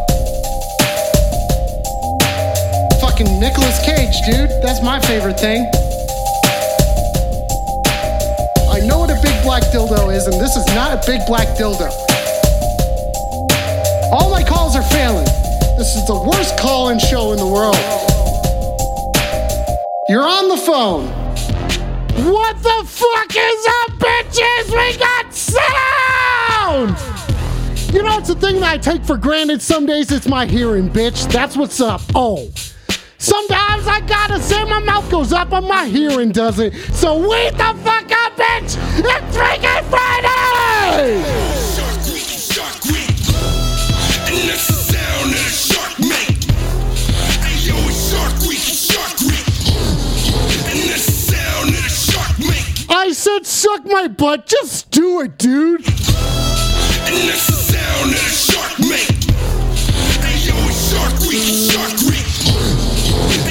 Fucking Nicolas Cage, dude. That's my favorite thing. I know what a big black dildo is, and this is not a big black dildo. All my calls are failing. This is the worst call in show in the world. You're on the phone. What the fuck is up, bitches? We got sound! You know, it's a thing that I take for granted. Some days it's my hearing, bitch. That's what's up. Oh. Sometimes I gotta say my mouth goes up and my hearing doesn't. So wait the fuck up, bitch! It's freaking Friday! Shark week, shark week. And that's the sound that a shark make. Hey yo, it's shark week, shark week. And that's the sound that a shark make. I said suck my butt, just do it, dude! And that's the sound that a shark make. Hey yo, it's shark week, shark week.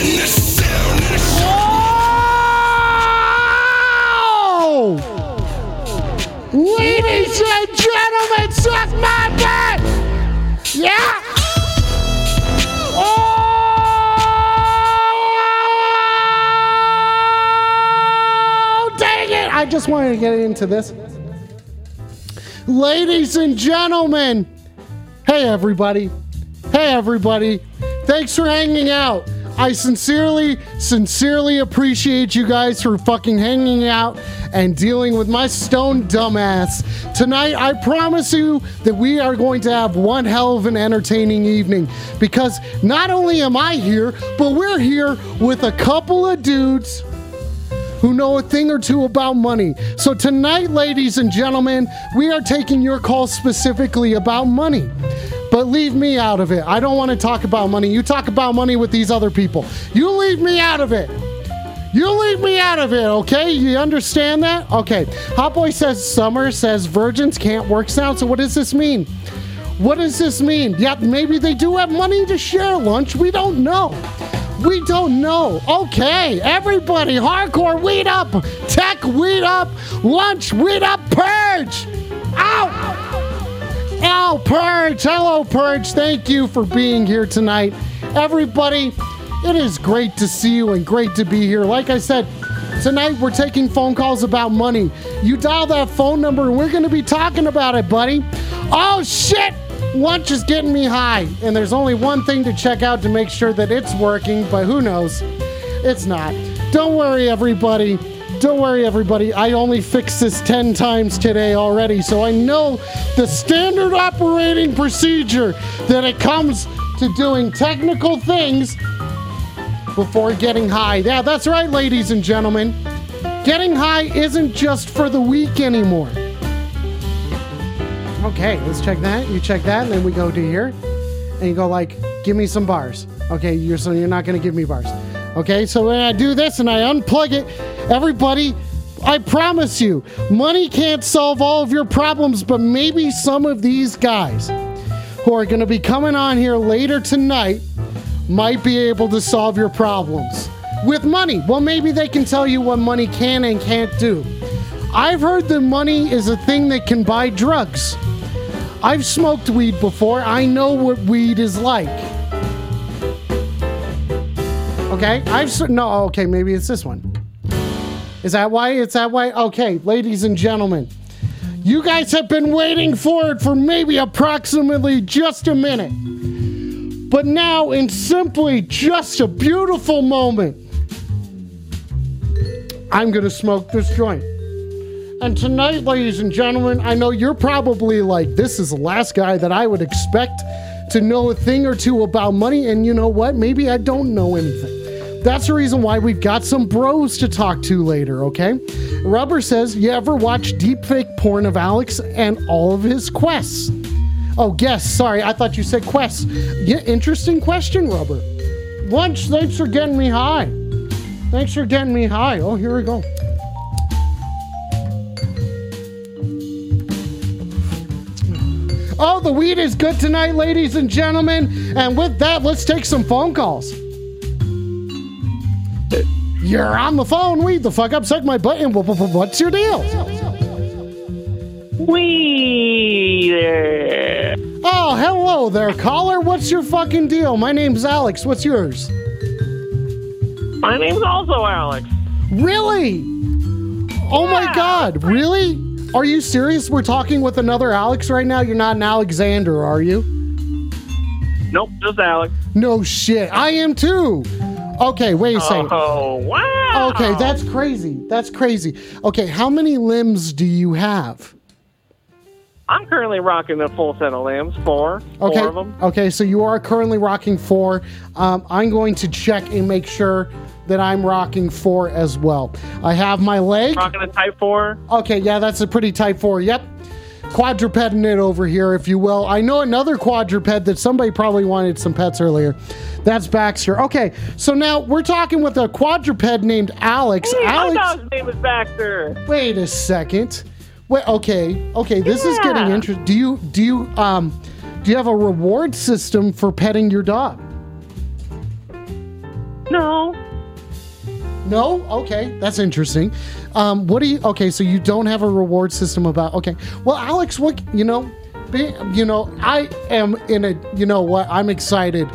And that's the sound that a shark Oh! Ladies and gentlemen, suck my butt! Yeah! Oh, dang it! I just wanted to get into this. Ladies and gentlemen, hey everybody. Hey everybody. Thanks for hanging out. I sincerely, sincerely appreciate you guys for fucking hanging out and dealing with my stone dumbass. Tonight, I promise you that we are going to have one hell of an entertaining evening because not only am I here, but we're here with a couple of dudes who know a thing or two about money. So, tonight, ladies and gentlemen, we are taking your calls specifically about money. But leave me out of it. I don't want to talk about money. You talk about money with these other people. You leave me out of it. You leave me out of it, okay? You understand that? Okay. Hotboy says Summer says virgins can't work sound. So, what does this mean? What does this mean? Yep, maybe they do have money to share lunch. We don't know. We don't know. Okay, everybody, hardcore, weed up, tech, weed up, lunch, weed up, purge. Ow! Al Purge. Hello, Purge. Thank you for being here tonight. Everybody, it is great to see you and great to be here. Like I said, tonight we're taking phone calls about money. You dial that phone number and we're going to be talking about it, buddy. Oh, shit. Lunch is getting me high. And there's only one thing to check out to make sure that it's working, but who knows? It's not. Don't worry, everybody. Don't worry, everybody. I only fixed this 10 times today already, so I know the standard operating procedure that it comes to doing technical things before getting high. Yeah, that's right, ladies and gentlemen. Getting high isn't just for the weak anymore. Okay, let's check that. You check that, and then we go to here and you go like, "Give me some bars." Okay, you're so you're not gonna give me bars. Okay, so when I do this and I unplug it, everybody, I promise you, money can't solve all of your problems, but maybe some of these guys who are gonna be coming on here later tonight might be able to solve your problems with money. Well, maybe they can tell you what money can and can't do. I've heard that money is a thing that can buy drugs. I've smoked weed before. I know what weed is like. Okay, I've s no. Okay, maybe it's this one. Is that why? It's that why. Okay, ladies and gentlemen, you guys have been waiting for it for maybe approximately just a minute, but now in simply just a beautiful moment, I'm gonna smoke this joint. And tonight, ladies and gentlemen, I know you're probably like, this is the last guy that I would expect to know a thing or two about money. And you know what? Maybe I don't know anything. That's the reason why we've got some bros to talk to later, okay? Rubber says, You ever watch deepfake porn of Alex and all of his quests? Oh, guess. Sorry, I thought you said quests. Yeah, interesting question, Rubber. Lunch, thanks for getting me high. Thanks for getting me high. Oh, here we go. Oh, the weed is good tonight, ladies and gentlemen. And with that, let's take some phone calls. You're on the phone. Weed the fuck up. Suck my butt. And wh- wh- wh- what's your deal? Wheeler. Oh, hello there, caller. What's your fucking deal? My name's Alex. What's yours? My name's also Alex. Really? Oh my Yeah. god, really? Are you serious? We're talking with another Alex right now? You're not an Alexander, are you? Nope, just Alex. No shit. I am too. Okay, wait a second. Oh, wow. Okay, that's crazy. That's crazy. Okay, how many limbs do you have? I'm currently rocking the full set of limbs. Four. Okay. Four of them. Okay, so you are currently rocking four. Um, I'm going to check and make sure that I'm rocking four as well. I have my leg. Rocking a type four. Okay, yeah, that's a pretty type four. Yep. Quadrupeding it over here, if you will. I know another quadruped that somebody probably wanted some pets earlier. That's Baxter. Okay, so now we're talking with a quadruped named Alex. Hey, Alex, I thought his name was Baxter. wait a second. Wait, okay, okay, this is Yeah. getting interesting. Do you do you um do you have a reward system for petting your dog? No. No? Okay, that's interesting. Um, what do you? Okay, so you don't have a reward system about. Okay, well, Alex, what you know, be, you know, I am in a. You know what? I'm excited.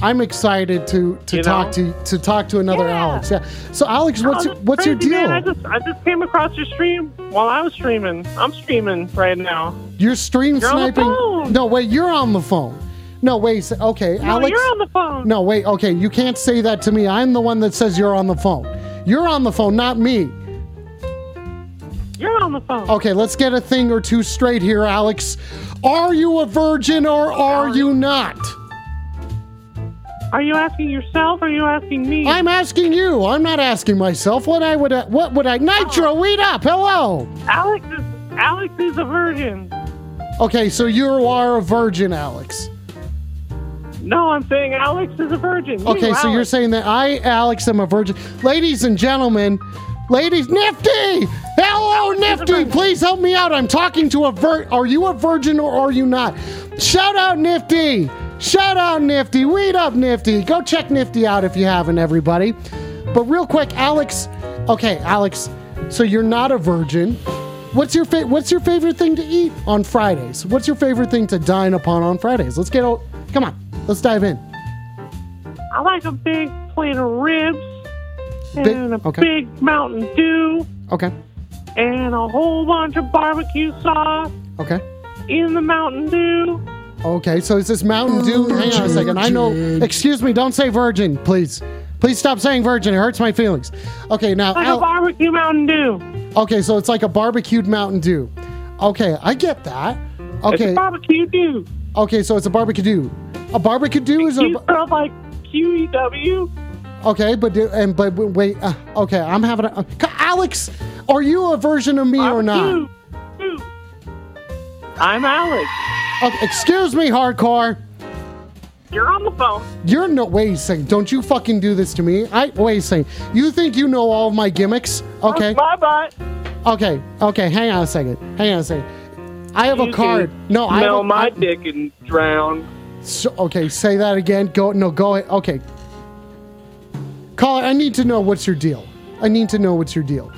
I'm excited to to You talk to to talk to another Yeah. Alex. Yeah. So Alex, what's Oh, that's what's your crazy, deal? Man. I just I just came across your stream while I was streaming. I'm streaming right now. you're stream You're on the sniping. phone. No, wait, you're on the phone. No, wait. s- Okay, No, Alex. you're on the phone. No, wait. Okay, you can't say that to me. I'm the one that says you're on the phone. You're on the phone, not me. You're on the phone. Okay, let's get a thing or two straight here, Alex. Are you a virgin or are you not? Are you asking yourself? Or are you asking me? I'm asking you. I'm not asking myself. What I would, uh, what would I? Nitro, Oh. weed up. Hello. Alex is Alex is a virgin. Okay, so you are a virgin, Alex. No, I'm saying Alex is a virgin. You, Okay, so you're Alex. saying that I, Alex, am a virgin. Ladies and gentlemen, ladies, Nifty. Hello, Nifty. virgin. Please help me out. I'm talking to a vir. Are you a virgin or are you not? Shout out, Nifty. Shout out, Nifty. Weed up, Nifty. Go check Nifty out if you haven't, everybody. But real quick, Alex. Okay, Alex. So you're not a virgin. What's your fa- What's your favorite thing to eat on Fridays? What's your favorite thing to dine upon on Fridays? Let's get out. Come on. Let's dive in. I like a big plate of ribs and Big- a okay. big Mountain Dew Okay. and a whole bunch of barbecue sauce Okay. in the Mountain Dew. Okay, so is this Mountain Dew? Hang on a second. I know. Excuse me. Don't say virgin, please. Please stop saying virgin. It hurts my feelings. Okay, now. Like a Al- barbecue Mountain Dew. okay, so it's like a barbecued Mountain Dew. Okay, I get that. It's a Okay. barbecue Dew. Okay, so it's a barbecue Dew. A barbecue Dew is a. You spelled like Q E W. Okay, but do- and but w- wait. Uh, okay, I'm having a. uh, Alex, are you a version of me or not? I'm Alex. Okay, excuse me, hardcore. You're on the phone. You're no wait a second. Don't you fucking do this to me. I wait a second. You think you know all of my gimmicks? Okay. Bye bye. Okay, okay, hang on a second. Hang on a second. I have a You card. can No, I have Smell a, my I- dick and drown. so- okay, say that again. Go no, go ahead. Okay. Caller, I need to know what's your deal. I need to know what's your deal.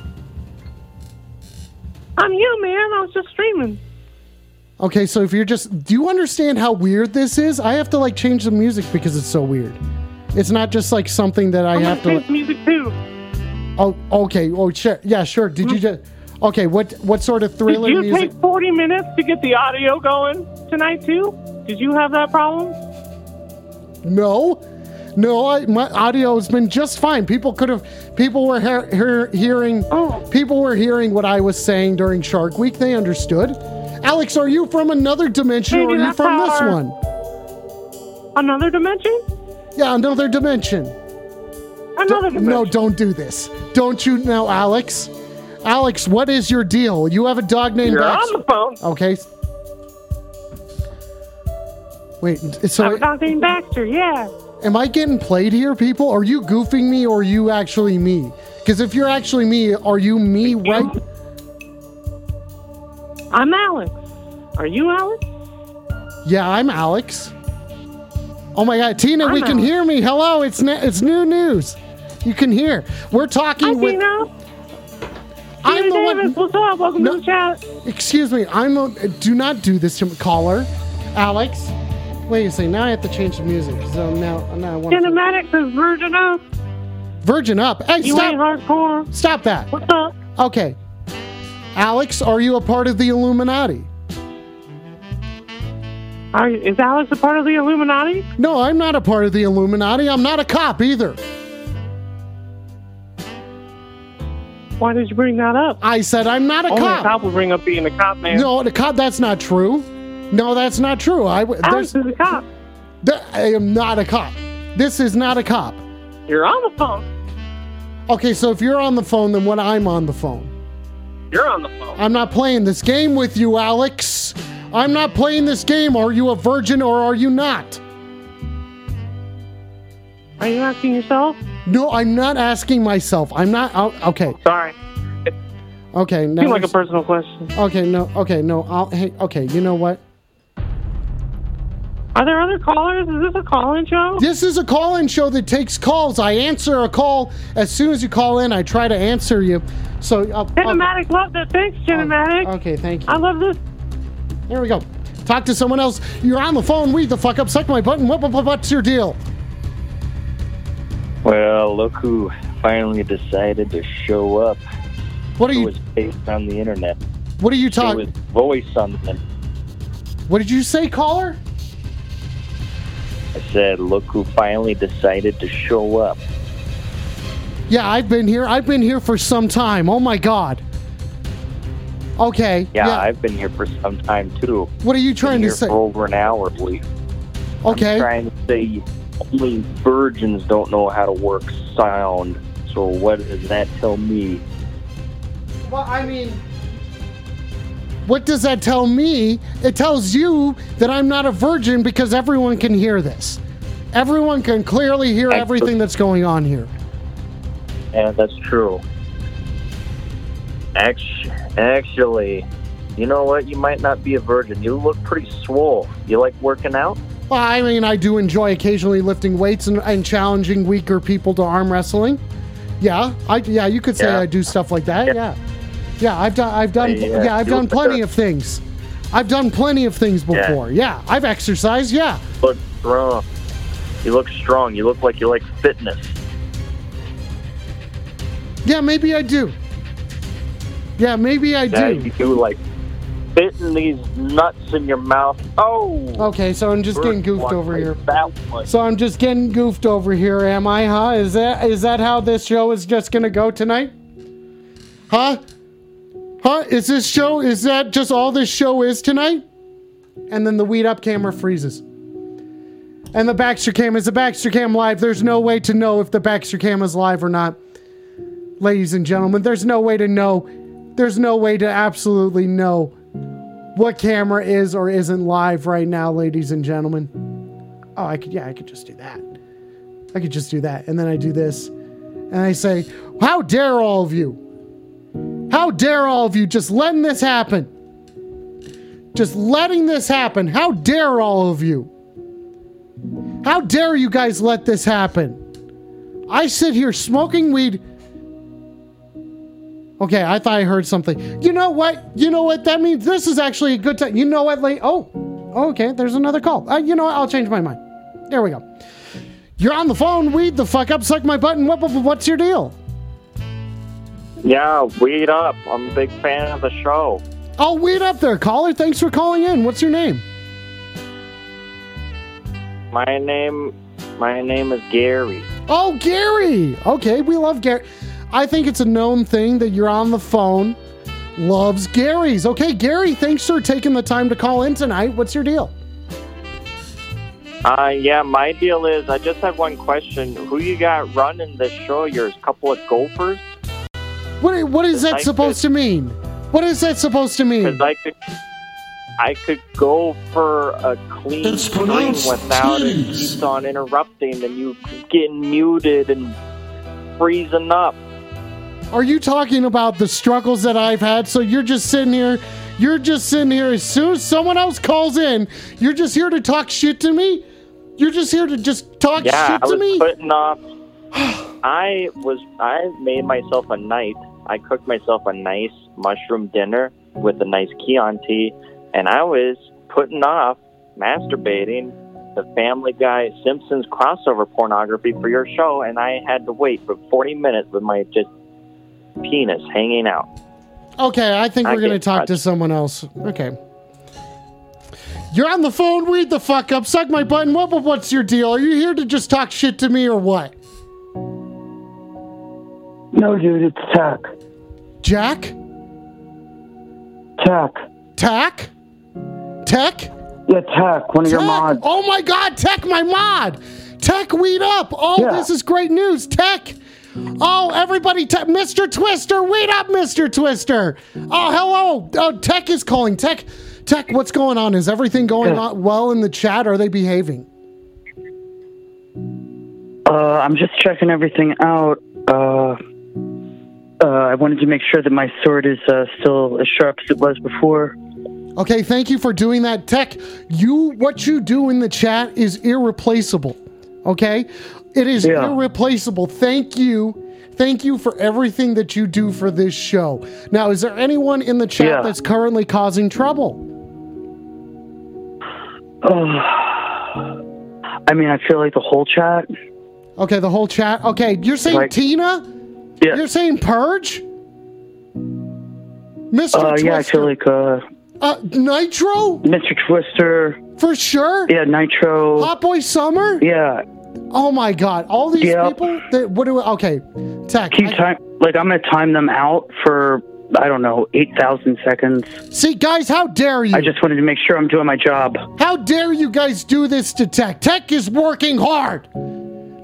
I'm you, man. I was just streaming. Okay, so if you're just do you understand how weird this is? I have to like change the music because it's so weird. It's not just like something that I I'm have to gonna change music too. Oh, okay. Oh, sure. Yeah, sure. Did you just Okay, what what sort of Hmm. Did thriller you music? take 40 minutes to get the audio going tonight too? Did you have that problem? No, no, I, my audio has been just fine. People could have, people were hear, hear, hearing, Oh. people were hearing what I was saying during Shark Week. They understood. Alex, are you from another dimension Maybe or are you that's from how this our- one? Another dimension? Yeah, another dimension. Another D- dimension. No, don't do this. Don't you now, Alex? Alex, what is your deal? You have a dog named You're Baxter. on the phone. okay. Wait, so I'm Dr. Baxter, yeah. Am I getting played here, people? Are you goofing me or are you actually me? Because if you're actually me, are you me right? I'm Alex. Are you Alex? Yeah, I'm Alex. Oh my God, Tina, we I'm can Alex. hear me. Hello, it's ne- it's new news. You can hear. We're talking Hi, with. Tina. I'm Tina the Davis. one. What's up? Welcome No. to the chat. Excuse me. I'm. The, do not do this to me, caller, Alex. Wait a second. Now I have to change the music. So now, now I want. to Cinematics is virgin up. Virgin up. Hey, You stop! ain't hardcore. Stop that. What's up? Okay. Alex, are you a part of the Illuminati? Are you, is Alex a part of the Illuminati? No, I'm not a part of the Illuminati. I'm not a cop either. Why did you bring that up? I said I'm not a Only cop. a cop would bring up being a cop, man. No, the cop. That's not true. No, that's not true. I w- Alex there's, is a cop. there, I am not a cop. This is not a cop. You're on the phone. Okay, so if you're on the phone, then what? I'm on the phone. You're on the phone. I'm not playing this game with you, Alex. I'm not playing this game. Are you a virgin or are you not? Are you asking yourself? No, I'm not asking myself. I'm not. oh, okay, Sorry. okay. Now Seemed like a it's- personal question. okay, no, okay, no. I'll. Hey, okay. You know what? Are there other callers? Is this a call-in show? This is a call in show that takes calls. I answer a call as soon as you call in. I try to answer you. So, uh, uh, Cinematic, love that. Thanks, Cinematic. okay, thank you. I love this. Here we go. Talk to someone else. You're on the phone. Read the fuck up. Suck my button. What, what, what- what's your deal? Well, look who finally decided to show up. What are It you? was based on the internet. What are you It talking? was voice on the internet. What did you say, caller? I said, look who finally decided to show up. Yeah, I've been here. I've been here for some time. Oh my god. Okay. Yeah, I've been here for some time too. what are you trying been to here say? for over an hour. at least. Okay. I'm trying to say only virgins don't know how to work sound. So what does that tell me? Well, I mean, what does that tell me? It tells you that I'm not a virgin because everyone can hear this. Everyone can clearly hear That's- everything that's going on here. Yeah, that's true. Actu- Actually, you know what? You might not be a virgin. You look pretty swole. You like working out? Well, I mean, I do enjoy occasionally lifting weights and, and challenging weaker people to arm wrestling. Yeah, I yeah, you could say Yeah. I do stuff like that. Yeah, yeah, I've done I've done yeah, Yeah, I've you- done plenty of things. I've done plenty of things Yeah. before. yeah I've exercised. Yeah. You look strong. You look strong. You look like you like fitness. Yeah, maybe I do. Yeah, maybe I Yeah, do. you do like fitting these nuts in your mouth. Oh, Okay, so I'm just getting Bird goofed one over like here. That one. So I'm just getting goofed over here, am I? Huh? Is that is that how this show is just gonna go tonight? Huh? Huh? Is this show? Is that just all this show is tonight? And then the weed up camera freezes. And the Baxter cam is the Baxter cam live. There's no way to know if the Baxter cam is live or not, ladies and gentlemen. There's no way to know. There's no way to absolutely know what camera is or isn't live right now, ladies and gentlemen. Oh, I could, yeah, I could just do that. I could just do that. And then I do this. And I say, How dare all of you? How dare all of you just letting this happen? Just letting this happen. How dare all of you? How dare you guys let this happen? I sit here smoking weed. Okay, I thought I heard something. You know what? You know what? That means this is actually a good time. You know what? Like, oh, okay. There's another call. Uh, you know what? I'll change my mind. There we go. You're on the phone. Weed the fuck up. Suck my button. What, what, what's your deal? Yeah, weed up. I'm a big fan of the show. Oh, weed up there, caller. Thanks for calling in. What's your name? My name, my name is Gary. Oh, Gary. Okay, we love Gary. I think it's a known thing that you're on the phone. Loves Gary's. Okay, Gary. Thanks for taking the time to call in tonight. What's your deal? Uh, yeah, my deal is I just have one question. Who you got running this show? You're a couple of golfers? What, what is that Like supposed this. to mean? What is that supposed to mean? Because I could, I could go for a clean It's screen pronounced without it cheese. keeps on interrupting and you getting muted and freezing up. Are you talking about the struggles that I've had? So you're just sitting here, you're just sitting here. As soon as someone else calls in, you're just here to talk shit to me. You're just here to just talk Yeah, shit I to was me. putting off. I was. I made myself a night. I cooked myself a nice mushroom dinner with a nice Chianti, and I was putting off masturbating the Family Guy Simpsons crossover pornography for your show, and I had to wait for 40 minutes with my just penis hanging out. okay, I think I we're gonna can't talk to touch. someone else. Okay. You're on the phone. Read the fuck up. Suck my button. What? what- What's your deal? Are you here to just talk shit to me or what? No, dude, it's Tack. Jack? Tack. Tack? Tech? Yeah, Tack, one of your Tech. mods. Oh my God, Tech, my mod. Tech, weed up. Oh, Yeah. this is great news. Tech. Oh, everybody, te- Mr. Twister, weed up, Mr. Twister. Oh, hello. Oh, Tech is calling. Tech, Tech, what's going on? Is everything going Yeah. on well in the chat? Are they behaving? Uh, I'm just checking everything out. Uh, uh, I wanted to make sure that my sword is uh, still as sharp as it was before. Okay, thank you for doing that. Tech, you what you do in the chat is irreplaceable. Okay? It is Yeah. irreplaceable. Thank you. Thank you for everything that you do for this show. Now, is there anyone in the chat Yeah. that's currently causing trouble? Uh, I mean, I feel like the whole chat. Okay, the whole chat. Okay, you're saying Like- Tina? Yeah. You're saying Purge? Mr. Uh, yeah, I feel Twister? like uh, uh, Nitro? Mr. Twister. For sure? Yeah, Nitro. Hot Boy Summer? Yeah, Oh my god, all these Yep. people that what do we, okay. Tech. keep I- time. Like I'm gonna time them out for I don't know eight thousand seconds. See, guys, how dare you? I just wanted to make sure I'm doing my job. how dare you guys do this to Tech? Tech is working hard.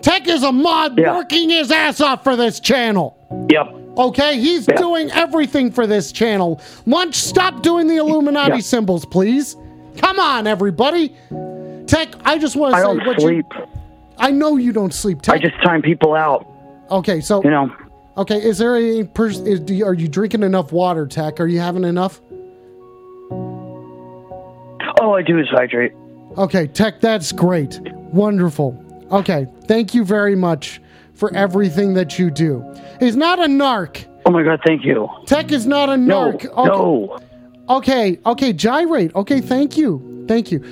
Tech is a mod Yeah. working his ass off for this channel. Yep. Okay, he's Yeah. doing everything for this channel. Munch, stop doing the Illuminati Yeah. symbols, please. Come on, everybody. Tech, I just want to I say don't what you. sleep. I know you don't sleep. Tech. I just time people out. okay, so You know. okay, is there a person? Is, do you, are you drinking enough water, Tech? Are you having enough? All I do is hydrate. Okay, Tech, that's great. Wonderful. Okay, thank you very much for everything that you do. He's not a narc. Oh my god, thank you. Tech is not a No, narc. okay. no. Okay, okay, gyrate. Okay, thank you. Thank you.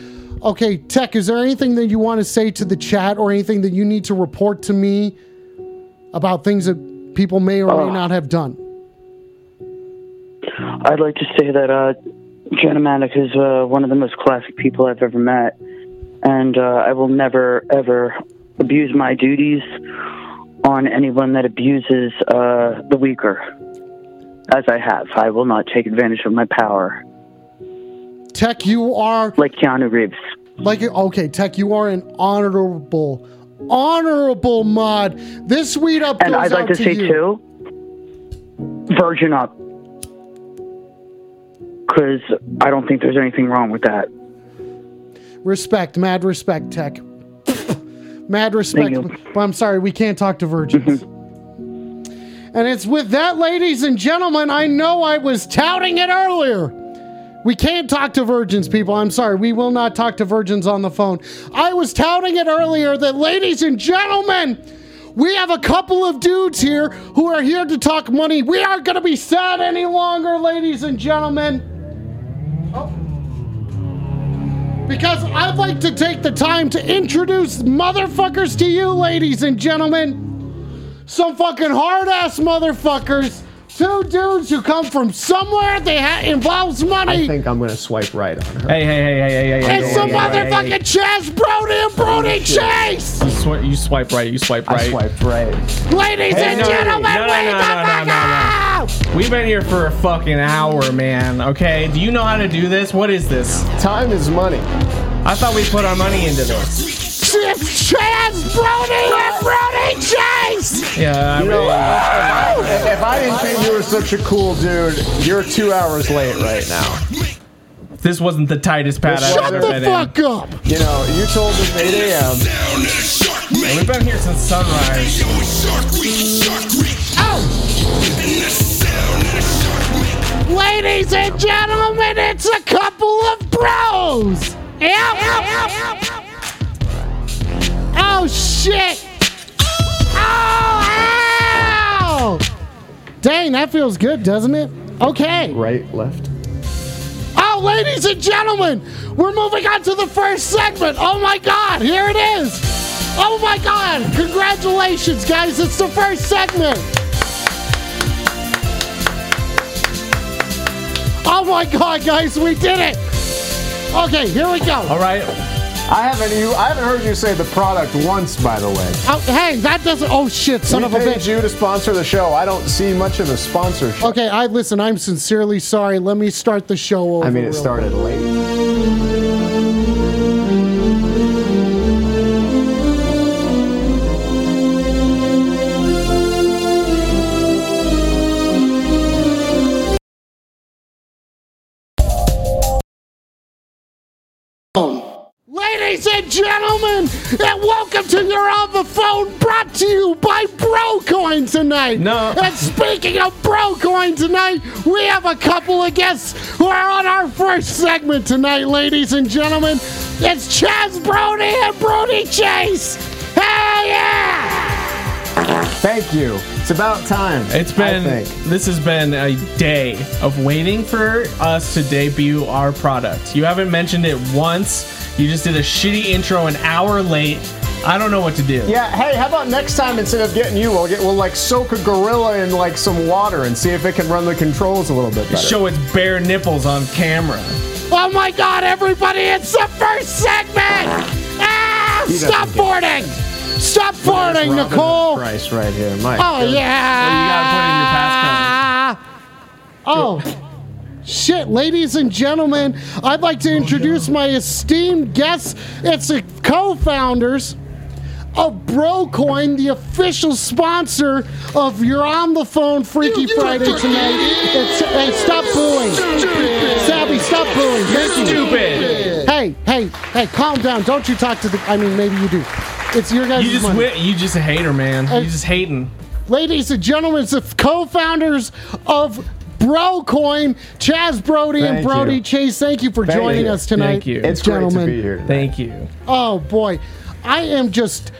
Okay, Tech, is there anything that you want to say to the chat or anything that you need to report to me about things that people may or may Oh. not have done? I'd like to say that uh, Genomatic is uh, one of the most classic people I've ever met, and uh, I will never ever abuse my duties on anyone that abuses uh, the weaker, as I have. I will not take advantage of my power, Tech, you are like Keanu Reeves. Like, okay, Tech, you are an honorable, honorable mod. This weed up And goes I'd like out to, say you. too, virgin up, because I don't think there's anything wrong with that. Respect, mad respect, Tech. mad respect. you. But I'm sorry, we can't talk to virgins. and it's with that, ladies and gentlemen. I know I was touting it earlier. We can't talk to virgins, people. I'm sorry. We will not talk to virgins on the phone. I was touting it earlier that, ladies and gentlemen, we have a couple of dudes here who are here to talk money. We aren't going to be sad any longer, ladies and gentlemen. because I'd like to take the time to introduce motherfuckers to you, ladies and gentlemen. Some fucking hard ass motherfuckers. Two dudes who come from somewhere that ha- involves money. I think I'm gonna swipe right on her. Hey, hey, hey, hey, hey, hey, hey. and hey, some hey, hey, motherfucking hey, Chaz Brody and Brody Chase. hey. You, swi- you swipe right, you swipe I right. swiped right. Ladies Hey, and no, gentlemen, no, no, no, we no, the no, no, fuck no, no. out! We've been here for a fucking hour, man. Okay, do you know how to do this? What is this? Time is money. I thought we put our money into this. It's Chaz Brody and Brody Chase. Yeah, I really. If I didn't think you were such a cool dude, you're two hours late right now. This wasn't the tightest pad This I've wasn't- ever Shut been the fuck up. You know, you told us 8 a.m. in. We've been here since sunrise. Ladies and gentlemen, it's a couple of bros. Yep. Oh shit. Oh, ow! Dang, that feels good, doesn't it? Okay. Right, left. Oh, ladies and gentlemen, we're moving on to the first segment. Oh my God, here it is. Oh my God, congratulations, guys. It's the first segment. Oh my God, guys, we did it. Okay, here we go. All right. I haven't you. I haven't heard you say the product once, by the way. Oh, hey, that doesn't. Oh shit, son we of a paid bitch. you to sponsor the show. I don't see much of a sponsorship. Okay, I listen. I'm sincerely sorry. Let me start the show over. I mean, it real started late. Ladies and gentlemen, and welcome to Your On the Phone brought to you by Brocoin tonight. No. And speaking of Brocoin tonight, we have a couple of guests who are on our first segment tonight, ladies and gentlemen. It's Chaz Brody and Brody Chase. Hell yeah! Thank you. It's about time. It's been I think. this has been a day of waiting for us to debut our product. You haven't mentioned it once. You just did a shitty intro an hour late. I don't know what to do. Yeah. Hey, how about next time instead of getting you, we'll get we'll like soak a gorilla in like some water and see if it can run the controls a little bit better. Show its bare nipples on camera. Oh my god, everybody, it's the first segment! Ah, doesn't stop get boarding! Stop There's boarding, Robin Nicole! Price right here, Mike. Oh yeah. gotta Oh. Shit, ladies and gentlemen, I'd like Oh, to introduce my esteemed guests. It's the co-founders of Brocoin, the official sponsor of You're on the Phone Freaky Friday tonight. It's, hey, stop booing. Sabby, stop booing. Thank you. Stupid. Hey, hey, hey, calm down. Don't you talk to the I mean maybe you do. It's your guys' You just money. wi- you just a hater, man. You just hating. ladies and gentlemen, it's the co-founders of Brocoin, Chaz Brody and Thank Brody you. Chase. Thank you for Thank joining you. us tonight. Thank you. It's gentlemen. great to be here. Thank you. Oh boy, I am just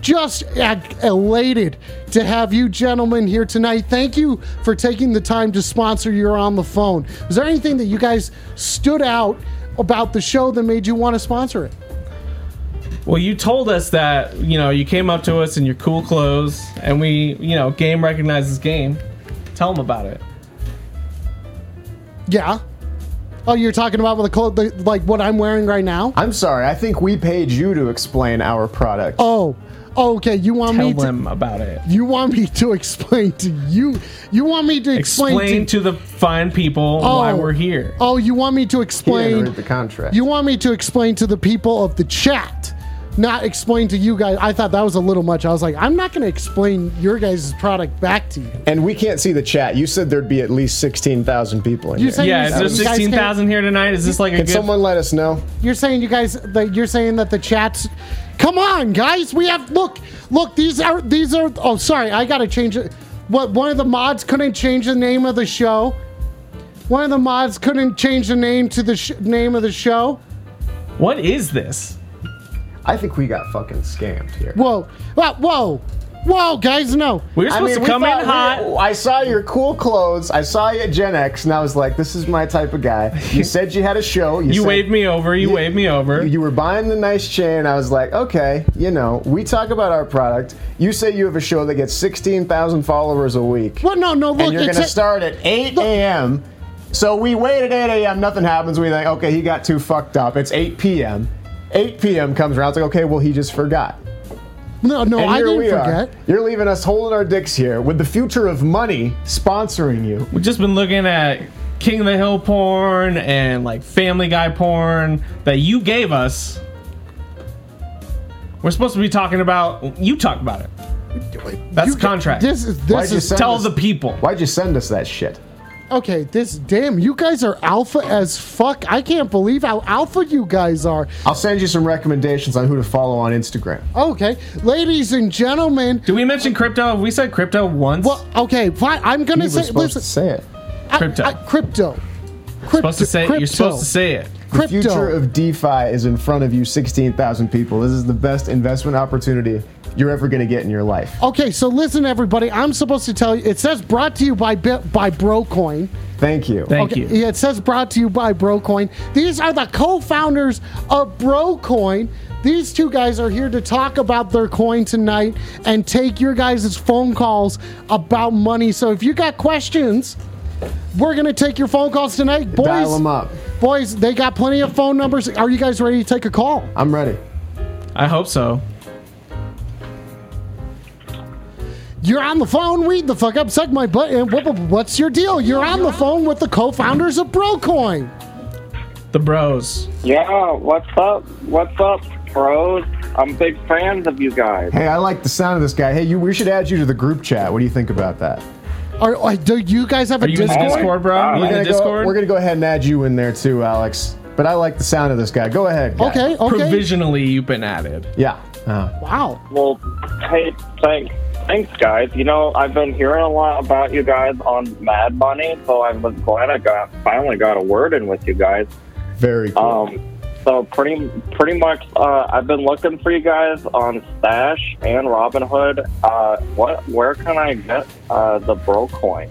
just uh, elated to have you gentlemen here tonight. Thank you for taking the time to sponsor You're on the phone. Is there anything that you guys stood out about the show that made you want to sponsor it? Well, you told us that you know you came up to us in your cool clothes, and we you know game recognizes game. Tell them about it. Yeah. Oh, you're talking about with the clothes, the- like what I'm wearing right now? I'm sorry. I think we paid you to explain our product. Oh, okay. You want Tell me to them about it. You want me to explain to you? You want me to explain, Explain, to? to the fine people why Oh. we're here. Oh, you want me to He didn't read explain? the contract. You want me to explain to the people of the chat, not explain to you guys? I thought that was a little much. I was like, I'm not going to explain your guys' product back to you. and we can't see the chat. You said there'd be at least sixteen thousand people in You're here. saying Yeah, is you there guys can't- sixteen thousand here tonight? Is this like a Can good? someone let us know? You're saying you guys that you're saying that the chats. Come on, guys. We have look, look. These are these are. Oh, sorry. I gotta change it. What one of the mods couldn't change the name of the show. One of the mods couldn't change the name to the sh- name of the show. what is this? I think we got fucking scammed here. Whoa, whoa, whoa, whoa, guys. No. We We're supposed we to come in thought we- Oh, hot. I saw your cool clothes. I saw you at Gen X, and I was like, "This is my type of guy." You said you had a show. you said- waved me over. You, you- waved me over. You were buying the nice chain. I was like, "Okay, you know, we talk about our product. You say you have a show that gets sixteen thousand followers a week, Well, no, no. Look, and you're it's a- going to start at eight a.m." So we wait at 8 a.m. Nothing happens. We think, okay, he got too fucked up. It's 8 p.m. 8 p.m. comes around. It's like, okay, well, he just forgot. no, no. And I here didn't we forget. are. You're leaving us holding our dicks here with the future of money sponsoring you. We've just been looking at King of the Hill porn and like Family Guy porn that you gave us. We're supposed to be talking about. You talk about it. That's You- the contract. This is Why'd this you is. send Tell us- the people. Why'd you send us that shit? okay, this damn, you guys are alpha as fuck. I can't believe how alpha you guys are. I'll send you some recommendations on who to follow on Instagram. Okay, ladies and gentlemen. Did we mention crypto? Have we said crypto once? Well, okay, fine. I'm gonna You were say, supposed listen, to say it. I- Crypto. I- crypto. Crypto. supposed to say it. You're supposed to say it. The crypto. future of DeFi is in front of you, 16,000 people. This is the best investment opportunity you're ever going to get in your life. Okay, so listen, everybody. I'm supposed to tell you. It says brought to you by Bi- by Brocoin. Thank you. Thank you. Yeah, it says brought to you by Brocoin. These are the co-founders of Brocoin. These two guys are here to talk about their coin tonight and take your guys' phone calls about money. So if you got questions, we're gonna take your phone calls tonight, boys. Dial them up. Boys, they got plenty of phone numbers. Are you guys ready to take a call? I'm ready. I hope so. You're on the phone. Read the fuck up. Suck my butt. And wha- wha- what's your deal? You're on the phone with the co-founders of Brocoin. The bros. Yeah, what's up? What's up, bros? I'm big fans of you guys. Hey, I like the sound of this guy. Hey, you, we should add you to the group chat. What do you think about that? Are, are- do you guys have a Are you in the Discord? Discord, bro? God. you in the Ah, We're gonna go- Discord? we're going to go ahead and add you in there too, Alex. But I like the sound of this guy. Go ahead. guy. Okay. Okay. Provisionally, you've been added. Yeah. Uh, Wow. Well, hey, thanks, thanks, guys. You know, I've been hearing a lot about you guys on Mad Money, so I was glad I got finally got a word in with you guys. very cool. Um, so pretty, pretty much, uh, I've been looking for you guys on Stash and Robinhood. Uh, what, where can I get uh, the bro coin?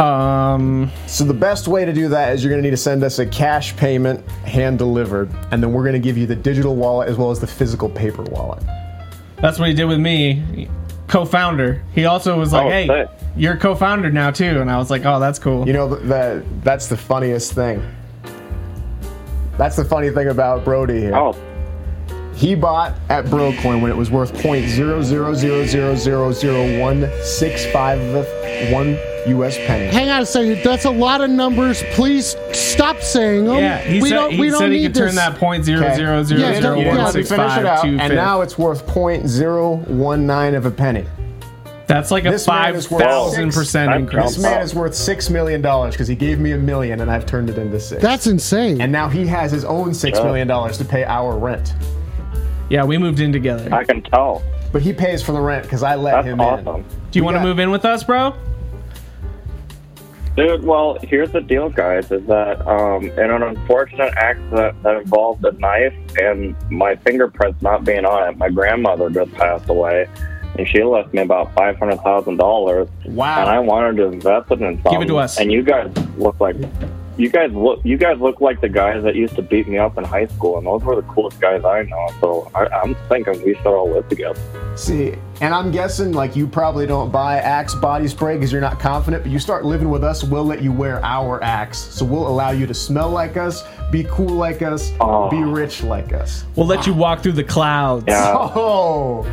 Um, So the best way to do that is you're going to need to send us a cash payment, hand delivered, and then we're going to give you the digital wallet as well as the physical paper wallet. that's what he did with me. Co-founder. He also was like, Oh, "Hey, sick. you're a co-founder now too," and I was like, "Oh, that's cool." You know th- that that's the funniest thing. That's the funny thing about Brody here. Oh, He bought at Brocoin when it was worth point zero zero zero zero zero zero one six five one U.S. penny. Hang on a second. That's a lot of numbers. Please stop saying them. yeah, he we said don't. he we don't said need he could this. turn that point zero zero zero Yeah, zero yeah, one let me six finish it five out, two and now fifth. it's worth point zero one nine of a penny. That's like a This man five is worth thousand percent six- increase. This man is worth six million dollars because he gave me a million and I've turned it into six. That's insane. and now he has his own six million dollars to pay our rent. Yeah, we moved in together. I can tell. But he pays for the rent because I let That's him awesome. in. Do you want to got- move in with us, bro? Dude, well, here's the deal, guys, is that um, in an unfortunate accident that involved a knife and my fingerprints not being on it, my grandmother just passed away, and she left me about $500,000, Wow. and I wanted to invest it in something. it to us. And you guys look like... You guys look. You guys look like the guys that used to beat me up in high school, and those were the coolest guys I know. So I, I'm thinking we should all live together. See, and I'm guessing like you probably don't buy Axe body spray because you're not confident. But you start living with us, we'll let you wear our Axe, so we'll allow you to smell like us, be cool like us, Aw. be rich like us. We'll let you Ah. walk through the clouds. Yeah. Oh,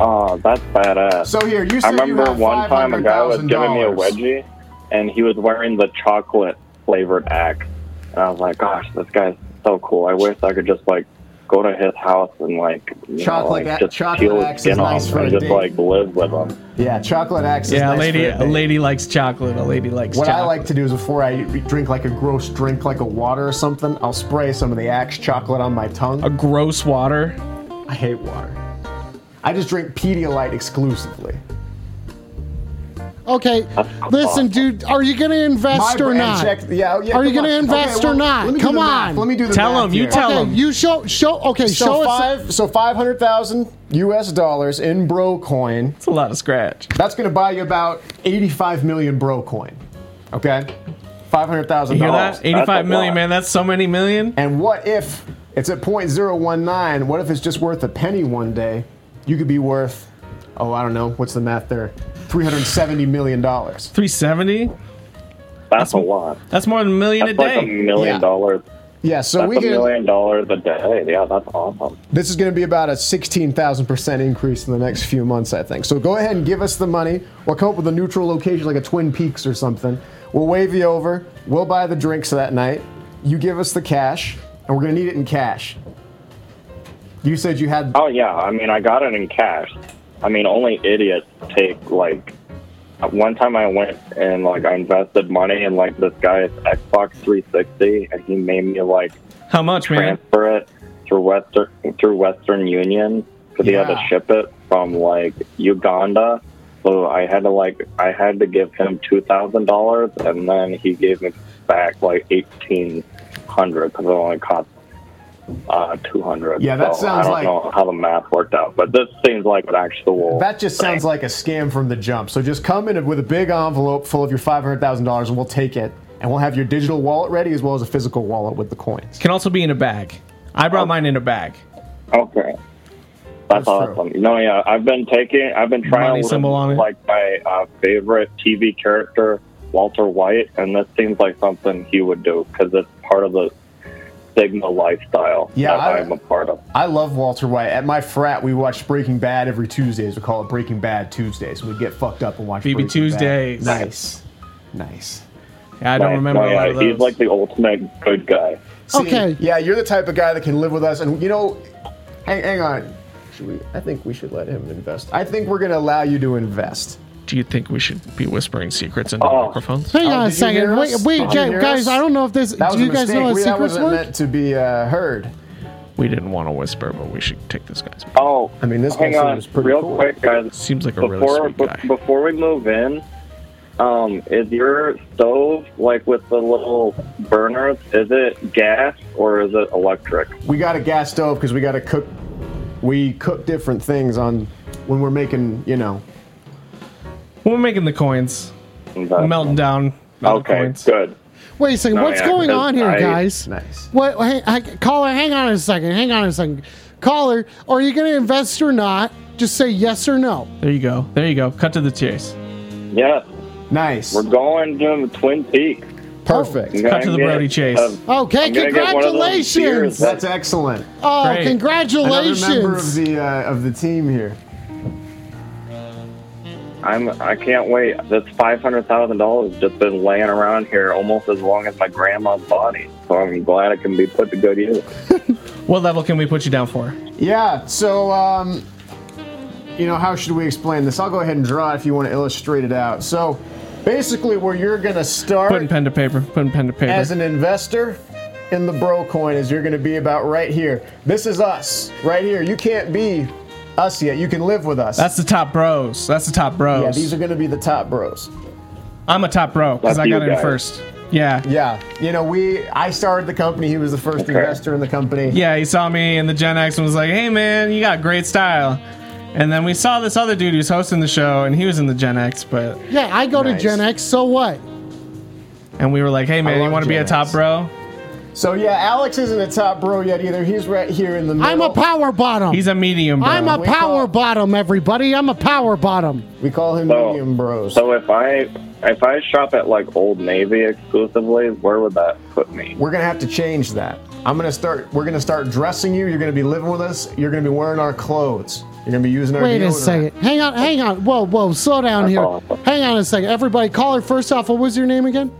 Oh, that's badass. so here you. I Said you remember had one time a guy was giving me a $500,000. wedgie, and he was wearing the chocolate flavored axe, and I was like, "Gosh, this guy's so cool! I wish I could just like go to his house and like you Chocolate know, a- like, just chocolate peel axe his is skin nice off for a and just date. like live with him." Yeah, chocolate Axe. is Yeah, nice a lady. for a A date. lady likes chocolate. A lady likes What chocolate. I like to do is before I drink like a gross drink, like a water or something, I'll spray some of the Axe chocolate on my tongue. a gross water. I hate water. I just drink Pedialyte exclusively. okay, That's listen, awful. dude. Are you gonna invest or brain not? checked- yeah, yeah, Are you come gonna on. invest Okay, or well, not? let me do Come the math. on. Let me do the Tell math him, you here. tell okay, him. you show show. Okay, show So us. five, so five hundred thousand U.S. dollars in bro coin. It's a lot of scratch. That's going to buy you about eighty-five million bro coin. Okay, five hundred thousand You hear dollars. that? Eighty-five a million, lot. man. That's so many million. And what if it's at point zero one nine? What if it's just worth a penny one day? You could be worth, oh, I don't know. What's the math there? Three hundred seventy million dollars. Three seventy. That's a lot. That's more than a million That's a like a day. million Yeah. dollars. Yeah. So That's we a can. million dollars a day. Yeah, that's awesome. This is going to be about a 16,000% increase in the next few months, I think. So go ahead and give us the money. We'll come up with a neutral location like a Twin Peaks or something. We'll wave you over. We'll buy the drinks that night. You give us the cash, and we're going to need it in cash. You said you had. Oh yeah, I mean, I got it in cash. I mean, only idiots take like one time I went and like I invested money in like this guy's Xbox 360, and he made me like How much, man? transfer it through Western through Western Union because he had Yeah. to ship it from like Uganda. So I had to like I had to give him two thousand dollars, and then he gave me back like eighteen hundred because it only cost uh, two hundred. Yeah, that so I sounds don't like- know how the math worked out, but this seems like an actual. That just sounds like a scam from the jump. So just come in with a big envelope full of your five hundred thousand dollars, and we'll take it, and we'll have your digital wallet ready as well as a physical wallet with the coins. Can also be in a bag. I brought Oh. mine in a bag. Okay. That's, That's true. awesome. No, yeah, I've been taking, I've been trying Money to symbol on it. live like my uh, favorite TV character, Walter White, and this seems like something he would do because it's part of the Sigma lifestyle Yeah, that I- I, am a part of. I love Walter White. At my frat, we watched Breaking Bad every Tuesdays. We call it Breaking Bad Tuesdays. We'd get fucked up and watch BB Breaking Bad. Tuesdays. Nice, nice. I don't Like, remember no, a lot yeah, of those. He's like the ultimate good guy. See, Okay. Yeah, you're the type of guy that can live with us, and you know, hang, hang on. Should we? I think we should let him invest. I think we're gonna allow you to invest. Do you think we should be whispering secrets into Oh. microphones? Hang Oh, on a did you hear second. Wait, us? wait, Did you guys, hear us? guys, I don't know if this. That Do was you a guys mistake. know how we, that secrets wasn't work? meant to be uh, heard. We didn't want to whisper, but we should take this guy's. Oh, I mean, this hang guy on, seems pretty real cool. quick, guys. Seems like a really Before sweet b- guy. before we move in, um, is your stove like with the little burners? Is it gas or is it electric? We got a gas stove because we got to cook. We cook different things on when we're making, you know. We're making the coins. Investment. melting down. melting Okay, coins. good. Wait a second. No, what's yeah, going because on here, I- guys? Nice. What? Hang, hang, caller, hang on a second. Hang on a second. Caller, are you going to invest or not? Just say yes or no. There you go. There you go. Cut to the chase. Yeah, Nice. we're going to Twin Peaks. Perfect. I'm gonna to the get, Brody Chase. Um, Okay, I'm gonna get one of those beers. congratulations. That's excellent. Oh, Great. Another member of congratulations. the uh, of the team here. I'm. I can't wait. That's five hundred thousand dollars just been laying around here almost as long as my grandma's body. So I'm glad it can be put to good use. What level can we put you down for? Yeah. So, um, you know, how should we explain this? I'll go ahead and draw it if you want to illustrate it out. So, basically, where you're gonna start. Putting pen to paper. Putting pen to paper. as an investor in the bro coin is you're going to be about right here this is us right here you can't be us yet you can live with us That's the top bros. That's the top bros. yeah these are going to be the top bros I'm a top bro because That's I got you in guys. first. Yeah. yeah you know we i started the company he was the first Okay. investor in the company Yeah, he saw me in the Gen X and was like, hey, man, you got great style. And then we saw this other dude who's hosting the show, and he was in the Gen X, but Yeah, I go to Nice. Gen X, so what? and we were like, hey, man, you love want to be a Gen top X. bro? so yeah alex isn't a top bro yet either he's right here in the middle I'm a power bottom. He's a medium bro. I'm a we power call- bottom, everybody. I'm a power bottom. we call him So- medium bros So if I if I shop at like Old Navy exclusively, where would that put me? we're gonna have to change that. I'm gonna start. We're gonna start dressing you. You're gonna be living with us. You're gonna be wearing our clothes. You're gonna be using our. Wait a deodorant. second. Hang on, hang on. Whoa, whoa, slow down That's here. awful. Hang on a second. Everybody, caller, first off, what was your name again?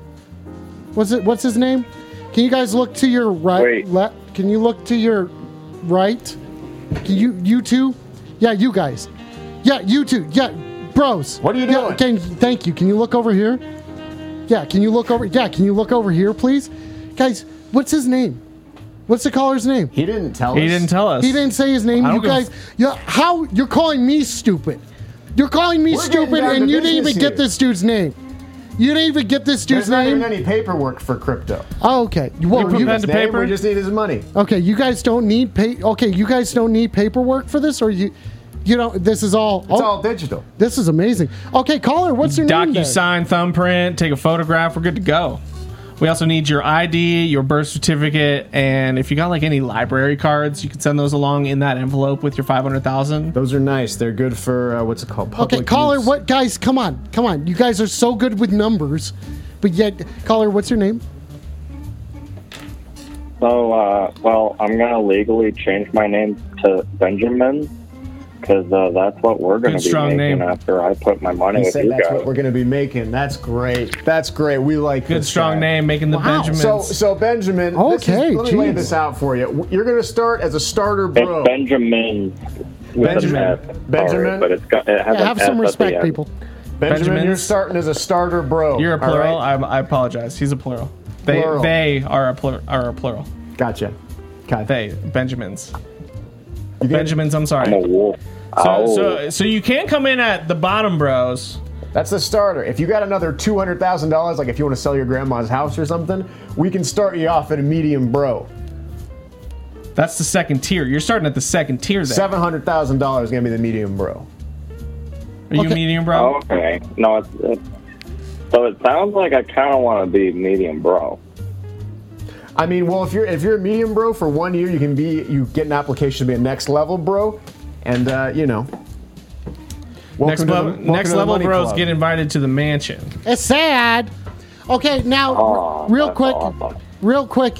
What's it what's his name? Can you guys look to your right Wait. left can you look to your right? Can you you two? Yeah, you guys. Yeah, you two. Yeah, bros. What are you Yeah, can, doing? thank you. Can you look over here? Yeah, can you look over yeah, can you look over here, please? Guys, what's his name? What's the caller's name? He didn't tell us. He didn't tell us. He didn't say his name. I You don't give guys, a you how you're calling me stupid? You're calling me We're getting stupid, down and to you didn't even business get here. this dude's name. You didn't even get this There's dude's not name. even any paperwork for crypto. oh, okay. Whoa, put you, pen His to name, paper? We just need his money. okay. You guys don't need pay. Okay, you guys don't need paperwork for this, or you, you don't. This is all. It's oh, all digital. this is amazing. Okay, caller, what's your name? there? DocuSign, thumbprint, take a photograph. We're good to go. We also need your ID, your birth certificate, and if you got like any library cards, you can send those along in that envelope with your five hundred thousand. Those are nice. They're good for uh, what's it called? Public Okay, caller, use. what guys? Come on, come on. You guys are so good with numbers, but yet, caller, what's your name? So, uh, well, I'm gonna legally change my name to Benjamin because uh, that's what we're gonna Good, be strong making name. after I put my money He with said you that's guys. what we're gonna be making. That's great. That's great. We like Good this strong guy. name, making the Wow. Benjamins. So, so Benjamin. this is- Okay, let me lay geez. this out for you. You're gonna start as a starter It's bro. Benjamin. with an Benjamin. F. Sorry, Benjamin. but it's got, it has Yeah, an have some S at the respect, end. people. Benjamin, Benjamins. you're starting as a starter, bro. You're a all plural. I, right? I apologize. He's a plural. They Plural. they are a plur, are a plural. Gotcha. Okay. They Benjamins. You get- Benjamins. I'm sorry. I'm a wolf. So, Ow. so so you can come in at the bottom bros. That's the starter. If you got another two hundred thousand dollars, like if you want to sell your grandma's house or something, we can start you off at a medium, bro. That's the second tier. You're starting at the second tier. There. Seven hundred thousand dollars gonna be the medium, bro. Are you medium bro? Oh, Okay. No, it's, it, so it sounds like I kind of want to be medium bro. I mean, well, if you're if you're a medium, bro, for one year you can be you get an application to be a next level, bro, and uh, you know. Welcome Next to the- level. welcome to Next the level money bros club. get invited to the mansion. It's sad. Okay, now Aw, r- real that's quick, awesome. real quick,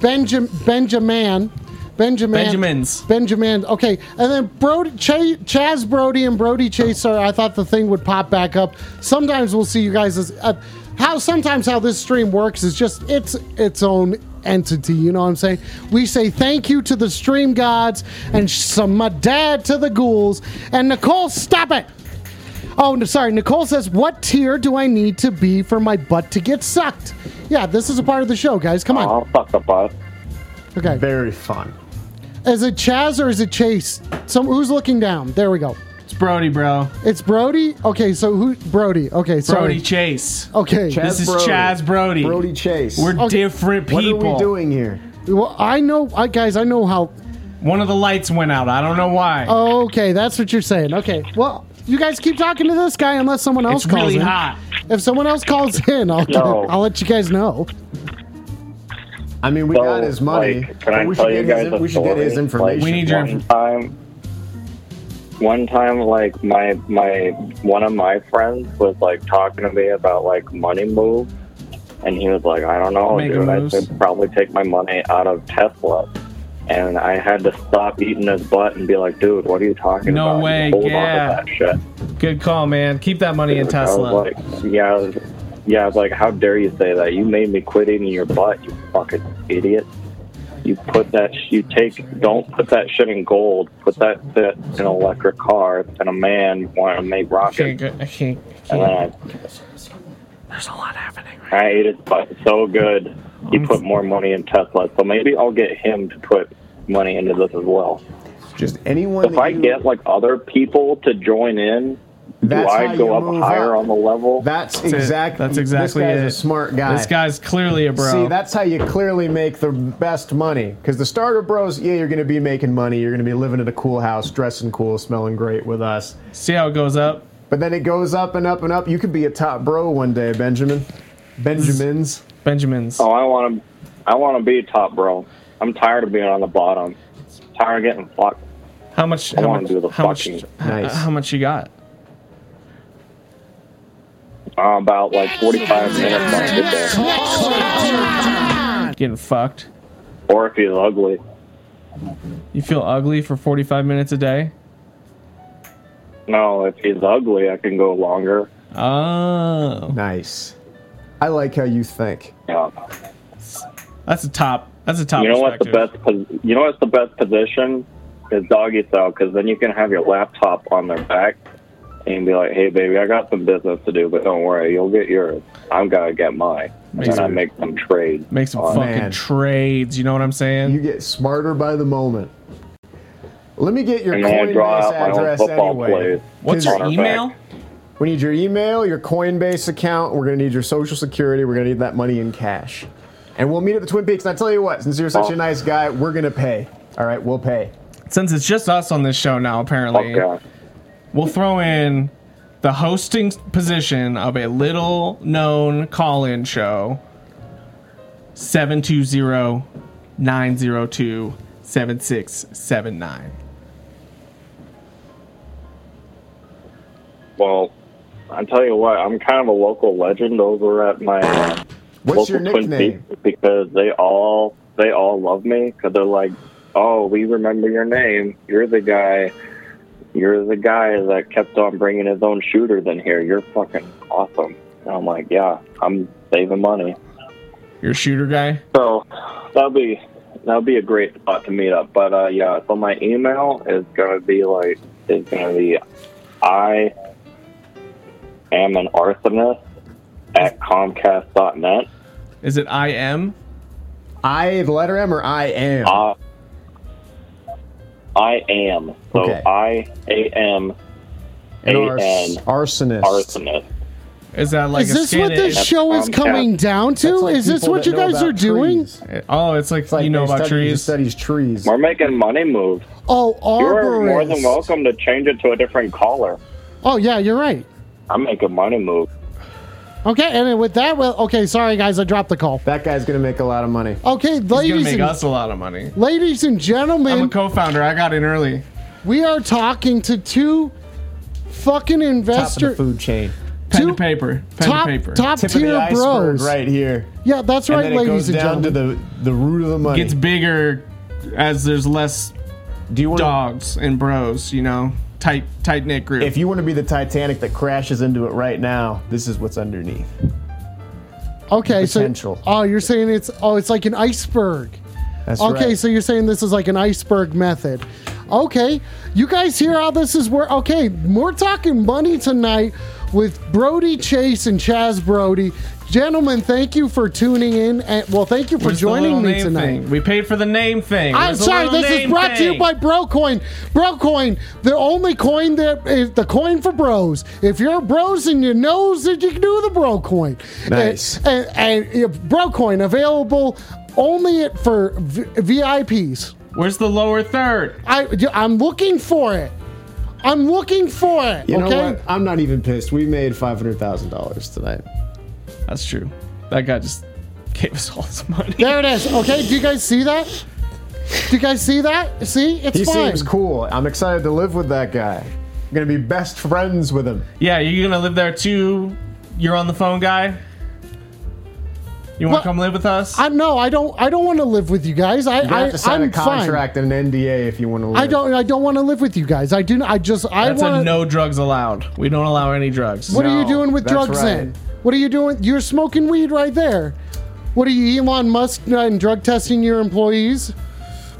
Benjamin, Benjamin, Benjamin, Benjamins. Benjamin. Okay, and then Brody, Ch- Chaz Brody and Brody Chaser. I thought the thing would pop back up. Sometimes we'll see you guys as uh, how. Sometimes how this stream works is just it's its own entity. You know what I'm saying? We say thank you to the stream gods and some my dad to the ghouls and Nicole. Stop it. Oh, no, sorry. Nicole says, "What tier do I need to be for my butt to get sucked?" Yeah, this is a part of the show, guys. Come on. I'll fuck the bus. Okay. very fun. Is it Chaz or is it Chase? Some who's looking down? There we go. It's Brody bro. It's Brody. Okay, so who? Brody. Okay, sorry. Brody Chase. Okay. Chaz This is Brody. Chaz Brody. Brody Chase. We're different what people. are we doing here? Well, I know, I, guys. I know how. One of the lights went out. I don't know why. Oh, Okay, that's what you're saying. Okay. Well, you guys keep talking to this guy unless someone else it's calls really in. hot. If someone else calls in, I'll No. I'll let you guys know. I mean, we So, got his money. Like, can but I we should tell you get guys his, a We should story? get his information. Like, We need your- one time. One time, like my my one of my friends was like talking to me about like money moves, and he was like, "I don't know, Mega dude. moves. I should probably take my money out of Tesla." And I had to stop eating his butt and be like, "Dude, what are you talking No about?" You way, Hold yeah. on to that shit. Good call, man. Keep that money in And I was Tesla. like, yeah, I was- yeah. I was like, how dare you say that? You made me quit eating your butt, you fucking idiot. You put that. sh- You take. Don't put that shit in gold. Put that shit in an electric car. And a man want to make I can't. rockets. go- I can't. I And can't. then I, I ate his butt so good. He put more money in Tesla. So maybe I'll get him to put money into this as well. Just anyone. If that I you- get like other people to join in, do That's how I go you up move higher up. on the level? That's it. exactly. That's exactly This guy's it. a smart guy. This guy's clearly a bro. See, that's how you clearly make the best money. Because the starter bros, yeah, you're going to be making money. You're going to be living in a cool house, dressing cool, smelling great with us. See how it goes up. But then it goes up and up and up. You could be a top bro one day, Benjamin. Benjamins. Benjamin's. Oh, I want to, I want to be top bro. I'm tired of being on the bottom. Tired of getting fucked. How much? I how wanna much? do the how much? fucking- h- Nice. How much you got? Uh, about like 45 minutes on a good day. Getting fucked. Or if he's ugly, You feel ugly for 45 minutes a day? no, if he's ugly, I can go longer. Oh, Nice. I like how you think. Yeah. that's a top. That's a top. You know what's the perspective. best? pos- You know what's the best position is doggy style because then you can have your laptop on their back and be like, "Hey, baby, I got some business to do, but don't worry, you'll get yours. I'm gonna get mine." And Makes then I it- make them trade. Make some on fucking Oh, man. trades. You know what I'm saying? You get smarter by the moment. Let me get your And then I draw Coinbase out my own address football anyway. plays. what's 'Cause your on our email? back. We need your email, your Coinbase account. We're going to need your social security. We're going to need that money in cash. And we'll meet at the Twin Peaks. And I tell you what, since you're such a nice guy, we're going to pay. All right, we'll pay. Since it's just us on this show now, apparently, Okay. we'll throw in the hosting position of a little known call in show 720 902 7679. Well, I tell you what, I'm kind of a local legend over at my uh, What's local your Twin nickname? Peaks because they all they all love me because they're like, "Oh, we remember your name. You're the guy. You're the guy that kept on bringing his own shooters in here. You're fucking awesome." And I'm like, "Yeah, I'm saving money." Your shooter guy? So that'll be that'll be a great spot to meet up. But uh, yeah, so my email is gonna be like is gonna be i am an arsonist at Comcast.net. Is it I am? I, the letter M, or I am? Uh, I am. So Okay. I A M An A ars- N arsonist. arsonist. Is that like Is a this skin what this in- show is Comcast. coming down to? That's like is this people what that you know guys about are doing? trees. Oh, it's like, It's like you know they about study- trees. Studies trees. We're making money moves. Oh, You're more arborist. than welcome to change it to a different color. oh yeah, you're right. I'm making money move. Okay, and with that, well, okay, sorry guys, I dropped the call. That guy's gonna make a lot of money. Okay, It's gonna ladies make and, us a lot of money. ladies and I'm a gentlemen, co-founder. I got in early. we are talking to two fucking Top of the investor, food chain. Pen Two- to paper. Pen top to paper. top Tip of the tier iceberg bros. right here. Yeah, that's And right, then it goes ladies and down gentlemen. to the, the root of the money. Gets bigger as there's less Do you want dogs and bros. You know, tight tight knit group. If you want to be the Titanic that crashes into it right now, this is what's underneath. Okay, potential. so oh, you're saying it's oh, it's like an iceberg. That's okay, right. so you're saying this is like an iceberg method. Okay, you guys hear how this is work? Okay, we're talking money tonight with Brody Chase and Chaz Brody. Gentlemen, thank you for tuning in. And, well, thank you for Where's the joining little me name tonight. Thing? We paid for the name thing. I'm Where's the sorry, little this is name brought to you thing? by Brocoin. Brocoin, the only coin that is the coin for bros. If you're a bros and you knows that you can do the Brocoin. Nice. And, and, and yeah, Brocoin available only at, for v- VIPs. Where's the lower third? I, I'm looking for it. I'm looking for it. You know okay? what? I'm not even pissed. We made five hundred thousand dollars tonight. That's true. That guy just gave us all his money. There it is. Okay, do you guys see that? Do you guys see that? See, it's He fine. seems cool. I'm excited to live with that guy. I'm gonna be best friends with him. Yeah, you're gonna live there too. You're on the phone guy. You want Well, to come live with us? I no, I don't. I don't want to live with you guys. I, You have I to sign I'm a contract and an NDA if you want to. Live. fine. I don't. I don't want to live with you guys. I do. I just. I That's a want. no drugs allowed. We don't allow any drugs. What are you No, doing with that's drugs right. then? What are you doing? You're smoking weed right there. What are you, Elon Musk, and drug testing your employees?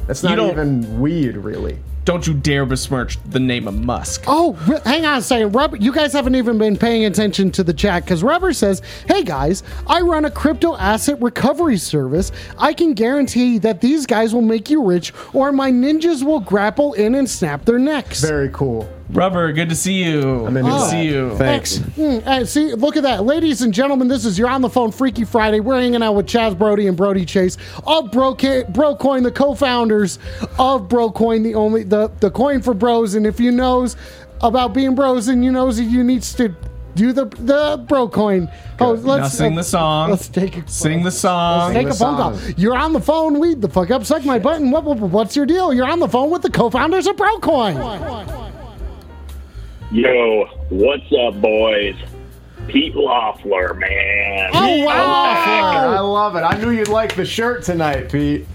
That's not You don't- even weed, really. Don't you dare besmirch the name of Musk. Oh, re- hang on a second. Robert, you guys haven't even been paying attention to the chat because Robert says, Hey guys, I run a crypto asset recovery service. I can guarantee that these guys will make you rich or my ninjas will grapple in and snap their necks. Very cool. Rubber, good to see you. I'm into good to that. see you. Thanks. Mm, uh, see, look at that. Ladies and gentlemen, this is your on the phone Freaky Friday. We're hanging out with Chaz Brody and Brody Chase of Broca- Brocoin, the co-founders of Brocoin, the only the, the coin for bros. And if you knows about being bros and you knows that you needs to do the the Brocoin. Oh, now sing the song. Let's take a Sing the song. Take the a phone call. song. You're on the phone. Weed the fuck up. Suck my button. What, what- what's your deal? You're on the phone with the co-founders of Brocoin. Yo, what's up, boys? Pete Loeffler, man. Oh wow! I love it. I knew you'd like the shirt tonight, Pete.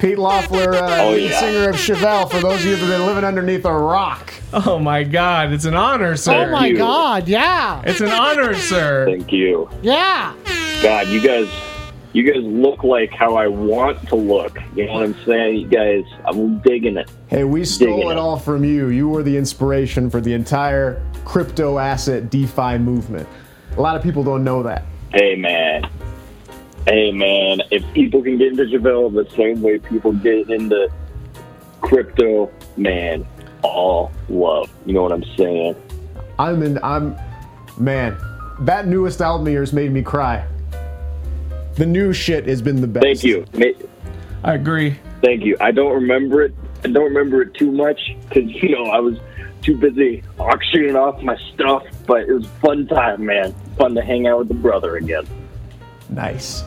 Pete Loeffler, uh, Oh, lead yeah. singer of Chevelle. For those of you that have been living underneath a rock, Oh my God, it's an honor, sir. Oh my you. god! Yeah, It's an honor, sir. Thank you. yeah. God, you guys, you guys look like how I want to look. You know what I'm saying? You guys, I'm digging it. Hey, we Digging stole it it. all from you. You were the inspiration for the entire crypto asset DeFi movement. A lot of people don't know that. Hey, man. Hey, man. If people can get into Javale the same way people get into crypto, man, all love. You know what I'm saying? I'm in. I'm, man, that newest album of yours made me cry. The new shit has been the best. Thank you. Ma- I agree. Thank you. I don't remember it. I don't remember it too much because you know I was too busy auctioning off my stuff. But it was a fun time, man. Fun to hang out with the brother again. Nice.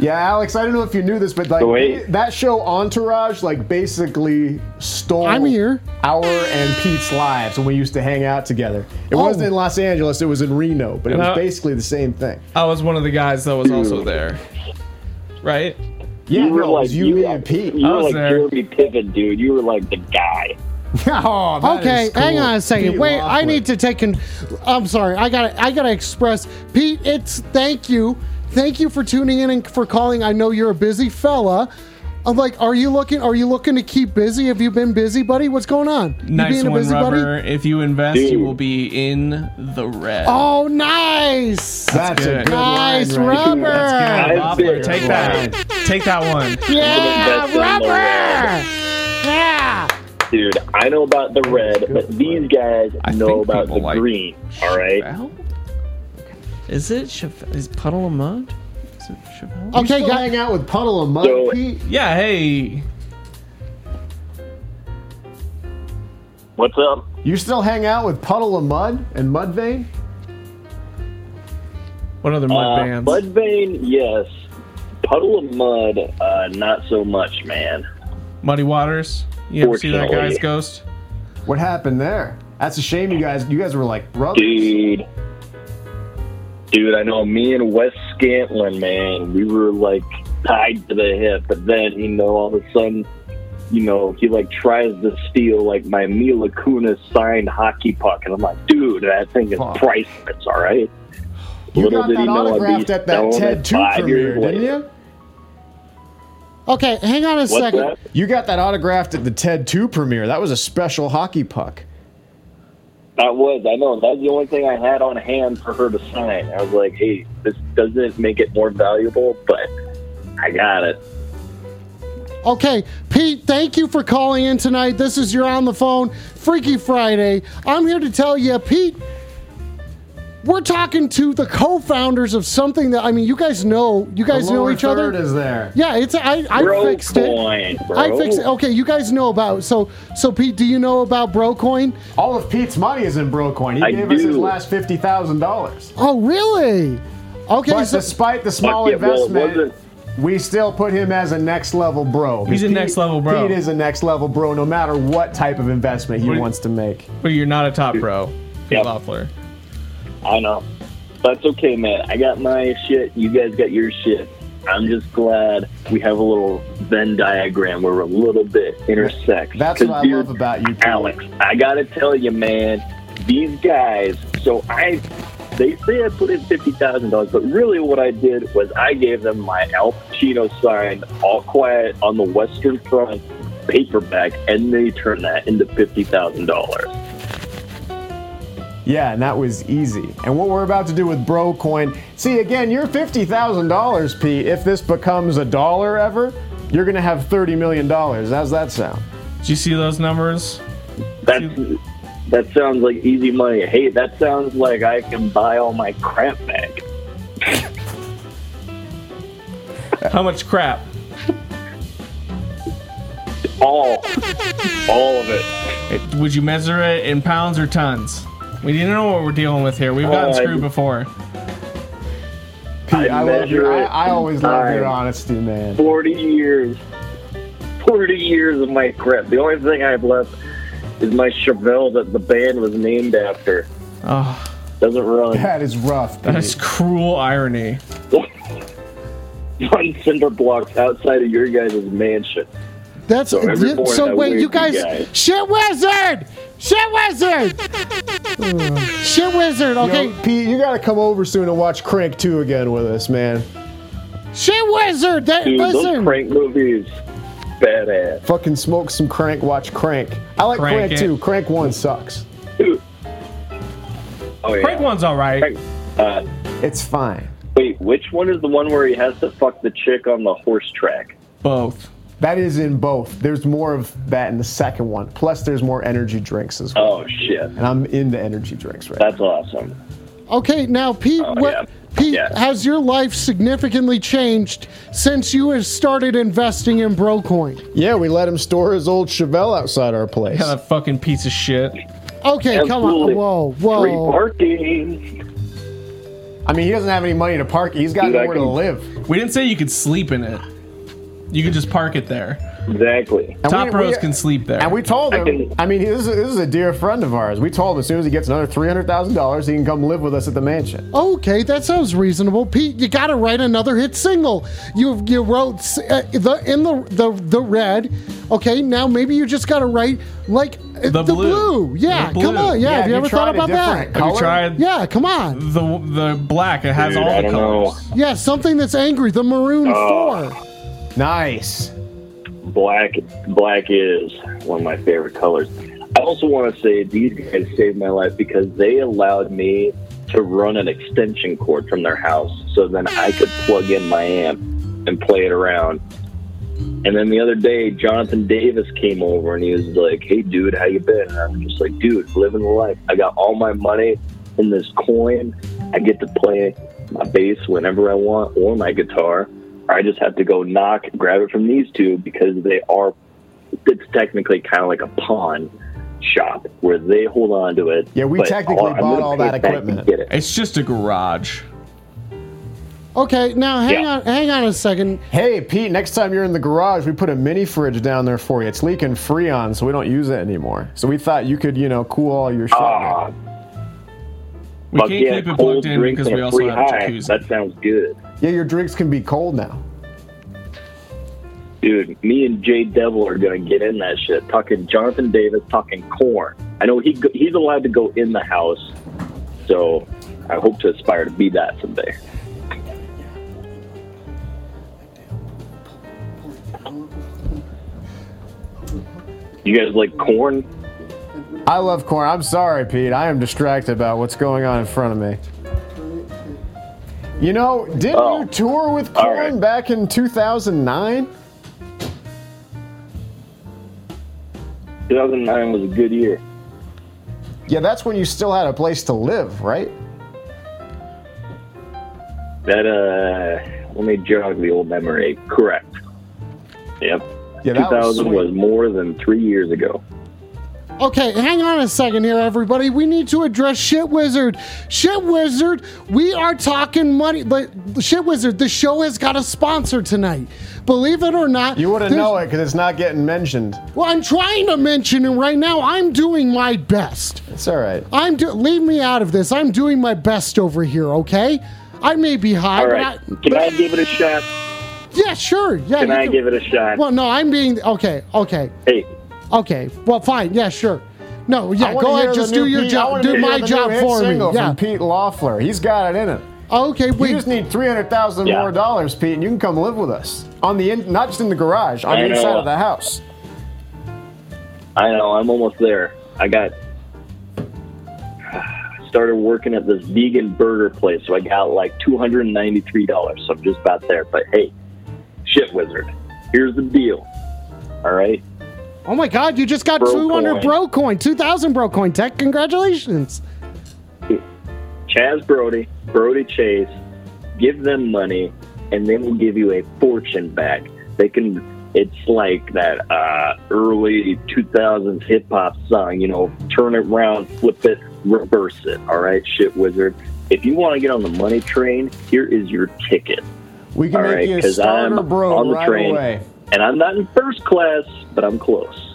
Yeah, Alex, I don't know if you knew this, but like So wait. that show Entourage, like basically stole I'm here. our and Pete's lives when we used to hang out together. It Oh. Uh-huh. wasn't in Los Angeles; it was in Reno, but it was Uh, basically the same thing. I was one of the guys that was also there. Right? Yeah, you were no, it like was you, me, and Pete. You I were was like there. Jeremy Piven, dude. You were like the guy. Oh, that Okay, is cool. hang on a second. Pete Wait, I Loeffler. need to take an. I'm sorry. I got. to I got to express, Pete. It's thank you, thank you for tuning in and for calling. I know you're a busy fella. I'm like, are you looking? Are you looking to keep busy? Have you been busy, buddy? What's going on? You Nice being a one, busybody? rubber. If you invest, you Dude. will be in the red. Oh, nice, That's good. a good nice line, right? rubber. That's good. That's Bobbler, it. Take that. Take that one. Yeah, Invest in the rubber. Yeah. Dude, I know about the red, but these guys I know think about people the like green. All right. Well, Is it Cheve- is Puddle of Mud? Is it Chevelle? You Okay, still guys. hang out with Puddle of Mud, So- Pete? Yeah. Hey. What's up? You still hang out with Puddle of Mud and Mudvayne? What other mud Uh, bands? Mudvayne, yes. Puddle of mud, uh, not so much, man. Muddy Waters. You ever see that Fortunately. guy's ghost? What happened there? That's a shame, you guys. You guys were like brothers. Dude. Dude, I know me and Wes Scantlin, man, we were like tied to the hip, but then, you know, all of a sudden, you know, he like tries to steal like my Mila Kunis signed hockey puck. And I'm like, dude, that thing is Fuck. priceless, all right? You got that autographed at that TED 2 premiere, didn't you? Okay, hang on a What's second. that? You got that autographed at the TED 2 premiere. That was a special hockey puck. That was, I know. That's the only thing I had on hand for her to sign. I was like, hey, this doesn't make it more valuable, but I got it. Okay, Pete, thank you for calling in tonight. This is your on the phone Freaky Friday. I'm here to tell you, Pete, we're talking to the co-founders of something that I mean, you guys know, you guys the know lower each other. third is there. yeah, it's I I Bro fixed it. coin, bro. I fixed it. Oh, Okay, you guys know about so so Pete, do you know about Brocoin? All of Pete's money is in Brocoin. He I gave us his do. last fifty thousand dollars. Oh, really? Okay, But so despite the small Fuck yeah, well, it investment, wasn't- we still put him as a next level bro. He's a Pete- next level bro. Pete is a next level bro, no matter what type of investment he What- wants to make. But you're not a top pro. Pete Yep. Loeffler. I know. That's okay, man. I got my shit. You guys got your shit. I'm just glad we have a little Venn diagram where we're a little bit intersect. That's what 'Cause, I dude, love about you, Pete. Alex, I gotta tell you, man, these guys. So I, they say I put in fifty thousand dollars, but really what I did was I gave them my Al Pacino signed "All Quiet on the Western Front" paperback, and they turned that into fifty thousand dollars. Yeah, and that was easy. And what we're about to do with Brocoin, see again, your fifty thousand dollars, Pete. If this becomes a dollar ever, you're gonna have thirty million dollars. How's that sound? Did you see those numbers? That's that sounds like easy money. Hey, that sounds like I can buy all my crap back. How much crap? All, all of it. It- would you measure it in pounds or tons? We didn't know what we're dealing with here. We've gotten Uh, screwed before. Pete, I, love your, measure I, it I in always love your time. honesty, man. Forty years, forty years of my crap. The only thing I have left is my Chevelle that the band was named after. Oh, Doesn't run. That is rough. Pete. that is cruel irony. One cinder blocks outside of your guys' mansion. that's so, every morning I wait, wake you guys, you guys. shit wizard, shit wizard, Uh, shit wizard. Yo, Okay, Pete, you gotta come over soon and watch Crank 2 again with us, man. shit wizard. That, Dude, listen. those crank movies, badass. Fucking smoke some Crank, watch Crank. I like Crank Crank, it. 2. Crank 1 sucks. Dude. Oh yeah. Craig one's all right. Crank- Uh, It's fine. Wait, which one is the one where he has to fuck the chick on the horse track? Both. That is in both. There's more of that in the second one. Plus, there's more energy drinks as well. Oh shit, And I'm into energy drinks right that's awesome. Okay, now Pete, Oh, what, yeah. Pete, Yeah. has your life significantly changed since you have started investing in Brocoin? now. Yeah, we let him store his old Chevelle outside our place. Yeah, that fucking piece of shit. Okay, come on, Absolutely. whoa, Free whoa. parking. I mean, he doesn't have any money to park. He's got Dude, I nowhere to can- live. We didn't say you could sleep in it. You could just park it there. Exactly. And Top we- pros we- can sleep there. And we told I him. can- I mean, this is, this is a dear friend of ours. We told him as soon as he gets another three hundred thousand dollars, he can come live with us at the mansion. Okay, that sounds reasonable, Pete. You got to write another hit single. You you wrote s- uh, the in the the the red. Okay, now maybe you just got to write like uh, the, blue. Yeah, The come blue. on. Yeah, have you ever tried thought a about that? different Have color? you tried Yeah, come on. the the black? It has Dude, all I the don't know. colors. Uh, Yeah, something that's angry. The maroon four. Nice. black black is one of my favorite colors. I also want to say these guys saved my life because they allowed me to run an extension cord from their house, so then I could plug in my amp and play it around. And then the other day, Jonathan Davis came over and he was like, "Hey, dude, how you been?" And I'm just like, "Dude, living the life. I got all my money in this coin. I get to play my bass whenever I want or my guitar. I just have to go knock, grab it from these two because they are. It's technically kind of like a pawn shop where they hold on to it. Yeah, we but technically I'm bought gonna all pay that it back and equipment. Get it. It's just a garage. Okay, now hang Yeah. on, hang on a second. Hey, Pete, next time you're in the garage, we put a mini fridge down there for you. It's leaking Freon, so we don't use it anymore. So we thought you could, you know, cool all your shit. Ah, We fuck can't yeah, keep it cold plugged in drinks because and we a also free have a high. jacuzzi. That sounds good. Yeah, your drinks can be cold now. Dude, me and Jay Devil are gonna get in that shit. Talking Jonathan Davis, talking corn. I know he go- he's allowed to go in the house, so I hope to aspire to be that someday. You guys like corn? I love corn. I'm sorry, Pete. I am distracted about what's going on in front of me. You know, didn't Oh. you tour with All corn right. back in 2009? 2009 was a good year. Yeah, that's when you still had a place to live, right? That uh, let me jog the old memory. Correct. Yep. Yeah, that was 2000 sweet. was more than three years ago. Okay, hang on a second here, everybody. We need to address Shit Wizard. Shit Wizard, we are talking money. Like, Shit Wizard, the show has got a sponsor tonight. Believe it or not, You wouldn't there's- know it because it's not getting mentioned. Well, I'm trying to mention it right now. I'm doing my best. It's all right. I'm do- leave me out of this. I'm doing my best over here. Okay, I may be high. All but right. I- Can I give it a shot? yeah, sure. Yeah. Can you I give it a shot? Well, no, I'm being okay. Okay. Hey, Okay. Well, fine. Yeah, sure. No, I yeah. wanna Go hear ahead. the Just new do your Pete- I job. wanna Do hear my the new job hit for me. single Yeah. From Pete Loeffler. He's got it in it. Okay. You Wait. just need three hundred thousand Yeah. more dollars, Pete, and you can come live with us on the in, not just in the garage, on I the inside know. of the house. I know I'm almost there. I got started working at this vegan burger place, so I got like two hundred and ninety three dollars. So I'm just about there. But hey, shit wizard, here's the deal. All right, oh my God! You just got Bro 200 coin. bro coin, 2,000 bro coin. Tech, congratulations. Chaz Brody, Brody Chase, give them money, and they will give you a fortune back. They can. It's like that uh, early 2000s hip hop song, you know, turn it round, flip it, reverse it. All right, shit wizard. If you want to get on the money train, here is your ticket. We can All make right, you a because I'm starter bro on the right train, away. and I'm not in first class, but I'm close. Oh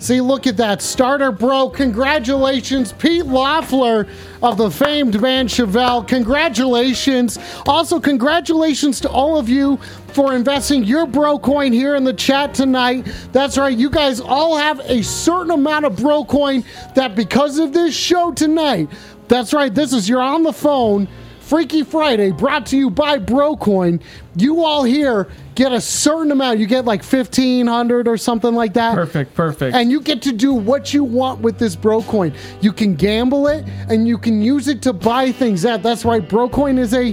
See, look at that starter, bro. Congratulations, Pete Loeffler of the famed band Chevelle. Congratulations. Also, congratulations to all of you for investing your bro coin here in the chat tonight. That's right, you guys all have a certain amount of bro coin that because of this show tonight, that's right, this is you're on the phone. Freaky Friday brought to you by Brocoin. You all here get a certain amount. You get like 1500 or something like that. Perfect, perfect. And you get to do what you want with this Brocoin. You can gamble it and you can use it to buy things. That that's why Brocoin is a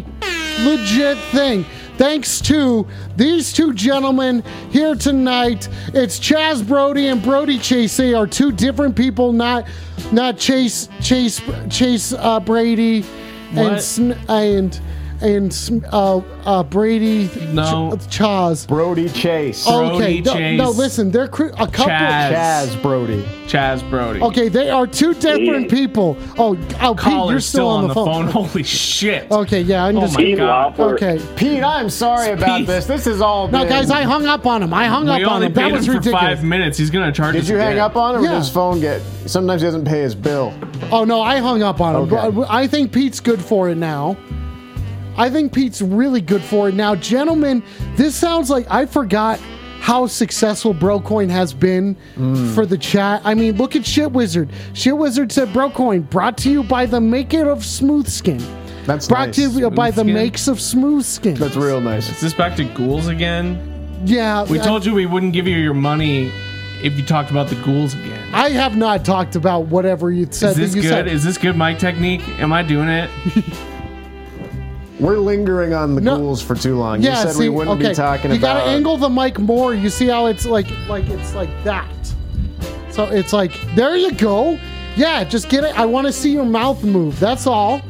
legit thing. Thanks to these two gentlemen here tonight. It's Chaz Brody and Brody Chase. They are two different people, not not Chase Chase Chase uh, Brady and What? Sn- and and Sm- uh, uh, Brady No. Ch- Chaz. Brody Chase. okay, Brody no, Chase. no, listen, they're cr- a couple. Chaz. Chaz Brody. Chaz Brody. Okay, they are two different people. Oh, oh Pete, Caller's you're still on the phone. Holy shit. Okay, yeah, I'm Oh just. my Pete God. Lawler, okay. Pete, I'm sorry about Pete. this. This is all. No, been- guys, I hung up on him. I hung we up on only him. That paid was him for ridiculous. five minutes. He's gonna charge Did us you hang again. up on him? Or Yeah. did his phone get? Sometimes he doesn't pay his bill. Oh no, I hung up on him. Okay. But I think Pete's good for it now. I think Pete's really good for it now, gentlemen. This sounds like I forgot how successful Brocoin has been Mm. for the chat. I mean, look at Shit Wizard. Shit Wizard said Brocoin brought to you by the maker of Smooth Skin. That's Brought nice. to you by the Smooth Skin? makes of Smooth Skin. That's real nice. Is this back to ghouls again? Yeah. We I- told you we wouldn't give you your money if you talked about the ghouls again. I have not talked about whatever you said. Is this that you good? Said. Is this good mic technique? Am I doing it? We're lingering on the No. ghouls for too long. yeah, you said see, we wouldn't okay. be talking you about. gotta angle the mic more. You see how it's like, like it's like that. So it's like, there you go. Yeah, just get it. I want to see your mouth move. That's all,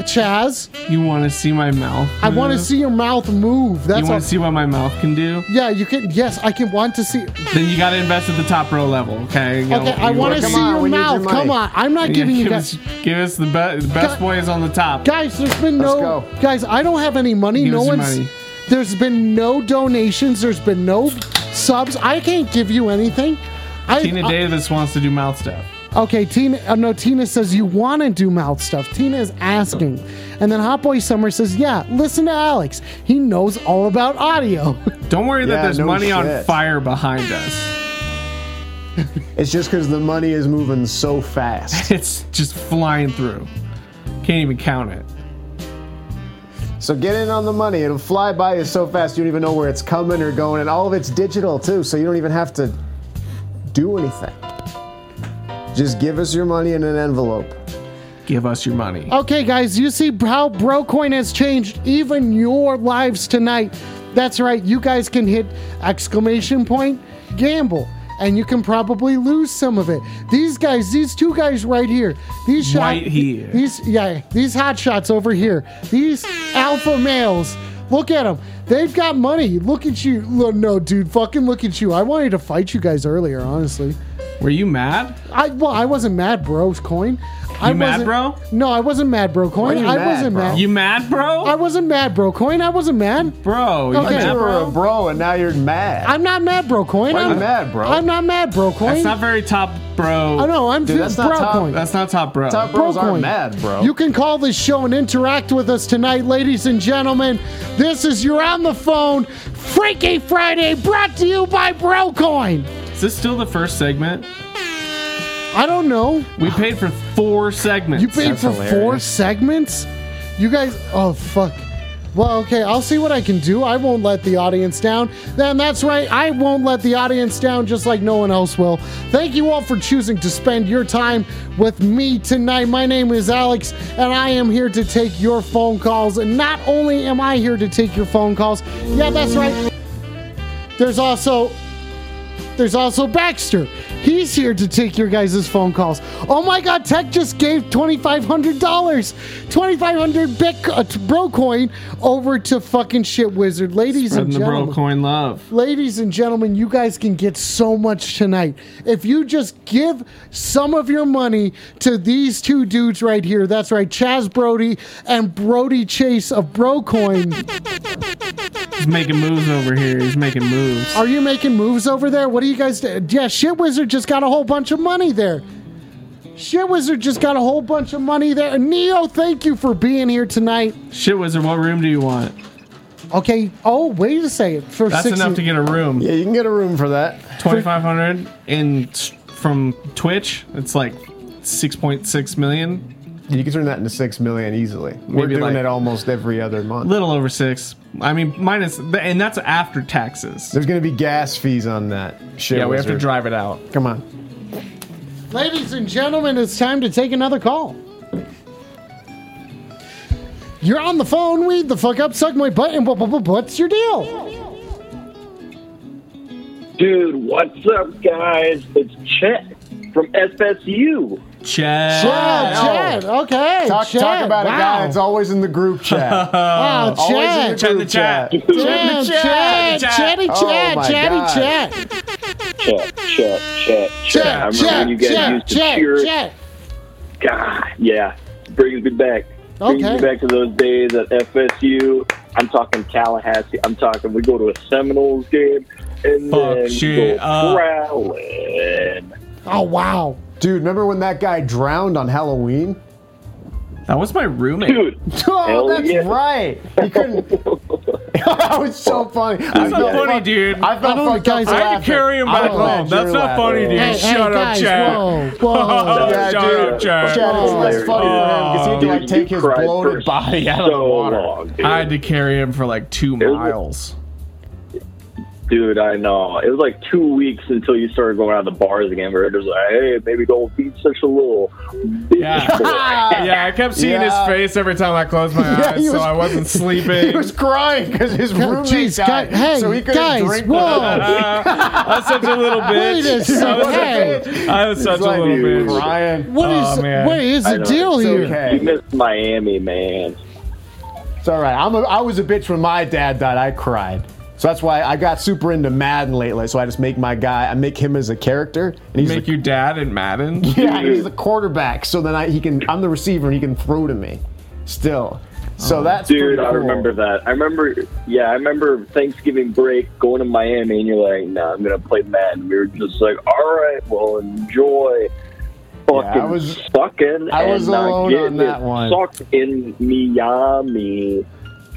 Chaz. You want to see my mouth? I want to move? see your mouth move. Mm-hmm. You That's all. want to see what my mouth can do? yeah, you can. Yes, I can. Want to see. Then you got to invest at the top row level. Okay. You Okay, know, I you- want to come see on, your we need your mouth. money. Come on, I'm not Yeah, giving you give guys. us, give us the, be- the best Gu- boys on the top. Guys, there's been Let's no go. guys. I don't have any money. Give no us your one's. money. There's been no donations. There's been no subs. I can't give you anything. I, Tina I- Davis wants to do mouth stuff. okay, Tina. Uh, no, Tina says you want to do mouth stuff. Tina is asking, and then Hot Boy Summer says, "Yeah, listen to Alex. He knows all about audio." Don't worry Yeah, that there's no money on shit. fire behind us. It's just because the money is moving so fast. It's just flying through. Can't even count it. so get in on the money. It'll fly by you so fast you don't even know where it's coming or going, and all of it's digital too, so you don't even have to do anything. Just give us your money in an envelope. Give us your money. Okay, guys, you see how Brocoin has changed even your lives tonight. That's right, you guys can hit exclamation point gamble, and you can probably lose some of it. These guys, these two guys right here, these shot, Right here. these yeah, these hot shots over here, these alpha males. Look at them. They've got money. Look at you. Look, no, dude, fucking look at you. I wanted to fight you guys earlier, honestly. Were you mad? I well, I wasn't mad, bro's coin. I You mad, wasn't- bro? No, I wasn't mad, bro coin. Why are you I mad, wasn't bro? mad. You mad, bro? Oh. I wasn't mad, bro coin. I wasn't mad. bro, you Okay. mad, You were a bro? bro, and now you're mad. I'm not mad, bro coin. Why are you I'm mad, bro? I'm not mad, bro coin. That's not very top, bro. I know. I'm Dude, that's not bro top- coin. That's not top, bro. Top Bro bros aren't coin. mad, bro. You can call this show and interact with us tonight, ladies and gentlemen. This is You're on the Phone Freaky Friday brought to you by Brocoin. Is this still the first segment? I don't know. We paid for four segments. You paid That's for four hilarious. segments? You guys, oh fuck. Well, okay, I'll see what I can do. I won't let the audience down. Then that's right, I won't let the audience down just like no one else will. Thank you all for choosing to spend your time with me tonight. My name is Alex, and I am here to take your phone calls. And not only am I here to take your phone calls, yeah, that's right. There's also there's also Baxter. He's here to take your guys' phone calls. Oh my God, Tech just gave $2,500, 2,500 Bitcoin, uh, t- bro coin over to fucking Shit Wizard. Ladies and Spreading the bro gentlemen, coin love. ladies and gentlemen, you guys can get so much tonight. If you just give some of your money to these two dudes right here, that's right, Chaz Brody and Brody Chase of Brocoin. He's making moves over here. He's making moves. Are you making moves over there? What do you guys do? Yeah, Shit Wizard just got a whole bunch of money there. Shit Wizard just got a whole bunch of money there. And Neo, thank you for being here tonight. Shit, wizard, what room do you want? Okay. Oh, wait a second. For That's 60 enough to get a room. yeah, you can get a room for that. Twenty five hundred in s- from Twitch. It's like six point six million, You can turn that into six million easily. We're Maybe doing like- it almost every other month. little over six. I mean, minus, and that's after taxes. There's gonna be gas fees on that. Shit Yeah, we have to wizard. drive it out. Come on. Ladies and gentlemen, it's time to take another call. You're on the phone. Read the fuck up. Suck my butt. And wha- wha- wha- what's your deal? Dude, what's up, guys? It's Chet from FSU. Chad. Chad, Chad. Okay. Talk, Chad. talk about wow. a guy that's always in the group chat. Wow, Always in the Chad. Chad in the group Damn, chat. chat. Chad. Chat, chat. Chatty Oh Chad. my God. Chatty Chat. Chet, Chet, Chet, Chet. I Check, remember when you check, guys check, used to check, cheer. check. God, yeah, brings me back. Brings Okay. me back to those days at FSU. I'm talking Tallahassee. I'm talking we go to a Seminoles game and Fuck then shit go uh, up. growling. Oh wow. Dude, remember when that guy drowned on Halloween? That was my roommate. Dude, Oh, Hell that's yeah. right. He couldn't. that was so funny. That's not funny, dude. I I felt don't- fucked guys, up I I had had to carry him back Oh, home. That's not funny, dude. Hey, hey, Shut up, guys, Chad. Whoa, Oh, whoa. Yeah, Shut up, dude. Chad. Chad, it's less Hilarious. funny for him because he had to Oh, like Dude, take you his cried bloated for body out so of the water. long, dude. I had to carry him for like two was- miles. Dude, I know. It was like two weeks until you started going out to bars again. Where it was like, hey, maybe don't be such a little. Yeah, yeah. I kept seeing Uh, Yeah. his face every time I closed my Yeah, eyes, he so was- I wasn't sleeping. He was crying because his God, roommate jeez, died, guy- hey, so he couldn't guys, drink. whoa. Uh, I was such a little bitch. Wait a second. I was, such a- I was such a little bitch. Ryan, What Aw, is? man. what is I the know, deal it's here? You okay. missed Miami, man. It's all right. I'm a, I was a bitch when my dad died. I cried. So that's why I got super into Madden lately. So I just make my guy. I make him as a character, and he's Make the, your dad and Madden. yeah, he's the quarterback. So then I, he can. I'm the receiver, and he can throw to me. Still. Oh. So that's Dude, pretty I cool. remember that. I remember, yeah, I remember Thanksgiving break going to Miami, and you're like, "No, I'm gonna play Madden." We were just like, "All right, well, enjoy." Fucking, I was- fucking, I was and, uh, alone getting on that it one. Sucked in Miami.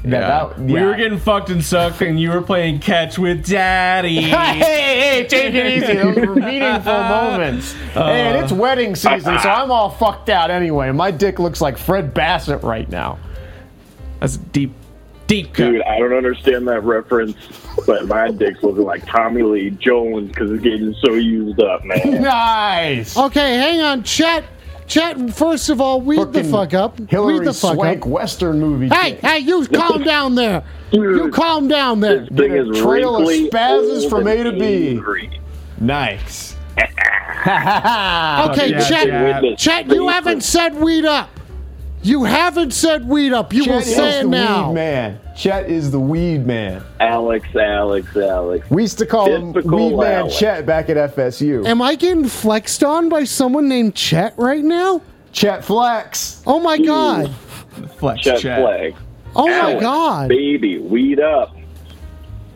Yeah, that- We yeah. were getting fucked and sucked, and you were playing catch with daddy. Hey, hey, hey, take it easy. Those were meaningful moments. Uh. and it's wedding season, so I'm all fucked out anyway. My dick looks like Fred Bassett right now. That's deep, deep cut. Dude, I don't understand that reference, but my dick's looking like Tommy Lee Jones because it's getting so used up, man. Nice. Okay, hang on, Chet. Chet, first of all, weed the Fucking fuck up. Hillary weed the fuck Swank up. Western movie. Hey, hey, you calm down there. You Dude. calm down there. This thing Get a is trail of wrinkly, spazzes old, from A and to B. angry. Nice. Okay, yeah, Chet, yeah. Witness Chet, you faithful. haven't said weed up. You haven't said weed up. You Chet will is say it the now. weed man. Chet is the weed man. Alex, Alex, Alex. We used to call him Typical Weed Man Alex. Chet back at FSU. Am I getting flexed on by someone named Chet right now? Chet Flex. Oh my god. Flex Check chat. flag. Oh my Alex, god. Baby, weed up.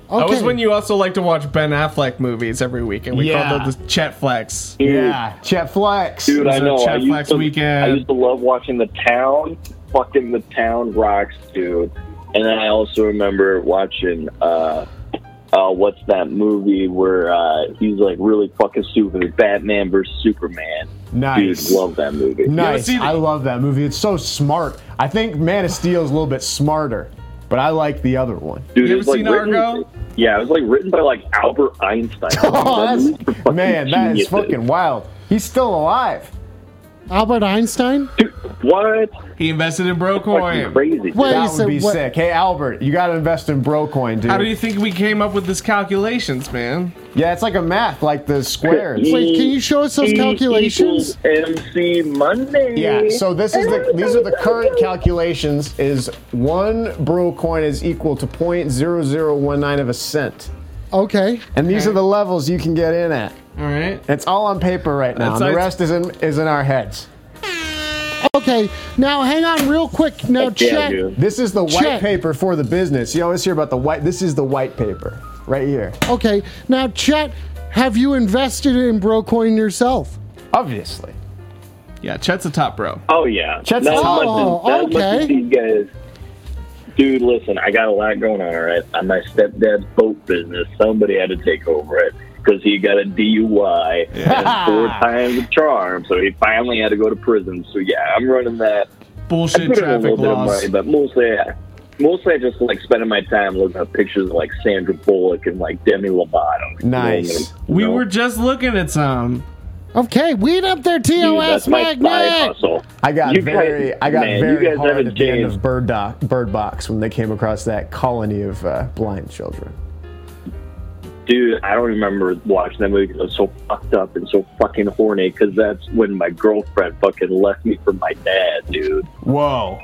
Okay. That was when you also like to watch Ben Affleck movies every week, and we Yeah. called it the Chet Flex. Dude, Yeah, Chet Flex. Dude, I It was a know. I Chet used, Flex to, weekend. I used to love watching The Town. Fucking The Town rocks, dude. And then I also remember watching, uh, uh, what's that movie where uh, he's like really fucking stupid? Batman versus Superman. Nice. Dude, love that movie. Nice. see the- I love that movie. It's so smart. I think Man of Steel is a little bit smarter, but I like the other one. Dude, You it was, ever like, seen written- Argo? Yeah, it was like written by like Albert Einstein. Oh, That movie's that's, fucking man, that is geniuses. fucking wild. He's still alive. Albert Einstein? Dude, what? He invested in bro Fucking coin. crazy. Wait That a would be second. what- sick. Hey, Albert, you got to invest in Brocoin, dude. How do you think we came up with this calculations, man? yeah, it's like a math, like the squares. Wait, can you show us those E calculations? equals MC Monday. Yeah, so this is the these are the current calculations is one bro coin is equal to 0.0019 of a cent. Okay. And these are the levels you can get in at. All right. It's all on paper right now. That's and the like- rest is in is in our heads. Okay. Now hang on real quick. Now Yeah, Oh, Chet. dude. This is the white Check. paper for the business. You always hear about the white. This is the white paper right here. Okay. Now Chet, have you invested in Brocoin yourself? Obviously. Yeah, Chet's a top bro. Oh yeah. Chet's Not top. much as- Oh, not much as okay. these guys. Dude, listen, I got a lot going on, all right? On my stepdad's boat business, somebody had to take over it because he got a DUI and four times a charm, so he finally had to go to prison. So yeah, I'm running that. I Bullshit put in a traffic little laws. bit of money, but mostly, I, mostly I just like spending my time looking at pictures of like Sandra Bullock and like Demi Lovato. Nice. We were just looking at some. Okay, weed up their Dude, TOS that's my side magnet. hustle. I got You guys- very, I got man, very you guys hard haven't at the end changed. of Bird, Doc, Bird Box when they came across that colony of uh, blind children. Dude, I don't remember watching that movie 'cause I was so fucked up and so fucking horny because that's when my girlfriend fucking left me for my dad, dude. Whoa!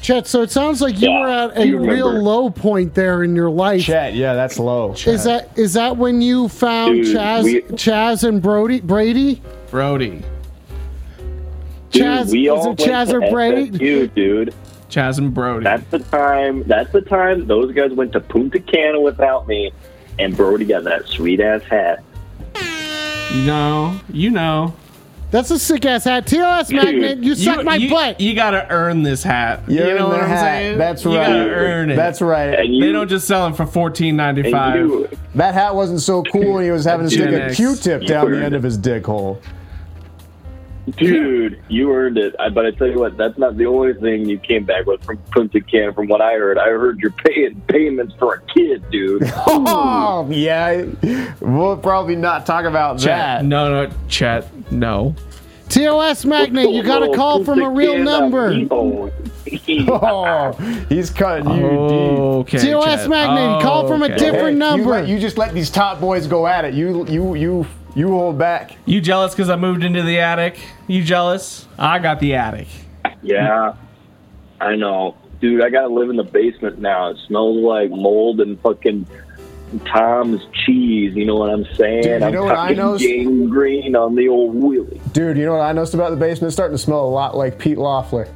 Chet, so it sounds like you Yeah, were at a you remember. real low point there in your life. Chet, yeah, that's low. Is that is that when you found Dude, Chaz we- Chaz and Brody Brady? Brody. Dude, Chaz is we all it Chaz went or to Brady? SSU, dude. Chaz and Brody. That's the time. That's the time those guys went to Punta Cana without me, and Brody got that sweet ass hat. you know. You know. That's a sick ass hat. TOS magnet, you suck my butt. You gotta earn this hat. You're you in know the what I'm hat. saying? That's You right. gotta earn it. That's right. And you, They don't just sell them for fourteen ninety and five. you, That hat wasn't so cool when he was having to stick a Gen X. Q-tip You down the earned end it. of his dick hole. Dude, you earned it. I, but I tell you what, that's not the only thing you came back with from Punta Cana. From what I heard, I heard you're paying payments for a kid, dude. Oh, yeah. We'll probably not talk about Chat. that. No, no, chat. No. TOS Magnate, you got a call from a real number. Oh, Oh, he's cutting you Okay. TOS chat. Magnate, call from a Okay. deep. different- Oh. you number. let- You, just let these top boys go at it. You you you you hold back. You jealous because I moved into the attic? You jealous? I got the attic. yeah, I know, dude. I gotta live in the basement now. It smells like mold and fucking Tom's cheese. You know what I'm saying? Dude, you I'm know what I fucking knows? gangrene on the old wheelie. Dude, you know what I noticed about the basement? It's starting to smell a lot like Pete Loeffler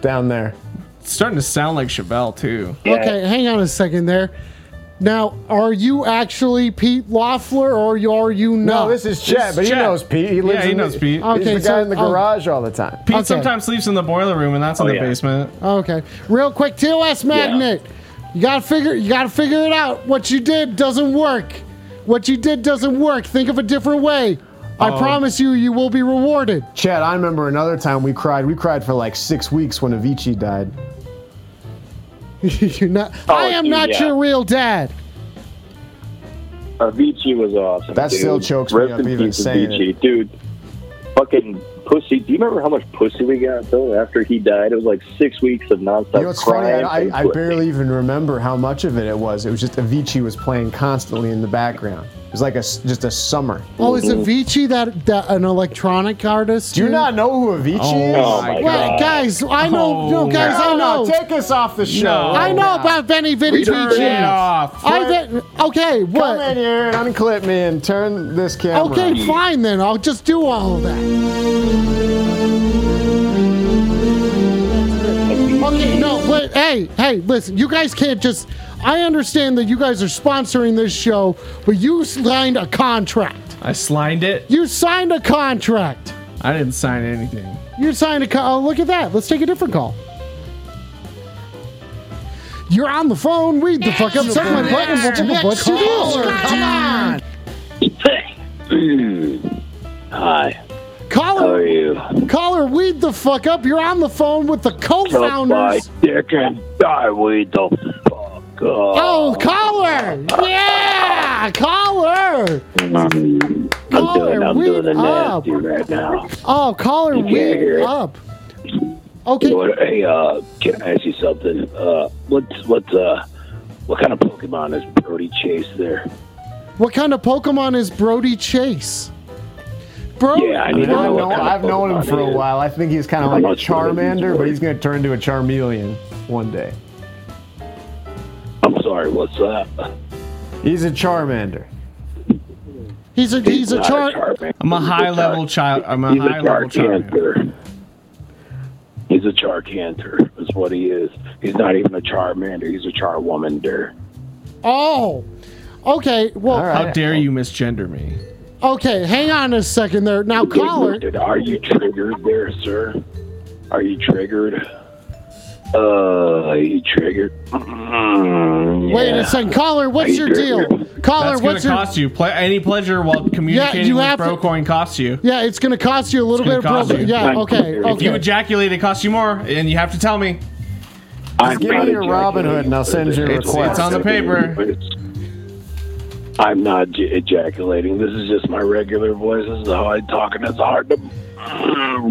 down there. It's starting to sound like Chevelle too. Okay, hang on a second there. Now, are you actually Pete Loeffler or are you not? No, this is Chet, is but he Chet. knows Pete. He lives Yeah, he in knows the, Pete. He's Okay, the guy so- in the oh. garage all the time. Pete Okay. sometimes sleeps in the boiler room, and that's in Oh, the yeah. basement. Okay, real quick, TOS Magnate, you gotta figure you gotta figure it out. What you did doesn't work. What you did doesn't work. Think of a different way. I promise you, you will be rewarded. Chet, I remember another time we cried. We cried for like six weeks when Avicii died. You're not. I am dude, not yeah. your real dad. Avicii was awesome. That dude. still chokes me Rest up in even peace, saying Avicii. dude. Fucking pussy. Do you remember how much pussy we got though after he died? It was like six weeks of nonstop You know what's funny? crying. I, and I, I pussy. barely even remember how much of it it was. It was just Avicii was playing constantly in the background. It was like a s just a summer. Oh, is Avicii that, that an electronic artist? Do you too? not know who Avicii is? Oh my Well, god. guys, I know. Oh, no, guys, No, I know. no, take us off the show. No. I know about Benny Vinny Turn it Vici. off. I bet. Okay, Come in what? here and unclip me and turn this camera. Okay, on. fine then. I'll just do all of that. Okay, no, wait, hey, hey, listen, you guys can't just. I understand that you guys are sponsoring this show, but you signed a contract. I slined it. You signed a contract. I didn't sign anything. You signed a co- Oh, look at that. Let's take a different call. You're on the phone. Read the fuck up. Suck my butt and we'll- what's your deal? Hi. How are Caller, you? caller, read the fuck up. You're on the phone with the Suck Oh, my co-founders. dick and die. We the fuck Oh, up. caller! Yeah, caller! Mm, I'm doing. I'm we doing a up. nasty right now. Oh, caller, You can't hear read it. up. You know Okay, what? Hey, uh, can I ask you something? Uh, what's what's uh, what kind of Pokemon is Brody Chase there? what kind of Pokemon is Brody Chase? Bro, Yeah, I need to I know. know, what kind I've of known him Pokemon for a it is. while. I think he's kind of I'm like a not sure if he's Charmander, but right. he's going to turn into a Charmeleon one day. I'm sorry. What's that? He's a Charmander. he's a he's a not char. Charmander. I'm a He's high level child. I'm a he's high a level child. Charcanter. He's a Charcanter, is what he is. He's not even a Charmander. He's a Charwomander. Oh, okay. Well, uh, All How right. dare you misgender me? okay. Hang on a second there. Now, caller, Did- Are you triggered there, sir? Are you triggered? Uh, are you triggered? Mm, wait yeah. a second. Caller, what's Are your you deal? Caller, That's gonna what's your? cost you Ple- any pleasure while communicating you with have to- Brocoin costs you. Yeah, it's gonna cost you a little It's bit of gonna cost pro- you. Yeah, Right. okay, If You okay. ejaculate, it costs you more, and you have to tell me. I'm give me not your Robin Hood and I'll send you a ejaculating. request. It's on the paper. But it's- I'm not j- ejaculating. This is just my regular voice. This is how I talk, and it's hard to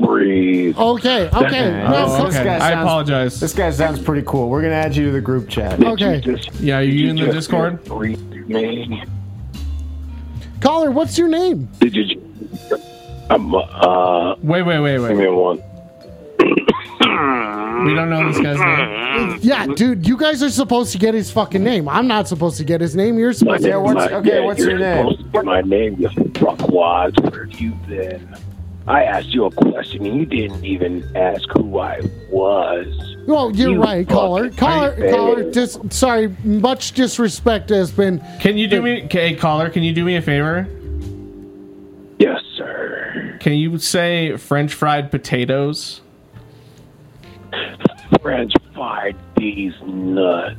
breathe. Okay, okay. No, Oh, co- this okay. guy I sounds- apologize. This guy sounds pretty cool. We're going to add you to the group chat. okay. You just- Yeah, are you in the just Discord? breathe to me. Caller, what's your name? Did you? I'm, uh, Wait, wait, wait, give wait. me one. We don't know this guy's name. Yeah, dude, you guys are supposed to get his fucking name. I'm not supposed to get his name. You're supposed Yeah, to. what's- okay, what's you're your name? supposed to get My name, you fuckwads. Where have you been? I asked you a question. and You didn't even ask who I was. Well, you're you right, caller. fucking Caller, idiot. caller. Dis- sorry, much disrespect has been. Can you do me, okay, caller? Can you do me a favor? Yes, sir. Can you say French fried potatoes? French fried these nuts.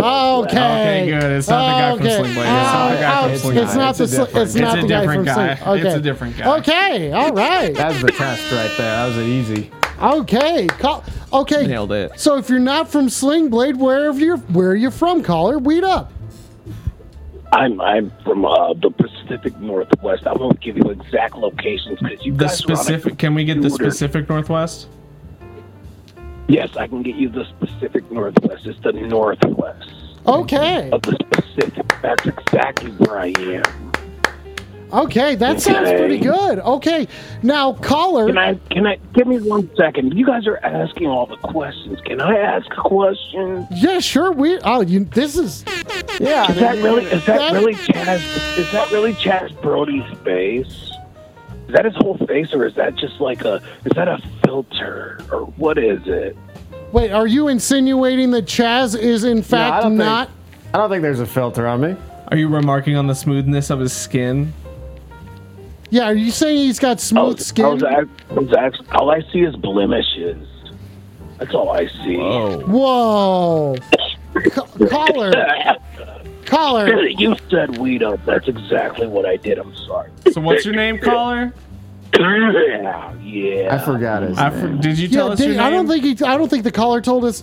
Oh, Okay. Okay, good. It's not the guy from Okay. Sling Blade. It's not the guy Ouch. from It's Sling Blade. not the. It's a Sli- It's different not guy. the guy from Sling. It's a different guy. Okay. It's a different guy. Okay. All right. That's the test right there. That was easy. Okay. Call. Okay. Nailed it. So if you're not from Sling Blade, wherever you're, where are you from? Caller, weed up. I'm I'm from uh, the Pacific Northwest. I won't give you exact locations because you The guys are on a specific. Can we get the computer. specific Northwest? Yes, I can get you the Pacific Northwest. It's the Northwest Okay. of the Pacific. That's exactly where I am. Okay. That sounds Okay. pretty good. Okay. Now, Can caller. I? Can I? Give me one second. You guys are asking all the questions. Can I ask a question? Yeah, sure. We. Oh, you. This is. Yeah. Is that really? Is that That- really Chaz? Is that really Chaz Brody's face? Is that his whole face, or is that just like a? Is that a filter, or what is it? Wait. Are you insinuating that Chaz is in fact don't think- not? I don't think there's a filter on me. Are you remarking on the smoothness of his skin? Yeah. Are you saying he's got I smooth was, skin? I was, act- I was act- all I see is blemishes. That's all I see. Oh. Whoa. Ca- caller. Caller. You said weed up. That's exactly what I did. I'm sorry. So what's your name, caller? yeah, yeah. I forgot his I fr- name. did you tell Yeah, us your Dave, name? I don't think he, I don't think the caller told us.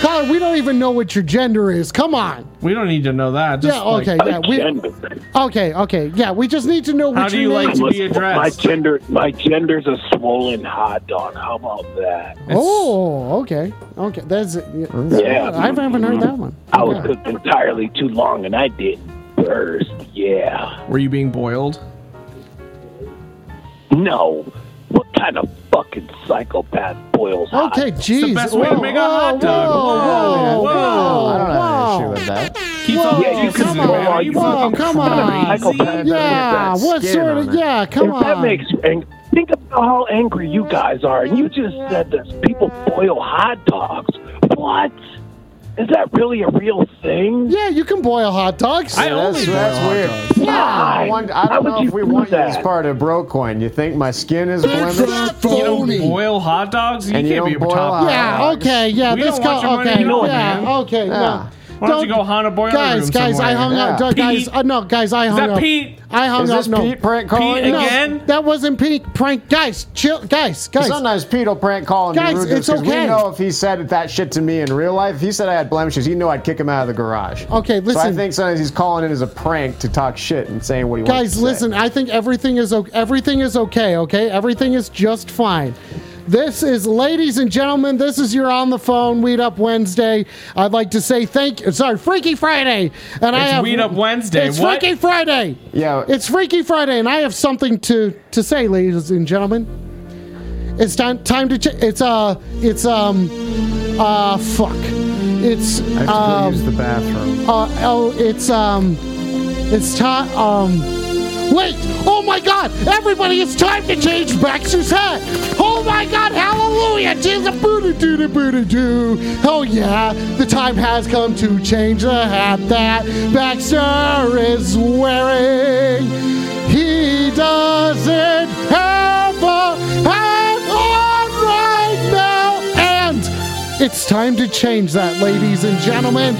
Caller, we don't even know what your gender is. Come on. we don't need to know that. Just Yeah. like, Okay. My Yeah. We. gender. Okay. Okay. Yeah. We just need to know How what do your you name. like to be My addressed? gender. My gender's a swollen hot dog. How about that? Oh. Okay. Okay. That's. it. Yeah. I haven't heard that one. I was Okay. cooked entirely too long, and I didn't burst. Yeah. Were you being boiled? No. What kind of fucking psychopath boils hot Okay, jeez. best way to Whoa, make a hot whoa, dog. Whoa, whoa, Whoa, whoa, I don't have an whoa. issue with that. Keep all Yeah, Oh, you juices come in, on, man. Are you you fucking come on. crazy? Psychopath. Yeah, That what skin sort on of? it. Yeah, come If that on. makes you angry, think about how angry you guys are, and you just said that people boil hot dogs. What? Is that really a real thing? yeah, you can boil hot dogs. I That's, only that's boil weird. hot dogs. I, Why? wonder, I Why don't would know you if we do want you that? as part of Brocoin. You think my skin is blemished? You don't boil hot dogs. You And you can't don't be a boil top. hot- yeah, okay, yeah, We this don't want your call. money Okay, anyway, yeah, man. okay, Yeah. no. Why don't you go hot a boiler guys, room guys, I somewhere? hung up. Yeah. Guys, Pete. uh, no, guys, I hung that up. Pete? I hung Is up. this no. Pete prank calling? Pete No, again? that wasn't Pete prank. Guys, chill, guys, guys. Sometimes Pete will prank call and Guys, rude this it's 'cause okay. we know if he said that shit to me in real life, if he said I had blemishes, you know I'd kick him out of the garage. Okay, So I listen. think sometimes he's calling in as a prank to talk shit and saying what he wants. Guys, to listen. Say. I think everything is okay. Everything is okay. Okay, everything is just fine. This is, ladies and gentlemen, this is your on the phone Weed Up Wednesday. I'd like to say thank you. Sorry, Freaky Friday, and I It's have Weed Up Wednesday. It's What? Freaky Friday. Yeah. It's Freaky Friday, and I have something to to say, ladies and gentlemen. It's time time to ch- it's uh it's um uh fuck it's I have to um, use the bathroom. uh, oh, it's um, it's time. Um, wait! Oh my God! Everybody, it's time to change Baxter's hat. Oh my God! Hallelujah! Jesus, booty doo doo booty doo. Oh yeah, the time has come to change the hat that Baxter is wearing. He doesn't have a hat on right now, and. It's time to change that, ladies and gentlemen.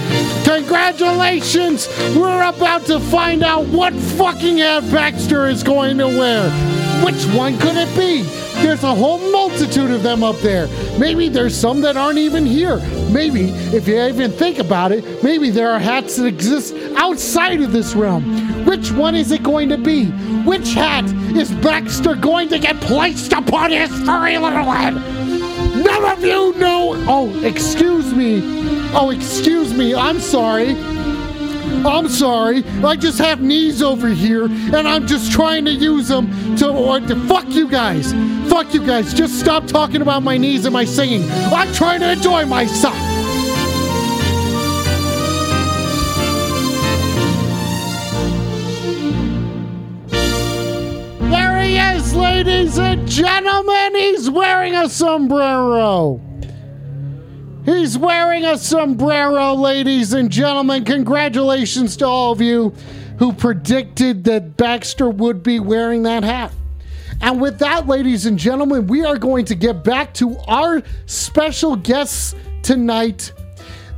Congratulations! We're about to find out what fucking hat Baxter is going to wear. Which one could it be? There's a whole multitude of them up there. Maybe there's some that aren't even here. Maybe, if you even think about it, maybe there are hats that exist outside of this realm. Which one is it going to be? Which hat is Baxter going to get placed upon his furry little head? None of you know. Oh, excuse me. Oh, excuse me. I'm sorry. I'm sorry. I just have knees over here, and I'm just trying to use them to or to fuck you guys. Fuck you guys. Just stop talking about my knees and my singing. I'm trying to enjoy myself. There he is, ladies and gentlemen. He's wearing a sombrero. He's wearing a sombrero, ladies and gentlemen. Congratulations to all of you who predicted that Baxter would be wearing that hat. And with that, ladies and gentlemen, we are going to get back to our special guests tonight.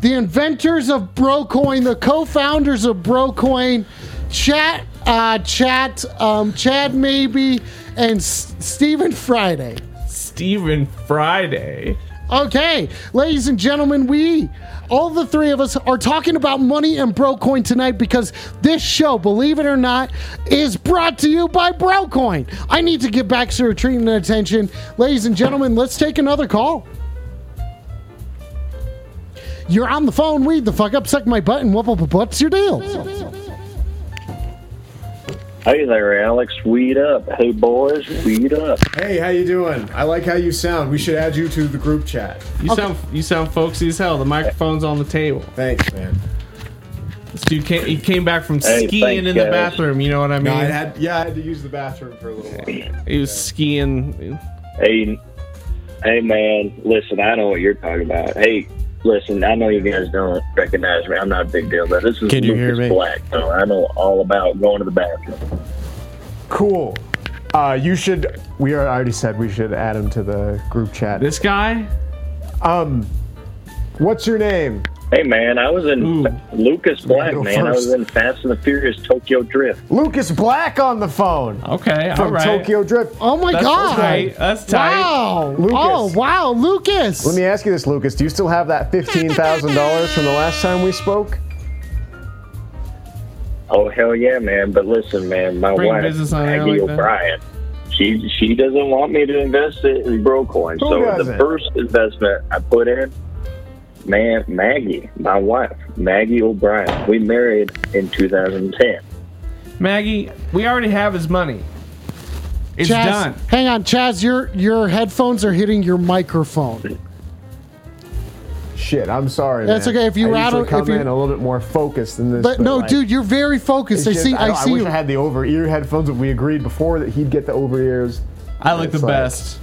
the inventors of Brocoin, the co-founders of Brocoin, Chat, uh, Chat, um, Chad Maybe, and S- Stephen Friday. Steven Friday. Okay, ladies and gentlemen, we all the three of us are talking about money and Brocoin tonight because this show, believe it or not, is brought to you by Brocoin. I need to get back to retreating and attention. Ladies and gentlemen, let's take another call. You're on the phone, weed the fuck up, suck my butt, and whoop, whoop, what's your deal? Hey there, Alex. Weed up. Hey, boys. Weed up. Hey, how you doing? I like how you sound. We should add you to the group chat. You sound you sound folksy as hell. The microphone's on the table. Thanks, man. This dude came, he came back from Hey, skiing thanks, in the guys. bathroom. You know what I mean? No, I had yeah, I had to use the bathroom for a little while. he was skiing. Hey, hey, man. Listen, I know what you're talking about. Hey, listen, I know you guys don't recognize me. I'm not a big deal, but this is Can you Lucas hear me? Black. So I know all about going to the bathroom. Cool. Uh, you should. We are, I already said we should add him to the group chat. This guy. Um, what's your name? Hey, man. I was in Ooh. Lucas Black, go man. I was first. in Fast and the Furious Tokyo Drift. Lucas Black on the phone Okay. all from right. Tokyo Drift. Oh my That's god! tight. That's tight. Wow! Lucas. Oh wow, Lucas! Let me ask you this, Lucas. Do you still have that fifteen thousand dollars from the last time we spoke? Oh hell yeah, man! But listen, man, my Bring wife business on Maggie like that. O'Brien, she she doesn't want me to invest it in Brocoin. Who So doesn't? the first investment I put in, man, Maggie, my wife, Maggie O'Brien, we married in 2010. Maggie, we already have his money. It's Chaz, done. Hang on, Chaz, your your headphones are hitting your microphone. Shit, I'm sorry. That's man. okay, if you were I out usually of- if come you- in a little bit more focused than this. But no, like, dude, you're very it's focused. I just- see. I, don't- see I wish you. I had the over ear headphones that we agreed before that he'd get the over ears. I look the It's like- best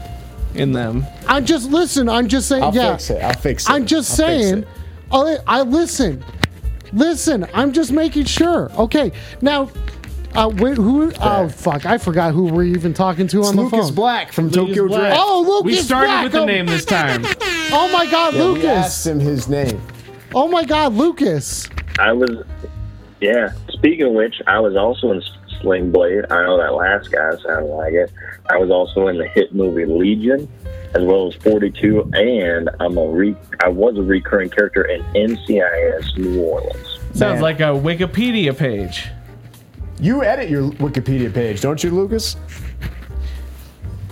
in them. I'm just listen. I'm just saying. I'll yeah, fix it. I'll fix it. I'm just I'll fix saying. it. I, I listen. Listen. I'm just making sure. Okay. Now, uh, wait, who? Oh fuck! I forgot who we're even talking to on It's the Lucas phone. Black from Tokyo Lucas Black. Drift. Oh, Lucas We started Black. with the oh, name this time. Oh my God, Yeah, We Lucas! asked him his name. Oh my God, Lucas! I was, yeah. Speaking of which, I was also in Sling Blade. I know that last guy sounded like it. I was also in the hit movie Legion, as well as 42, and I'm a re- I was a recurring character in NCIS New Orleans. Sounds Man. like a Wikipedia page. You edit your Wikipedia page, don't you, Lucas?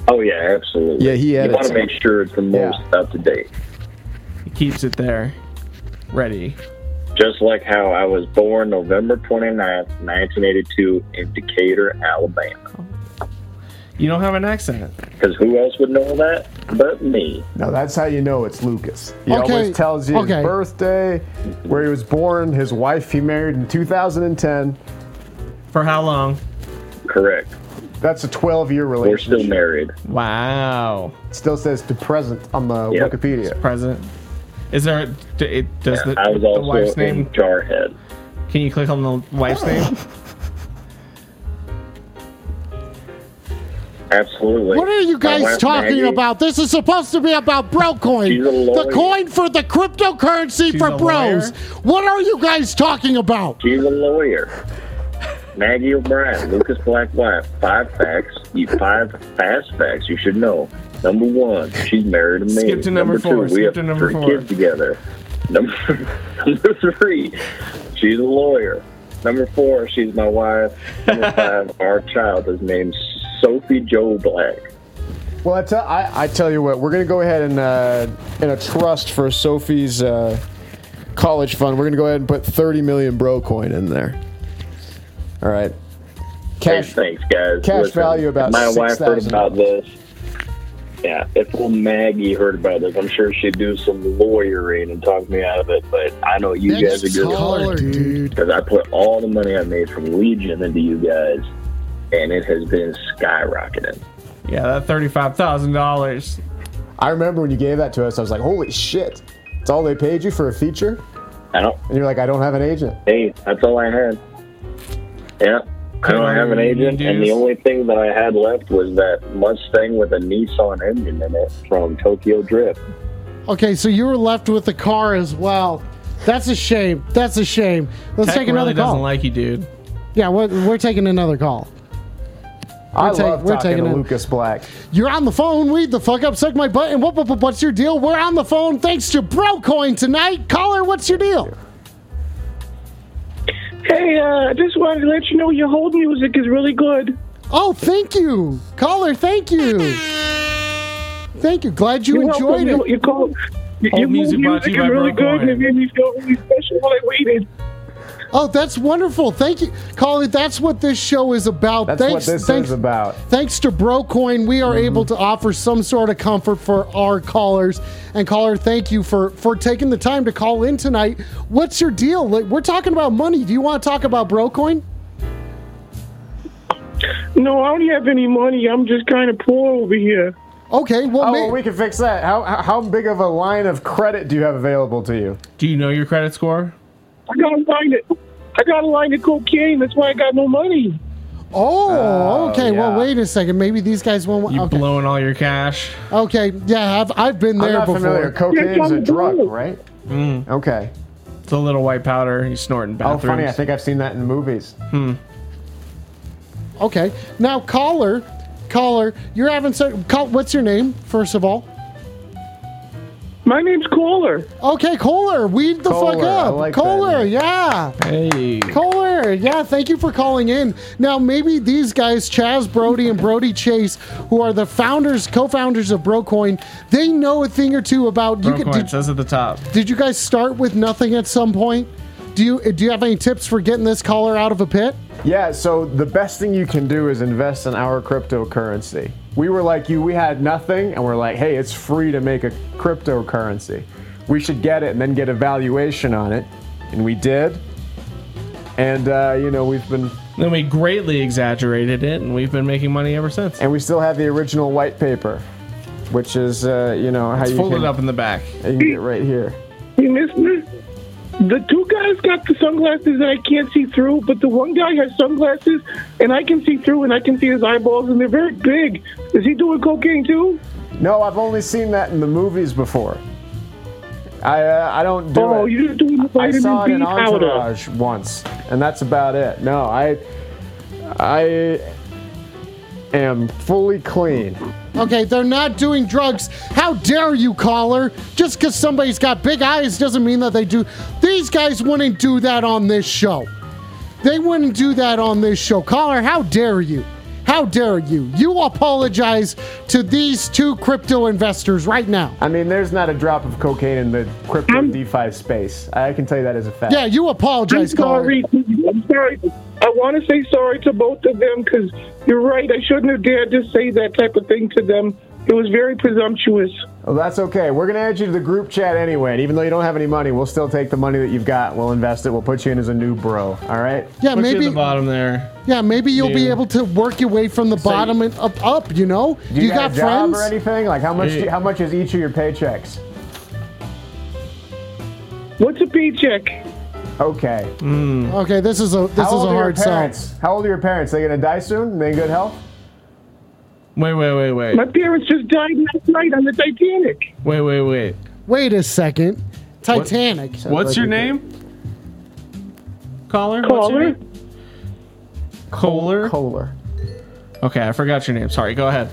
Oh yeah, absolutely. Yeah, he You edits want to it. make sure it's the most up to date. He keeps it there, ready. Just like how I was born November 29th, 1982, in Decatur, Alabama. You don't have an accent. Because who else would know that but me? No, that's how you know it's Lucas. He Okay, always tells you okay. his birthday, where he was born, his wife he married in 2010. For how long? Correct. That's a 12 year We're relationship. still married. Wow. It still says to present on the Yep. Wikipedia. Present. Is there? d- It, does the, I was the also wife's in name? Jarhead. Can you click on the wife's Oh. name? Absolutely. What are you My guys wife, talking Maggie, about? This is supposed to be about Brocoin, She's a lawyer. the coin for the cryptocurrency She's for a lawyer. bros. What are you guys talking about? She's a lawyer. Maggie O'Brien, Lucas Black White. Five facts. You five fast facts you should know. Number one, she's married to me. Skip to number four, two, skip we have to number three four. kids together. Number, number three, she's a lawyer. Number four, she's my wife. Number five, our child is named Sophie Joe Black. Well, I tell, I, I tell you what, we're going to go ahead and, uh, in a trust for Sophie's uh, college fund, we're going to go ahead and put 30 million bro coin in there. All right. Hey, Cash. thanks, guys. cash value about My wife heard $6,000. about this. Yeah, if old Maggie heard about this, I'm sure she'd do some lawyering and talk me out of it. But I know you Next guys are good caller, dude. because I put all the money I made from Legion into you guys, and it has been skyrocketing. yeah, that thirty-five thousand dollars. I remember when you gave that to us, I was like, holy shit. It's all they paid you for a feature? I don't. And you're like, I don't have an agent. Hey, that's all I had. Yeah. I don't have an agent, and the only thing that I had left was that Mustang with a Nissan engine in it from Tokyo Drift. Okay, so you were left with the car as well. That's a shame. That's a shame. Let's Tech take another really call. doesn't like you, dude. yeah, we're, we're taking another call. I take- love we're talking taking to it. Lucas Black. You're on the phone. Weed the fuck up. Suck my butt. And what, what, what- what's your deal? We're on the phone. Thanks to Brocoin tonight. Caller, what's your deal? Hey, uh, I just wanted to let you know your hold music is really good. Oh, thank you, caller. Thank you. Thank you. Glad you You're welcome. enjoyed You, it. you call, you, Hold your music music, brought to music you is by really Broke good, and it made Lion. me feel really special while I waited. Oh, that's wonderful. Thank you, caller. That's what this show is about. That's thanks. what this thanks, is about. Thanks to Brocoin, we are able to offer some sort of comfort for our callers. And caller, thank you for for taking the time to call in tonight. What's your deal? Like, we're talking about money. Do you want to talk about Brocoin? No, I don't have any money. I'm just kind of poor over here. Okay, well, Oh, may- well, we can fix that. How, how how big of a line of credit do you have available to you? Do you know your credit score? I got a line of, I got a line of cocaine. That's why I got no money. oh, Oh, okay. yeah. Well, wait a second. Maybe these guys won't. You okay. blowing all your cash? Okay, yeah, I've, I've been I'm there not before. familiar. Yes, Cocaine's a I'm drug, blue. right? Okay. It's a little white powder. You snorting Oh, bathrooms. funny. I think I've seen that in movies. Okay, now caller, caller, you're having so. Call, what's your name, first of all? My name's Caller. Okay, caller, weed the fuck Caller, I up, like that caller, name. yeah. Hey. Kohler, yeah, thank you for calling in. Now, maybe these guys, Chaz Brody and Brody Chase, who are the founders, co-founders of Brocoin, they know a thing or two about. You Bro could, coin. It did, says at the top. did you guys start with nothing at some point? Do you do you have any tips for getting this caller out of a pit? Yeah, so the best thing you can do is invest in our cryptocurrency. We were like you, we had nothing, and we're like, hey, it's free to make a cryptocurrency. We should get it and then get a valuation on it. And we did. And, uh, you know, we've been, Then we greatly exaggerated it, and we've been making money ever since. and we still have the original white paper, which is, uh, you know, how It's you folded can, up in the back. you can get right here. You missed me? The two guys got the sunglasses that I can't see through, but the one guy has sunglasses and I can see through and I can see his eyeballs and they're very big. Is he doing cocaine too? No, I've only seen that in the movies before. I, uh, I don't do oh, it. you're just doing the I vitamin saw it B in powder. Entourage once, and that's about it. No, I, I am fully clean. Okay, they're not doing drugs. How dare you, caller? Just because somebody's got big eyes doesn't mean that they do. These guys wouldn't do that on this show. They wouldn't do that on this show. Caller, how dare you? How dare you? You apologize to these two crypto investors right now. I mean, there's not a drop of cocaine in the crypto DeFi space. I can tell you that as a fact. Yeah, you I'm apologize, caller. sorry. I'm sorry. I want to say sorry to both of them because you're right. I shouldn't have dared to say that type of thing to them. It was very presumptuous. Well, that's okay. We're gonna add you to the group chat anyway, and even though you don't have any money, we'll still take the money that you've got. We'll invest it. We'll put you in as a new bro. All right. Yeah, Put you at maybe. the bottom there. Yeah, maybe you'll be Dude. able to work your way from the bottom and up. Up, you know. Do you, you, got, a job friends? or anything? Like how much? Yeah. Do you- how much is each of your paychecks? What's a paycheck? Okay. Okay, this is a Mm. this how is old a are your hard sell. parents? How old are your parents? They gonna die soon? They in good health? Wait, wait, wait, wait, My parents just died last night on the Titanic. wait, wait, wait. Wait a second. Titanic. What's your name? Caller. What's your Caller? name? Kohler. Kohler. Okay, I forgot your name. Sorry. Go ahead.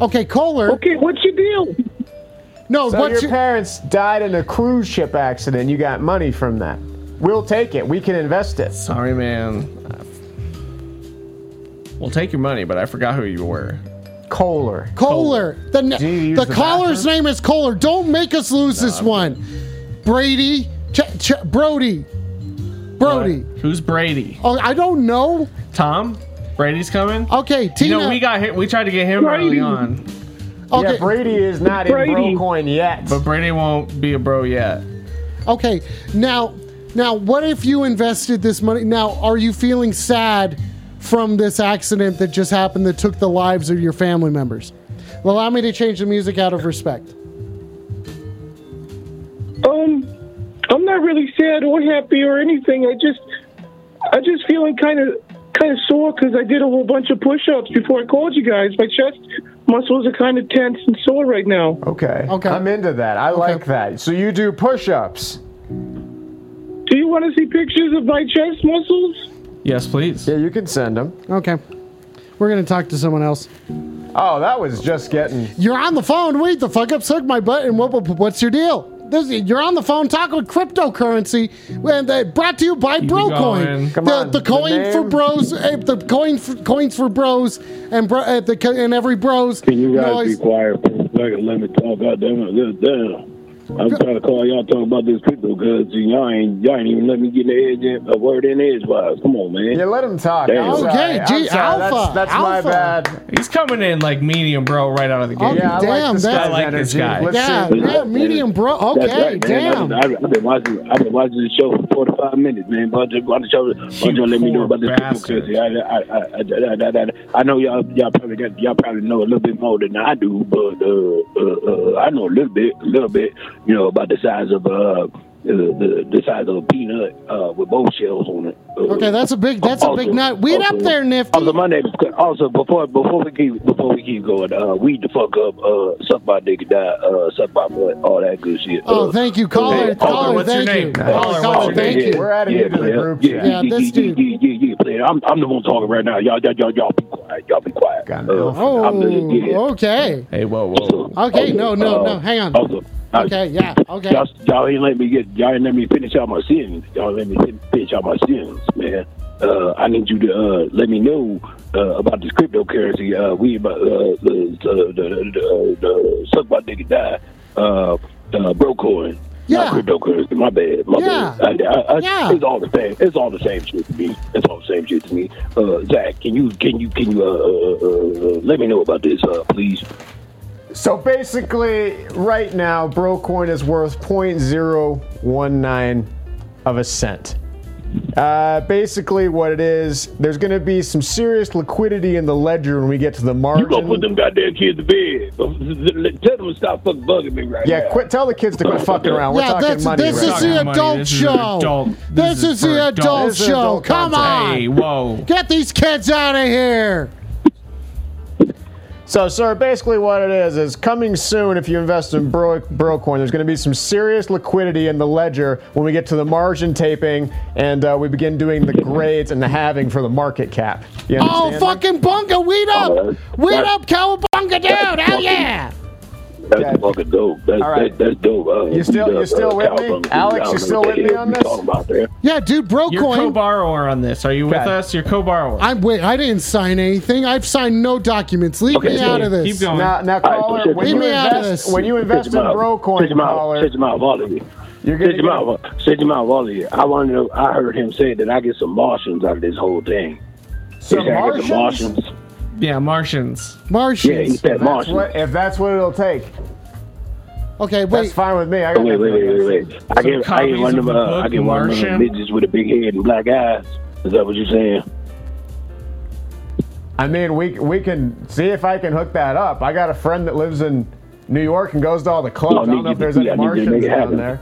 Okay, Kohler. Okay, what's your deal? No, So what's your, your, parents died in a cruise ship accident. You got money from that. We'll take it. We can invest it. Sorry, man. We'll take your money, but I forgot who you were. Kohler. Kohler? The n- Do you use the the caller's bathroom? name is Kohler. Don't make us lose this one. Brady, Ch- Ch- Brody, Brody. What? Who's Brady? Oh, I don't know. Tom? Brady's coming? Okay, you Oh, Tina. know, we got hit. We tried to get him early Brady. on, okay, Yeah, Brady is not Brady. in Brocoin yet. but Brady won't be a bro yet. okay. Now, now, what if you invested this money? Now, are you feeling sad from this accident that just happened that took the lives of your family members? Allow me to change the music out of respect. Um, I'm not really sad or happy or anything. I just, I just feeling kind of, kind of sore because I did a whole bunch of push-ups before I called you guys. My chest muscles are kind of tense and sore right now. Okay. Okay. I'm into that. I like that. So you do push-ups. Do you want to see pictures of my chest muscles? Yes, please. Yeah, you can send them. Okay. We're going to talk to someone else. Oh, that was just getting. You're on the phone. Wait the fuck up. Suck my butt. And what, what- what's your deal? This, you're on the phone talking with cryptocurrency, and uh, brought to you by going. Brocoin, Come the, on, the the coin name. for bros, uh, the coin for, coins for bros, and bro, uh, the co- and every bros. Can you guys knows- be quiet for a second? Let me talk. God damn it. This, damn. I'm trying to call y'all talk about this cryptocurrency. Y'all ain't, y'all ain't even let me get the edge in, a word in edgewise. Come on, man. Yeah, let him talk. Damn. I'm Okay, sorry. I'm gee, sorry. That's- alpha, That's, alpha. my bad. He's coming in like medium, bro, right out of the gate. Okay. Yeah, I Damn, like this that- guy's I like this energy. guy. Let's yeah, see. yeah, medium bro. Okay, That's right, man. damn. I- I- I've been watching. I've been watching the show for forty five minutes, man. But just, but just, but You just let me know poor about this bastard. cryptocurrency. I, I, I, I, I, I, I, I know y'all, y'all probably got, y'all probably know a little bit more than I do, but uh, uh, uh, I know a little bit, a little bit, you know, about the size of uh, the, the, the size of a peanut uh, with both shells on it. Uh, Okay, that's a big that's a big nut. Weed up there, Also, Nifty. my name is also before before we keep before we keep going, uh, weed the fuck up, uh, suck my dick, die, uh, suck my butt, all that good shit. Oh, uh, thank you, caller. Hey, caller, Caller, what's your thank you. name? Caller, Caller, what's caller, your thank name? you. We're adding you to the player. group Yeah, chat. Yeah, this dude. Yeah, yeah, yeah, player. I'm, I'm the one talking right now. Y'all, y'all, y'all, y'all be quiet. Y'all be quiet. Uh, Got an alpha. I'm the, yeah. Oh, okay. Hey, whoa, whoa. Okay, no, no, no, hang on. Uh, Also, I- Okay, yeah, okay. Y'all, y'all ain't let me get. Y'all ain't let me finish out my sins. Y'all let me fin- finish out my sins, man. Uh, I need you to uh, let me know uh, about this cryptocurrency. Uh, we about uh, the, the, the, the, the suck my dick and die. Uh, uh, Brocoin. Yeah. Not cryptocurrency. My bad. My Yeah. bad. I, I, I, Yeah. It's all the same. It's all the same shit to me. It's all the same shit to me. Uh, Zach, can you can you can you uh, uh, uh, uh, let me know about this, uh, please? So basically, right now, Brocoin is worth 0.019 of a cent. Uh, basically, what it is, there's going to be some serious liquidity in the ledger when we get to the margin. You gonna put them goddamn kids to bed? Tell them to stop fucking bugging me right now. yeah, quit. Tell the kids to quit fucking around. We're yeah, talking that's, money. this right is now. the Talking money. adult This is an show. adult- This, is, the adult, This is show. adult Come on. content. Hey, whoa. Get these kids out of here. So, sir, basically what it is is coming soon. If you invest in Bro- Brocoin, there's going to be some serious liquidity in the ledger when we get to the margin taping and uh, we begin doing the grades and the halving for the market cap. You Oh, understand that? fucking bunga. Weed Oh, up. Weed that- up, cowabunga down. Hell yeah. That's Yeah. fucking dope. That's, All right. that, that's dope. Uh, You still- beat you up, still uh, with me? Cowabunga. Alex, I don't you know still what with the me hell on you this? Talking about there. Yeah, dude, You're co Brocoin. borrower on this. Are you with God. us? You're co borrower. I'm wait. I didn't sign anything. I've signed no documents. Leave Okay, me so out of this. Keep going. Now, now All right, caller, so check when, this you out. Get me out of invest, this. when you invest in Pitch 'em out. Pitch Brocoin, 'em out. caller, Pitch 'em out, all of you. you're going Pitch to him out. Pitch him out, all of you. I want to know. I heard him say that I get some Martians out of this whole thing. He some said I get some Martians. Martians. yeah, Martians. Yeah, he Martians. said That's Martians. what, if that's what it'll take, okay, that's wait. fine with me. I got Wait, wait, nothing wait, against wait, wait. I get, I copies get one of of them. the Uh, book, I get one of them Martian? bitches with a big head and black eyes. Is that what you're saying? I mean, we we can see if I can hook that up. I got a friend that lives in New York and goes to all the clubs. Well, I I need don't know you if there's to- any yeah, I need you to Martians make it down happen. there.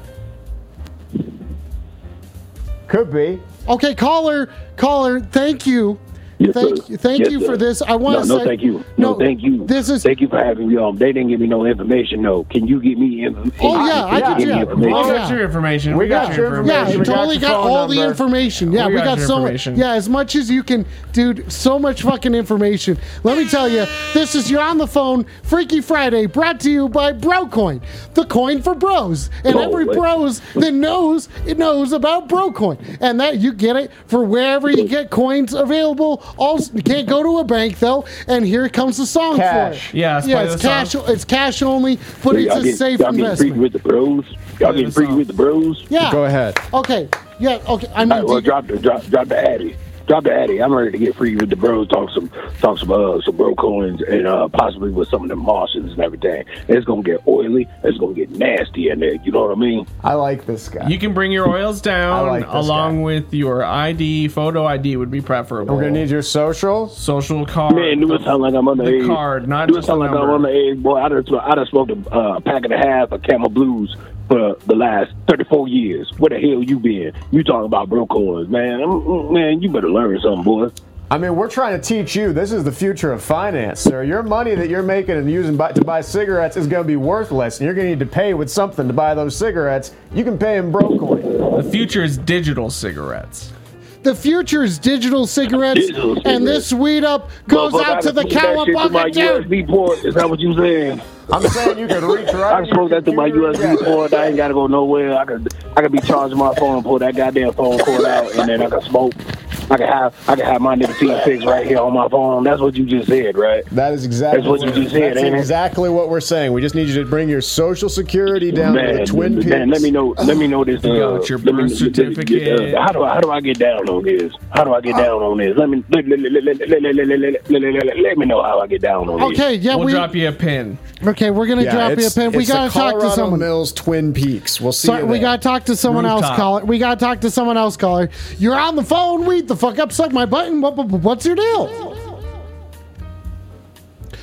Could be. Okay, caller. Caller. Thank you. Yes, Thank- sir. thank Yes, you sir. for this. I wanna no, no, say- thank you. No, no, thank you. this is- thank you for having me on. They didn't give me no information. though. can you give me information? Oh, yeah, I can give do me that. information. We Oh, got yeah. your information. We got your Yeah, information. We got totally your got, phone all the number. information. Yeah, We we, got got, your so information. much. Yeah, as much as you can, dude. So much fucking information. Let me tell you, this is your on the phone Freaky Friday, brought to you by Brocoin, the coin for bros, and Oh, every wait. bros that knows it knows about Brocoin, and that you get it for wherever you get coins available. Also, you can't go to a bank though. And here comes the song Cash. for it. Yeah, let's play yeah, it's the song. cash. It's cash only, but Y'all it's a getting- safe y'all getting freaky investment. with the bros? Y'all getting this freaky off. with the bros? Yeah. Go ahead. Okay. Yeah. Okay. I mean, All right, well, do- drop the drop, drop the addy. Drop the addy. I'm ready to get free with the bros. Talk some, talk some, uh, some bro coins, and uh, possibly with some of the Martians and everything. It's gonna get oily. It's gonna get nasty in there. You know what I mean? I like this guy. You can bring your oils down I like this along guy. with your ID. Photo ID would be preferable. We're gonna need your social. social card. Man, do it sound like I'm on the, the edge. card, not do it just sound the like I'm on number. the edge, boy. I done, sm- I done smoked a uh, pack and a half of Camel Blues for the last 34 years. Where the hell you been? You talking about bro coins, man? I'm- mm, man, you better learn something, boy. I mean, we're trying to teach you. This is the future of finance, sir. Your money that you're making and using bu- to buy cigarettes is going to be worthless, and you're going to need to pay with something to buy those cigarettes. You can pay in bro coin. The future is digital cigarettes. The future is digital cigarettes, Digital and cigarettes. this weed up goes Motherfucker, out I to the can smoke that shit through my cowabunga dude. USB port. Is that what you saying? I'm saying you can reach I right. can smoke that through my USB port. I ain't gotta go nowhere. I could I could be charging my phone, pull that goddamn phone cord out, and then I can smoke. I can have I can have my nicotine fix right here on my phone. That's what you just said, right? That is exactly That's what you just said, That's ain't it? exactly what we're saying. We just need you to bring your social security down to the Twin Peaks. man, let me know. Let me know this. Uh, You got your let me- let birth me- certificate. uh, how do I how do I get down on this? How do I get down on this? Let me let, let, let, let, let, let, let, let, let, let, let- let me know how I get down on this. Okay, yeah, we'll we drop you a pin. okay. We're gonna drop you a it's- pin. We it's the gotta talk to Colorado someone. Mills Twin Peaks. We'll see. Sorry, you we there. gotta talk to someone else, Rooftop. caller. We gotta talk to someone else, caller. You're on the phone. Weed the fuck up. Suck my button. What, what- what's your deal?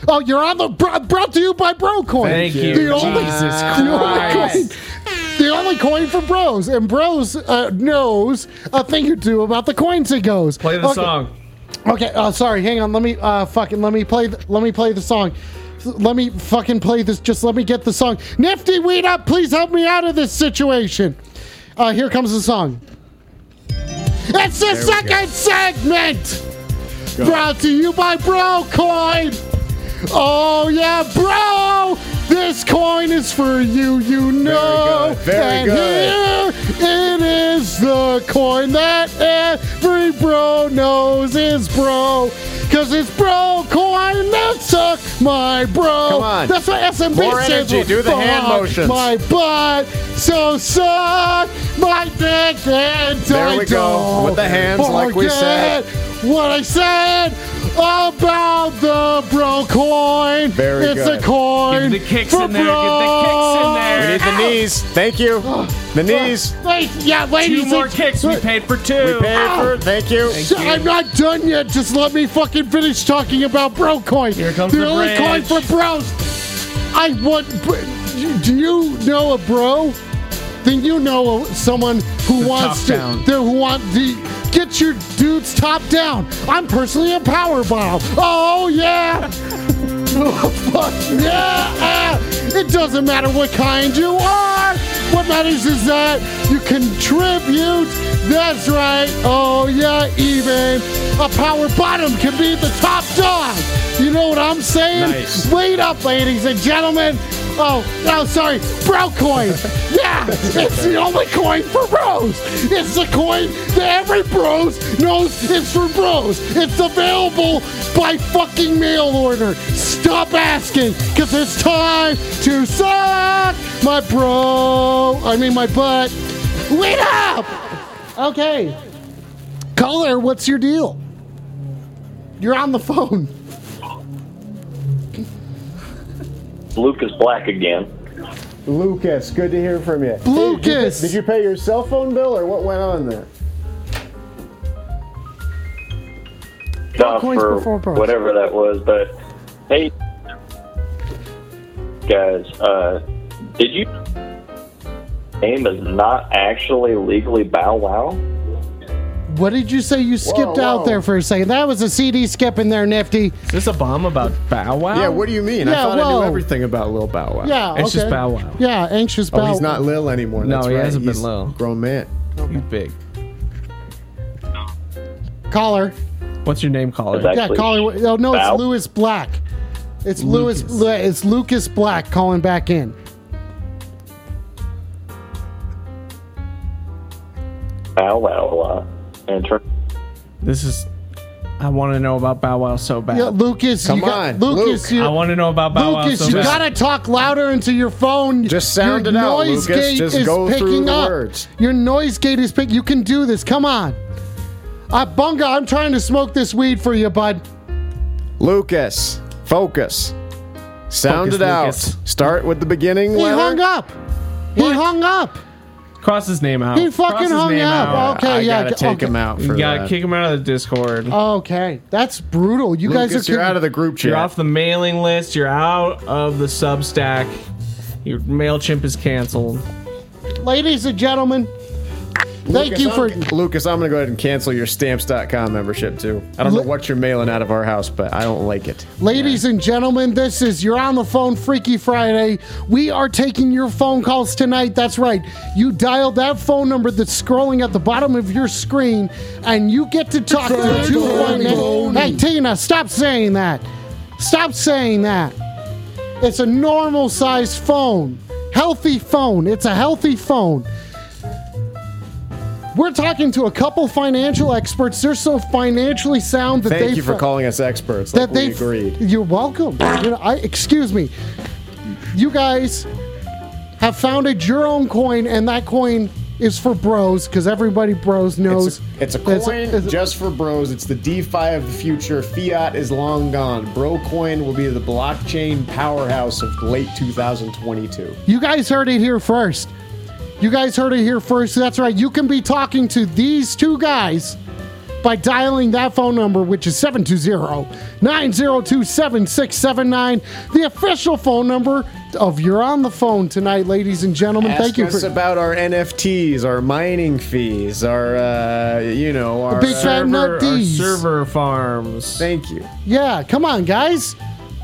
Oh, you're on the br- brought to you by Brocoin. Thank you. The only, Jesus the only Christ. coin, the only coin for bros, and bros uh, knows a thing or two about the coins it goes. Play the Okay. song. Okay, uh, sorry. Hang on. Let me uh, fucking let me play. Th- let me play the song. Let me fucking play this. Just let me get the song. Nifty weed up. Please help me out of this situation. Uh, here comes the song. It's the second segment. Brought to you by Brocoin. Oh yeah, bro. This coin is for you. You know. good, very and good. here it is the coin that every bro knows is bro. Cause it's bro coin that suck my bro. Come on. That's what SMB More stands energy, for. do the hand Fuck motions. My butt. So suck my dick and There I we go. don't With the hands like we said. forget What I said about the bro coin. Very it's good. a coin. Get the kicks for in there. We Get the need kicks in the there. knees. Thank you. The knees. Wait, yeah, ladies. Two more it's- kicks. We paid for two. We paid for. Thank you. So I'm not done yet. Just let me fucking finish talking about bro coin. Here comes the the only coin bridge. for bros. I want. br- Do you know a bro? Then you know a- someone who The wants top to. down. the- who want the get your dudes top down. I'm personally a power bomb. Oh yeah. Oh, fuck yeah! It doesn't matter what kind you are. What matters is that you contribute. That's right. Oh yeah, even a power bottom can be the top dog. You know what I'm saying? Nice. Wait up, ladies and gentlemen. Oh, oh, sorry, bro coin. Yeah, it's the only coin for bros. It's the coin that every bros knows is for bros. It's available by fucking mail order. Stop asking, cause it's time to suck my bro. I mean my butt. Wait up. Okay. Caller, what's your deal? You're on the phone. Lucas Black again. Lucas, good to hear from you. Lucas. Did you pay your cell phone bill or what went on there? Nah, coins for before bros. whatever that was, but hey, guys, uh, did you? Name is not actually legally Bow Wow. What did you say? You skipped Whoa, out whoa. there for a second. That was a CD skip in there, Nifty. Is this a bomb about Bow Wow? Yeah, what do you mean? I Um, Yeah, thought whoa. I knew everything about Lil Bow Wow. Yeah, Anxious okay. Bow Wow. Yeah, anxious bow. Oh, he's not Lil anymore. No, That's he right. hasn't been He's Lil. Grown man. You big. caller. What's your name, caller? Is that- Yeah, Actually, caller. Oh no, Bow. it's Lewis Black. It's Lewis. Lucas. Lu- It's Lucas Black calling back in. Bow Wow a lot. And turn This is. I want to know about Bow Wow so bad. Yeah, Lucas. Come you got, on, Lucas. Luke. You, I want to know about Bow Wow Lucas, so you bad. gotta talk louder into your phone. Just sound your it out, Noise Lucas. gate Just is go through picking the up. words. Your noise gate is picking. You can do this. Come on. Uh, Bunga, I'm trying to smoke this weed for you, bud. Lucas, focus. Sound Focus, it out. Lucas. Start with the beginning He letter. hung up. He hung up. Cross his name out. He Cross fucking his hung name up. out. Okay, Oh, I yeah. gotta take okay. him out for You gotta that. kick him out of the Discord. Okay, that's brutal. You Lucas, guys are you're out of the group chat. You're off the mailing list. You're out of the Substack. Your Mailchimp is canceled. ladies and gentlemen. Thank you for. Lucas. I'm gonna go ahead and cancel your stamps.com membership too. I don't know what you're mailing out of our house, but I don't like it. Ladies and gentlemen, this is You're on the Phone Freaky Friday. We are taking your phone calls tonight. That's right. You dial that phone number that's scrolling at the bottom of your screen, and you get to talk to two women. Hey, Tina, stop saying that. Stop saying that. It's a normal sized phone, healthy phone. It's a healthy phone. We're talking to a couple financial experts. They're so financially sound that Thank they you for fi- calling us experts. Like we f- agreed. You're welcome. You know, I, excuse me. You guys have founded your own coin, and that coin is for bros because everybody bros knows. It's a, it's a coin just for bros. It's the DeFi of the future. Fiat is long gone. Bro coin will be the blockchain powerhouse of late 2022. You guys heard it here first. You guys heard it here first. That's right. You can be talking to these two guys by dialing that phone number, which is 720 902 7679, the official phone number of You're on the Phone tonight, ladies and gentlemen. Ask Thank you us for. about our NFTs, our mining fees, our uh, you know our big fat nut our Ds. server farms. Thank you. Yeah, come on, guys.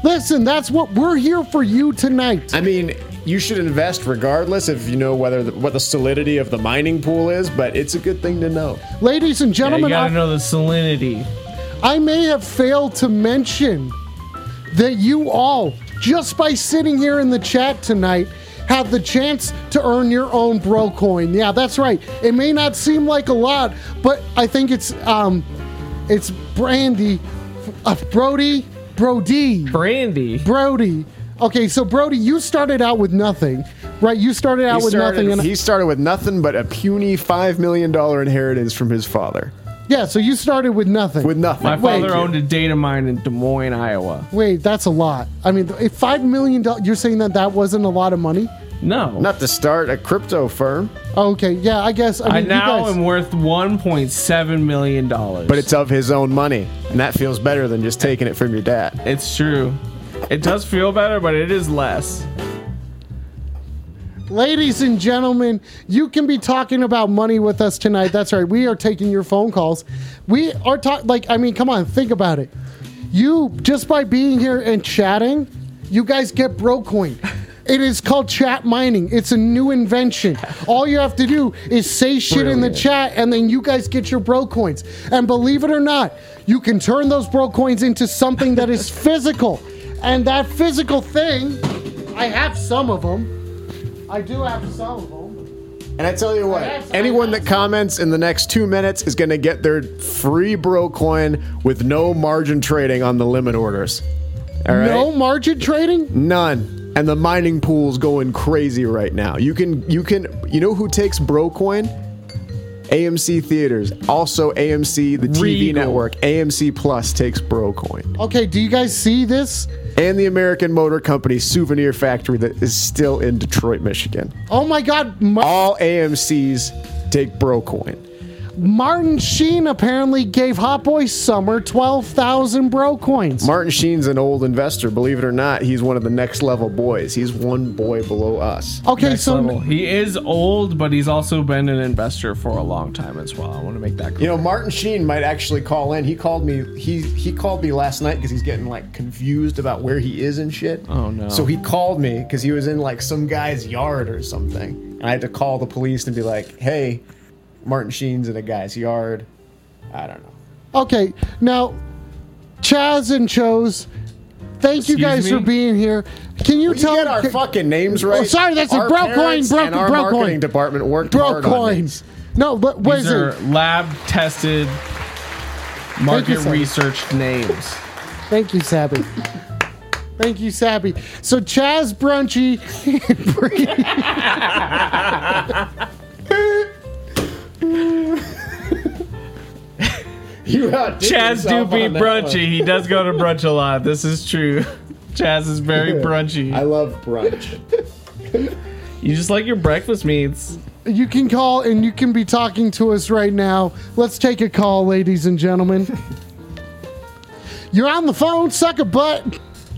Listen, that's what we're here for you tonight. I mean, you should invest regardless if you know whether the, what the solidity of the mining pool is, but it's a good thing to know. Ladies and Yeah, you gentlemen, gotta I- know the salinity. I may have failed to mention that you all, just by sitting here in the chat tonight, have the chance to earn your own bro coin. Yeah, that's right. It may not seem like a lot, but I think it's um, it's Brandy, uh, Brody, Brody, Brandy, Brody. Okay, so Brody, you started out with nothing, right? You started out He with started, nothing, and he started with nothing but a puny five million dollar inheritance from his father. yeah, so you started with nothing. With nothing. My Wait. father owned a data mine in Des Moines, Iowa. Wait, that's a lot. I mean, if five million dollars, you're saying that that wasn't a lot of money? No. Not to start a crypto firm, Okay, yeah, I guess. I mean, I you now guys, am worth one point seven million dollars. but it's of his own money, and that feels better than just taking it from your dad. it's true. It does feel better, but it is less. ladies and gentlemen, you can be talking about money with us tonight. That's right. We are taking your phone calls. We are talking, like, I mean, come on, think about it. You, just by being here and chatting, you guys get Brocoin. It is called chat mining. It's a new invention. All you have to do is say shit in the Brilliant. chat, and then you guys get your bro coins. And believe it or not, you can turn those bro coins into something that is physical. And that physical thing, I have some of them. I do have some of them. And I tell you what, anyone that comments in the next two minutes is going to get their free bro coin with no margin trading on the limit orders. All right. No margin trading? None. And the mining pool's going crazy right now. You can you can you know who takes Brocoin? AMC Theaters. Also AMC, the TV Regal. network, AMC Plus takes Brocoin. Okay, do you guys see this? And the American Motor Company souvenir factory that is still in Detroit, Michigan. Oh my god, Ma- All AMCs take Brocoin. Martin Sheen apparently gave Hot Boy Summer 12,000 bro coins. Martin Sheen's an old investor, believe it or not, he's one of the next level boys. He's one boy below us. okay, Next so level. He is old, but he's also been an investor for a long time as well. I want to make that You clear. know, Martin Sheen might actually call in. He called me. He he called me last night because he's getting like confused about where he is and shit. Oh, no. So he called me because he was in like some guy's yard or something, and I had to call the police and be like, "Hey, Martin Sheen's in a guy's yard." I don't know. Okay, now, Chaz and Chose, thank Excuse you guys me? for being here. Can you We tell get our can- fucking names right. Oh, sorry, that's a Our bro coin, parents bro- and our bro coin. marketing department worked bro hard on coins? these. No, but what These is are it? lab tested, market sir. researched names. Thank you, Sabby. Thank you, Sabby. So Chaz Brunchy, You outdid Chaz do yourself be on that one. brunchy. He does go to brunch a lot. This is true. Chaz is very brunchy. I love brunch. you just like your breakfast meats. you can call and you can be talking to us right now. Let's take a call, ladies and gentlemen. You're on the phone, suck a butt.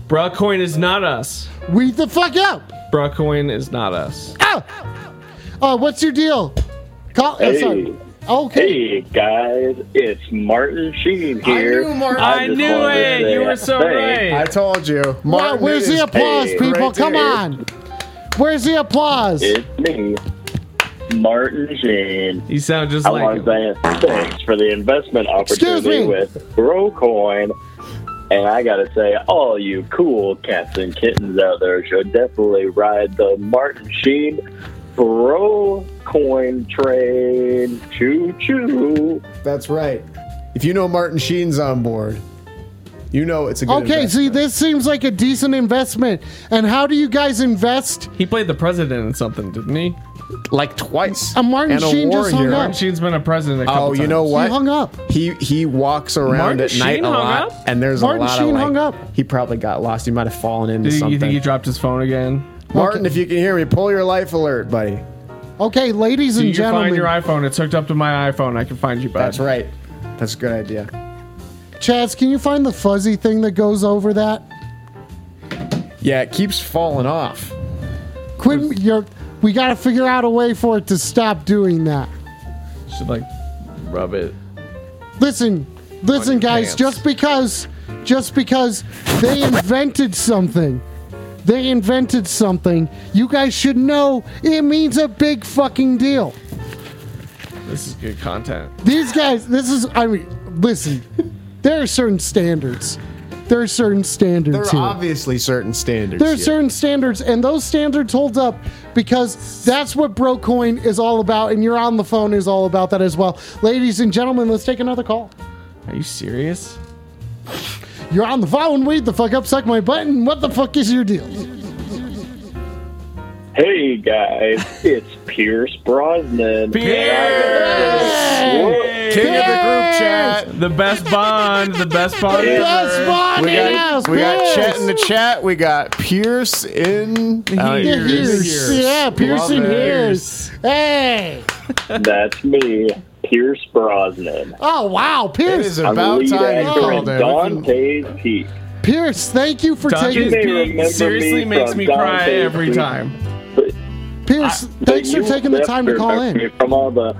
Brucoin is not us. Weed the fuck out. Brucoin is not us. Out. Uh, what's your deal? Call, uh, sorry. Okay. Hey guys, it's Martin Sheen here. I just knew wanted it. to You were so thank- I told you. Wow, where's is the applause, paid people? right Come there. on. Where's the applause? It's me, Martin Sheen. You sound just I want like to say thanks for the investment Excuse me. opportunity with Brocoin. And I got to say, all you cool cats and kittens out there should definitely ride the Martin Sheen Brocoin train. Choo choo. That's right. If you know Martin Sheen's on board, you know it's a good Okay, see, this seems like a decent investment. And how do you guys invest? he played the president in something, didn't he? like twice. Uh, Martin And a Sheen war just hung hero. up. Martin Sheen's been a president. A couple Oh, you times. know He what? hung up. He he walks around Martin at night Sheen a hung lot, up? and there's Martin a lot Sheen of like, hung up. He probably got lost. He might have fallen Do into you, you something. think he dropped his phone again? Martin, if you can hear me, pull your life alert, buddy. Okay, ladies Do and you gentlemen, find your iPhone? It's hooked up to my iPhone. I can find you, bud. That's right. That's a good idea. Chaz, can you find the fuzzy thing that goes over that? Yeah, it keeps falling off. Quit. You're, we got to figure out a way for it to stop doing that. Should like rub it. Listen, listen, your guys. pants. Just because, just because they invented something, they invented something. You guys should know it means a big fucking deal. This is good content. These guys. This is. I mean, listen. There are certain standards. There are certain standards There are here. obviously certain standards. There are here. certain standards, and those standards hold up because that's what Brocoin is all about, and you're on the phone is all about that as well. Ladies and gentlemen, let's take another call. Are you serious? You're on the phone, wait the fuck up, suck my button. What the fuck is your deal? Hey guys, it's Pierce Brosnan. King of the group chat. The best bond. The best bond. Yeah. ever. That's fine, We yes, got, we got Pierce. Chet in the chat. We got Pierce in uh, Yeah, Pierce. Yeah, Pearson Love it. Hears. Hey. That's me, Pierce Brosnan. Oh, wow, It Pierce. is I'm the about lead time you actor in called in. Dante's Peak. Pierce, thank you for taking Dante's may Peak remember seriously me makes from me cry Dante's every Peak. time. Pierce, thanks But for you taking the time to left call her in. From all the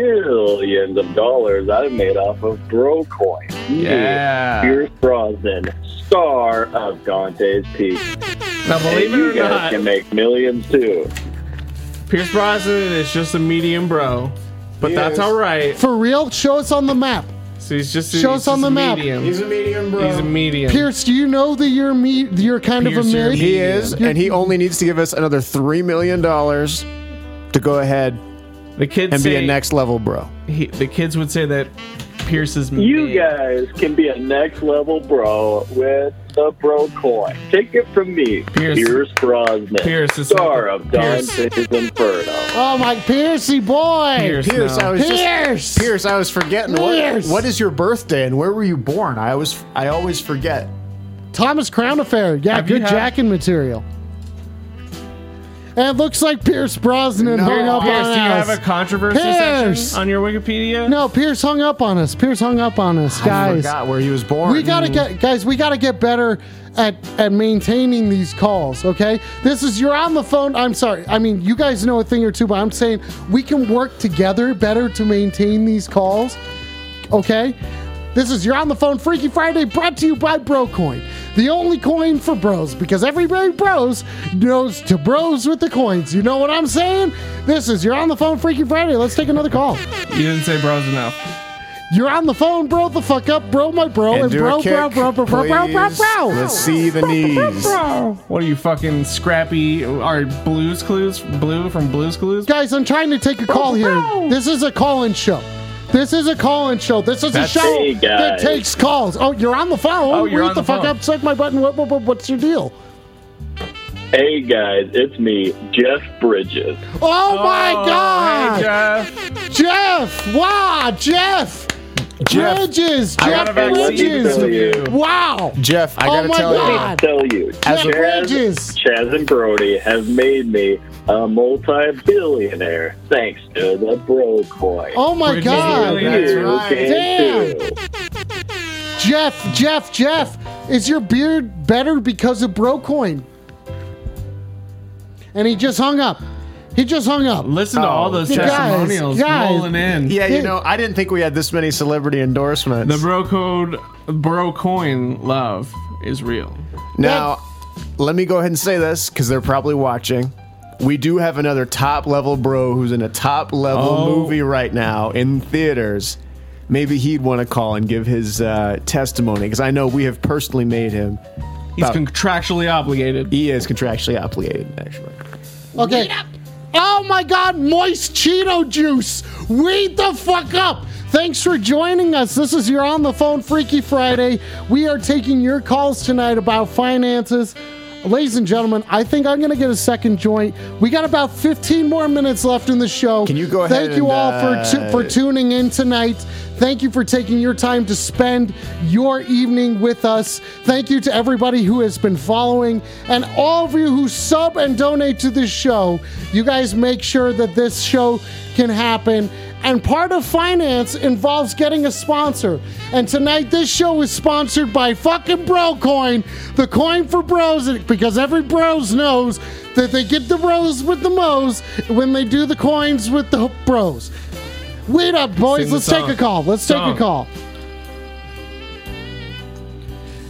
millions of dollars I made off of Brocoin. Yeah. Pierce Brosnan, star of Dante's Peak. Now, believe and you it or guys not, can make millions too. Pierce Brosnan is just a medium bro, but He that's is. all right. For real, show us on the map. So he's just he's Show us just on the a map. medium. He's a medium, bro. He's a medium. Pierce, do you know that you're me you're kind of a Pierce, you're mid? a He is, and he only needs to give us another three million dollars to go ahead the kids and be say, a next level bro. he- the kids would say that Pierce is You mid. guys can be a next level bro with the bro coin. Take it from me, Pierce- Pierce, Brosnan, Pierce is star not of the- Pierce. Dante's Inferno. Oh my Piercy boy! Pierce, Pierce, no. I was Pierce! just Pierce. I was forgetting what, Pierce! what is your birthday and where were you born? I always I always forget. Thomas Crown Affair. Yeah, Have you good had- jacking material. And it looks like Pierce Brosnan No, hung up Pierce, on do you us. have a controversy Pierce! section on your Wikipedia? no, Pierce hung up on us. Pierce hung up on us, I guys. forgot where he was born. We gotta get guys. We gotta get better at at maintaining these calls. Okay, this is you're on the phone. I'm sorry. I mean, you guys know a thing or two, but I'm saying we can work together better to maintain these calls. Okay. This is You're on the Phone Freaky Friday brought to you by Brocoin, the only coin for bros because everybody bros knows to bros with the coins. You know what I'm saying? This is You're on the Phone Freaky Friday. Let's take another call. You didn't say bros enough. You're on the phone, bro. The fuck up, bro. My bro. and And, do bro, a kick, bro, bro, bro, bro, bro, bro, please. bro. Let's see the knees. Oh. What are you fucking scrappy? Are Blues Clues blue from Blues Clues? Guys, I'm trying to take a call here. This is a call-in show. This is a call-in show. This is That's- a show Hey, guys. that takes calls. Oh, you're on the phone. Oh, you're Wait on the, the fuck phone. up. Suck my button. What, what, what, what's your deal? Hey guys, it's me, Jeff Bridges. Oh, my God, Hey, Jeff. Jeff! Wow, Jeff! Jeff, Bridges, I Jeff want a Let me Jeez. tell Bridges. you. Wow, Jeff, I Oh gotta my tell God. you, Tell you, As a- Chaz, Bridges. Chaz and Brody have made me a multi-billionaire thanks to the bro coin. oh my Bridges God, really that's You right. can Damn. too. Jeff, Jeff, Jeff! Is your beard better because of Brocoin? And he just hung up. He just hung up. Listen to all those Guys, testimonials guys. rolling in. Yeah, you know, I didn't think we had this many celebrity endorsements. The bro code, bro coin love is real. Now, let me go ahead and say this because they're probably watching. We do have another top level bro who's in a top level Oh. movie right now in theaters. Maybe he'd want to call and give his uh, testimony because I know we have personally made him. He's about- contractually obligated. he is contractually obligated, actually. Okay. Oh my God, moist Cheeto juice. Weed the fuck up. Thanks for joining us. This is your on the phone Freaky Friday. We are taking your calls tonight about finances. Ladies and gentlemen, I think I'm going to get a second joint. We got about 15 more minutes left in the show. Can you go ahead Thank you and, all for uh, tu- for tuning in tonight. Thank you for taking your time to spend your evening with us. Thank you to everybody who has been following and all of you who sub and donate to this show. You guys make sure that this show can happen. And part of finance involves getting a sponsor. And tonight, this show is sponsored by fucking Brocoin, the coin for bros, because every bros knows that they get the bros with the mo's when they do the coins with the bros. Wait up, boys. Sing the Let's take song. a call. Let's take Song. a call.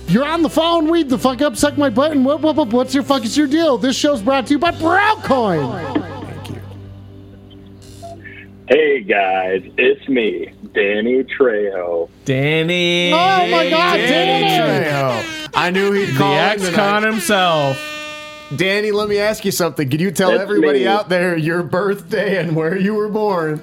You're on the phone. Weed the fuck up. Suck my butt. And what, what, what, what's your fuck is your deal? This show's brought to you by Brocoin. Hey guys, it's me, Danny Trejo. Danny. Oh my God, Danny. Trejo. I knew he'd The call in ex tonight. con himself. Danny, let me ask you something. Could you tell It's everybody me. out there your birthday and where you were born?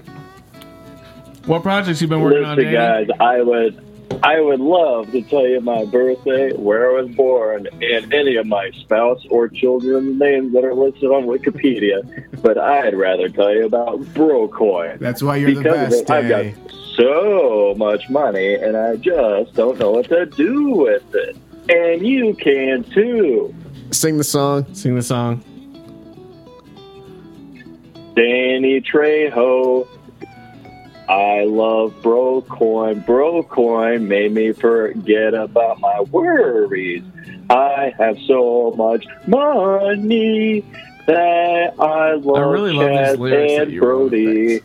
What projects you been working on, Listen, Danny? guys, I would, I would love to tell you my birthday, where I was born, and any of my spouse or children's names that are listed on Wikipedia, but I'd rather tell you about Brocoin. That's why you're the because of best, it, I've Danny. got so much money, and I just don't know what to do with it. And you can too. Sing the song. Sing the song. Danny Trejo. I love Brocoin. Brocoin made me forget about my worries. I have so much money that I love, really love these Chad lyrics that and you wrote, Brody.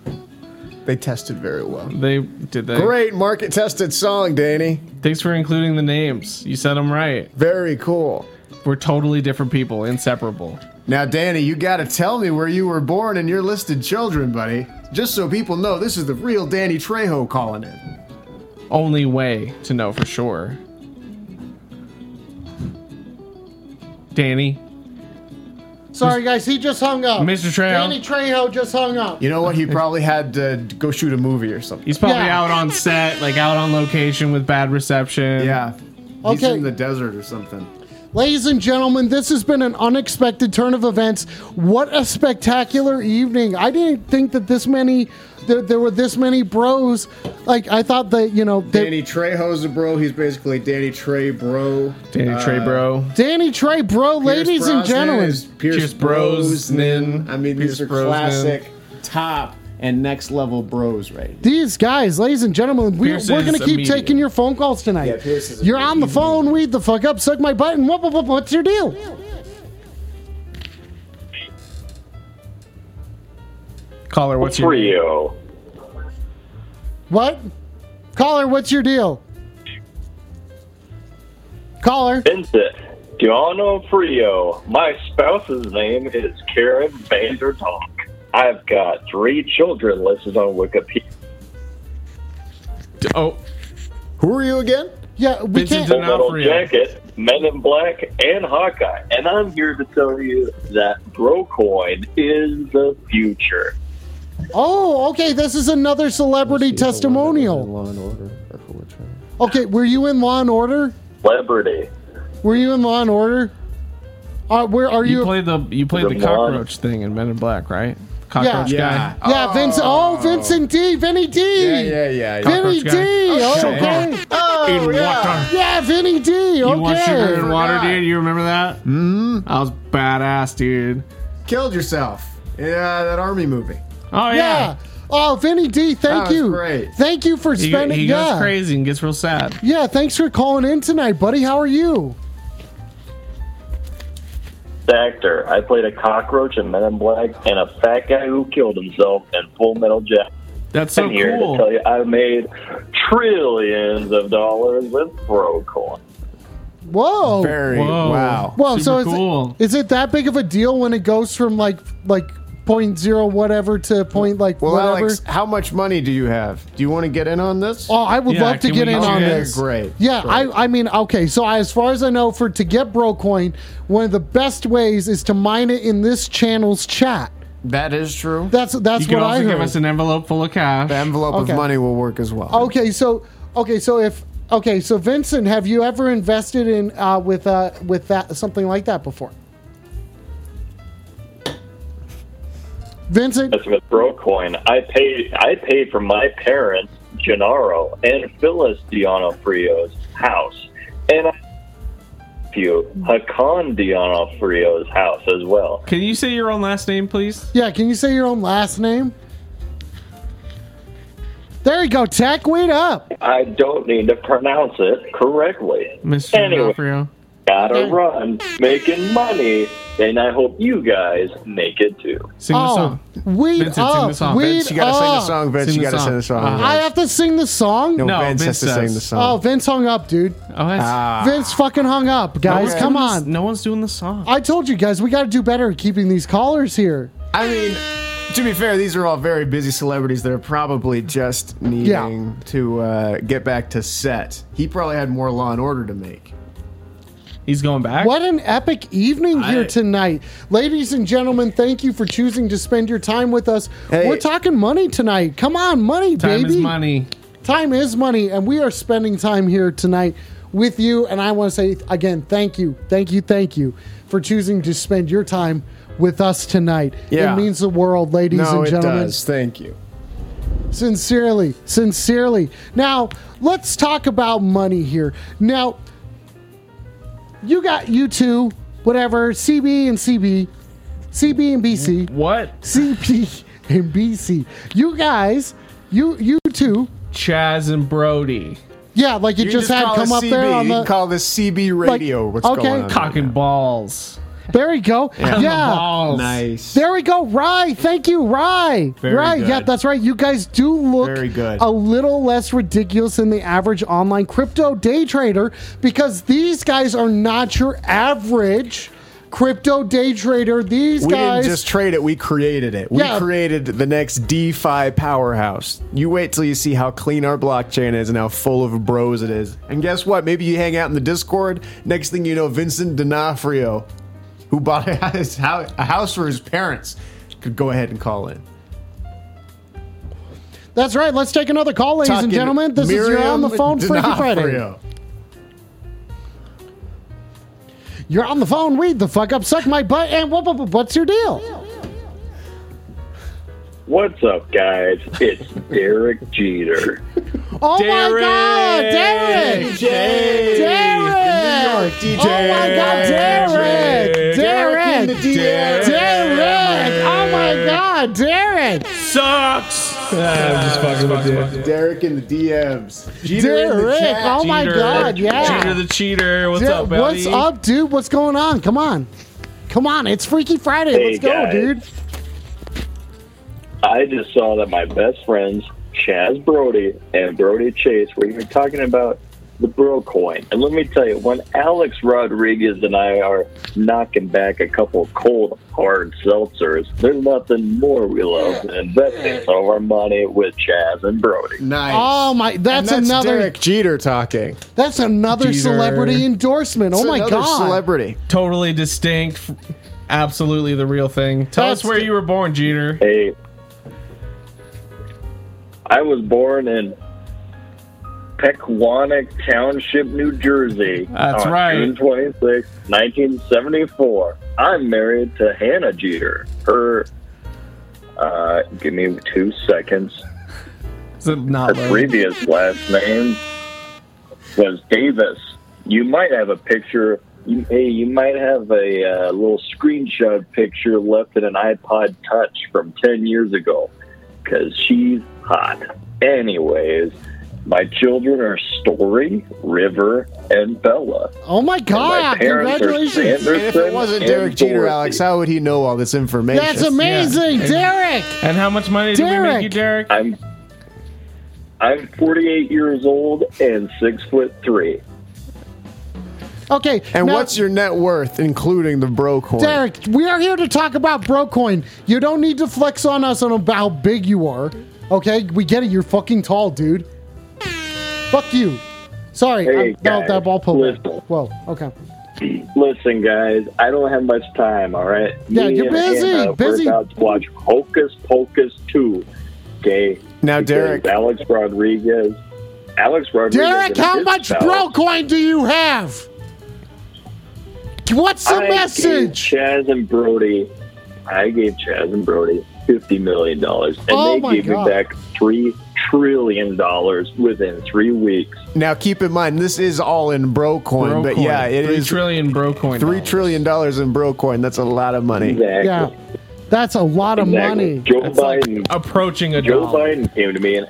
They tested very well. They did they. Great market tested song, Danny. Thanks for including the names. You said them right. Very cool. We're totally different people, inseparable. Now, Danny, you got to tell me where you were born and your listed children, buddy. Just so people know, this is the real Danny Trejo calling in. Only way to know for sure. Danny, Sorry, guys. He just hung up. Mr. Trejo. Danny Trejo just hung up. You know what? He probably had to go shoot a movie or something. he's probably Yeah. out on set, like out on location with bad reception. Yeah. He's Okay. in the desert or something. Ladies and gentlemen, this has been an unexpected turn of events. What a spectacular evening. I didn't think that this many there, there were this many bros. Like I thought that, you know, that Danny Trejo's a bro. He's basically Danny Trey bro. Danny Uh, Trey, bro. Danny Trey, bro, Pierce ladies and Brosnan gentlemen. is Pierce, Pierce Brosnan. Brosnan. I mean, Pierce these are Brosnan. classic top and next level bros right now. These guys, ladies and gentlemen, we, Pierce we're is going to a keep medium. taking your phone calls tonight. Yeah, Pierce is a You're medium. on the phone, weed the fuck up, suck my button. What, what, what, what's your deal? Caller, what's your name? Trio. What? Caller, what's your deal? Caller. Vincent. Do y'all know Frio? My spouse's name is Karen Vanderdonk. I've got three children listed on Wikipedia. Oh, Who are you again? Yeah, we Vincent can't. D'Onofrio. Metal Jacket, Men in Black, and Hawkeye. And I'm here to tell you that Brocoin is the future. Oh, okay. This is another celebrity testimonial. Law and Order. Okay, were you in Law and Order? Celebrity. Were you in Law and Order? Uh, where are You you? played the you played the Good cockroach thing in Men in Black, right? Cockroach Yeah. guy. yeah, Vincent. Oh, Vincent D. Vinny D. Yeah, yeah, yeah. yeah. Vinny D. Cockroach guy. Oh, Sugar okay. in water. Yeah, Vinny D. You want sugar Okay. and water, dude? You remember that? Mm-hmm. I was badass, dude. Killed yourself. Yeah, that army movie. Oh yeah. Yeah. Oh, Vinny D. Thank That was you. great. Thank you for He, spending. he yeah. goes crazy and gets real sad. Yeah. Thanks for calling in tonight, buddy. How are you? actor. I played a cockroach in Men in Black and a fat guy who killed himself in Full Metal Jacket. That's so I'm here Oh, cool. to tell you, I made trillions of dollars with Procoin. Oh, Whoa! Very Whoa. wow. Whoa! so Super is, cool. it, is it that big of a deal when it goes from like like point zero whatever to point like Well, whatever? Alex, how much money do you have? Do you want to get in on this? Oh, I would love to get in on this. Great. Yeah, I, I mean, okay. So I, as far as I know, for to get Brocoin, one of the best ways is to mine it in this channel's chat. That is true. That's that's you can what also I heard. give us an envelope full of cash. The envelope Okay. of money will work as well. Okay, so okay, so if okay, so Vincent, have you ever invested in uh, with uh, with that something like that before? Vincent, That's with Brocoin. I paid. I paid for my parents, Gennaro and Phyllis D'Onofrio's house, and I you Hakan D'Onofrio's house as well. Can you say your own last name, please? yeah, can you say your own last name? There you go, Tech. Wait up. I don't need to pronounce it correctly. Mr. Anyway. D'Onofrio. Gotta run, making money, and I hope you guys make it too. Sing the song. Weed Vincent, sing Oh, up. the song. Weed Vince, you gotta sing up. the song, Vince. Sing you the gotta song. sing the song. Uh-huh. I have to sing the song. no, No, Vince, Vince has to does. sing the song. Oh, Vince hung up, dude. Oh, that's, Ah. Vince fucking hung up, no guys. one's Come doing this- on. no one's doing the song. I told you guys we got to do better at keeping these callers here. I mean, to be fair, these are all very busy celebrities that are probably just needing to uh, get back to set. He probably had more Law and Order to make. He's going back. What an epic evening here I- tonight. Ladies and gentlemen, thank you for choosing to spend your time with us. Hey. We're talking money tonight. Come on, money, Time baby. is money. Time is money, and we are spending time here tonight with you. And I want to say again, thank you, thank you, thank you for choosing to spend your time with us tonight. Yeah. It means the world, ladies no, and it gentlemen. does. Thank you. Sincerely, sincerely. Now, let's talk about money here. Now, you got you two, whatever, CB and CB, CB and BC. What? CP and BC. You guys, you you two, Chaz and Brody. yeah, like you, You just, had call come it up CB. there on You can the. call this CB radio. What's okay. going on? Cock and balls. There you go. On the Yeah. balls. Nice. There we go. Rye. Thank you, Rye. Very Rye. good. Yeah, that's right. You guys do look Very good. a little less ridiculous than the average online crypto day trader because these guys are not your average crypto day trader. These we guys didn't just trade it; we created it. We Yeah. created the next DeFi powerhouse. You wait till you see how clean our blockchain is and how full of bros it is. And guess what? Maybe you hang out in the Discord. Next thing you know, Vincent D'Onofrio, who bought a house, a house for his parents, could go ahead and call in. That's right. Let's take another call, ladies Talking and gentlemen. This is your Miriam on the phone Freaky Friday. D'Onofrio. You're on the phone. Read the fuck up. Suck my butt. And what, what- what- what's your deal? What's up, guys? It's Derek Jeter. Oh my Derek! god, Derek! Jay. Derek! New York DJ. Oh my god, Derek! Derek! Derek! Derek! Derek in the DMs. Oh my god, Derek! Sucks. I'm just fucking with you. Derek in the DMs. Jeter in the Derek! chat. Oh my god, yeah. Cheater the cheater. What's Derek, up, what's buddy? up, dude? What's going on? Come on. Come on, it's Freaky Friday. Hey, Let's go, guys. dude. I just saw that my best friends, Chaz Brody and Brody Chase, were here talking about the bro coin. And let me tell you, when Alex Rodriguez and I are knocking back a couple of cold, hard seltzers, there's nothing more we love than investing some of our money with Chaz and Brody. Nice. Oh my And that's, another Derek Jeter talking. that's another Jeter. celebrity endorsement. Oh It's my another god. celebrity. Totally distinct. f- Absolutely the real thing. Tell That's us where the- you were born, Jeter. Hey, I was born in Pequannock Township, New Jersey. That's on right. June 26, 1974. I'm married to Hannah Jeter. Her, uh, give me two seconds. Is it not Her loaded? previous last name was Davis. You might have a picture. You, hey, you might have a uh, little screenshot picture left in an iPod Touch from ten years ago, because she's hot. Anyways, My children are Story, River, and Bella. Oh my God! parents are Congratulations! standard. Ah, And if it wasn't Derek And Jeter, Dorsey. Alex, how would he know all this information? That's amazing, Yeah. Derek. And how much money did we make you, Derek? I'm I'm 48 years old and six foot three. Okay, And now- what's your net worth, including the bro coin? Derek, we are here to talk about Brocoin. You don't need to flex on us on how big you are. Okay, we get it. You're fucking tall, dude. Fuck you. Sorry, Hey, I felt guys, that ball pull. back. listen. Whoa. Okay. Listen, guys, I don't have much time. All right. Yeah, you're and busy, Anna, busy. We're about to watch Hocus Pocus two. Okay. Now, Because Derek- Alex Rodriguez. Alex Rodriguez. Derek, and how his much spouse- Brocoin do you have? What's the I message? Gave Chaz and Brody, I gave Chaz and Brody fifty million dollars, and Oh my they gave God. me back three trillion dollars within three weeks. Now, keep in mind, this is all in bro coin, Bro but coin. yeah, it Three is three trillion bro coin. trillion dollars. dollars in bro coin. That's a lot of money. Exactly. Yeah, that's a lot of Exactly. money. Joe That's like Biden. approaching a Joe dollar. Biden came to me and,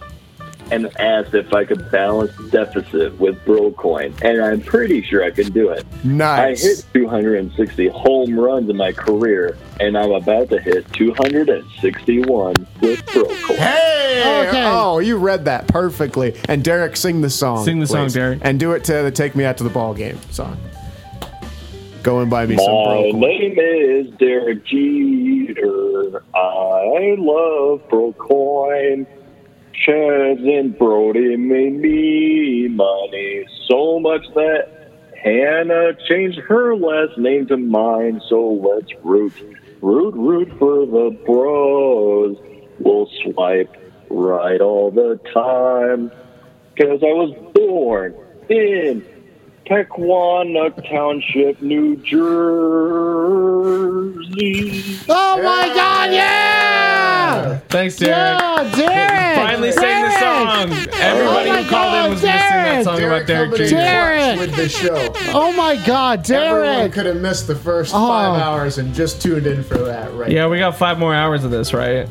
and asked if I could balance the deficit with Brocoin, and I'm pretty sure I can do it. I hit Nice. 260 home runs in my career, and I'm about to hit 261 with Brocoin. Hey! Okay. Oh, you read that perfectly. And Derek, sing the song. Sing the song, please. Derek. And do it to the "Take Me Out to the Ball Game" song. Go and buy me some My bro coin. name is Derek Jeter. I love Brocoin. Chaz and Brody made me money so much that Hannah changed her last name to mine. So let's root, root, root for the bros. We'll swipe right all the time. Because I was born in Pequannock Township, New Jersey. Oh my God! Yeah. Thanks, Derek. Yeah, Derek. Finally sang the Derek! song. Everybody Oh my who called God, in was gonna sing Derek! that song about Derek coming in Jeter. Derek! clutch with the show. Oh my God, Everyone Derek. could have missed the first Oh. five hours and just tuned in for that, right? Yeah, we got five more hours of this, right?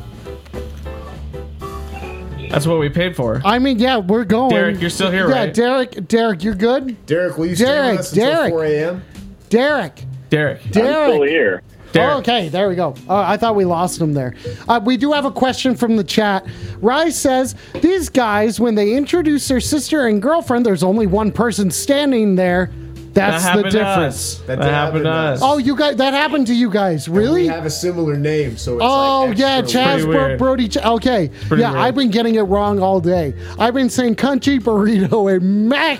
That's what we paid for. I mean, yeah, we're going. Derek, you're still here, yeah, right? Derek, Derek, you're good. Derek, will you stay Derek, with us until Derek. 4 a.m.? Derek, Derek. I'm still Derek. here. Derek. Oh, okay, there we go. Uh, I thought we lost him there. Uh, we do have a question from the chat. Rye says these guys, when they introduce their sister and girlfriend, there's only one person standing there. That That's the happened to difference. us. That That, did happen happened to to us. Oh, you guys, that happened to you guys, We really? have a similar name, so it's Oh like yeah, extra Chaz Bro- Pretty weird. Brody. Ch- okay, Pretty yeah, weird. I've been getting it wrong all day. I've been saying country burrito and mac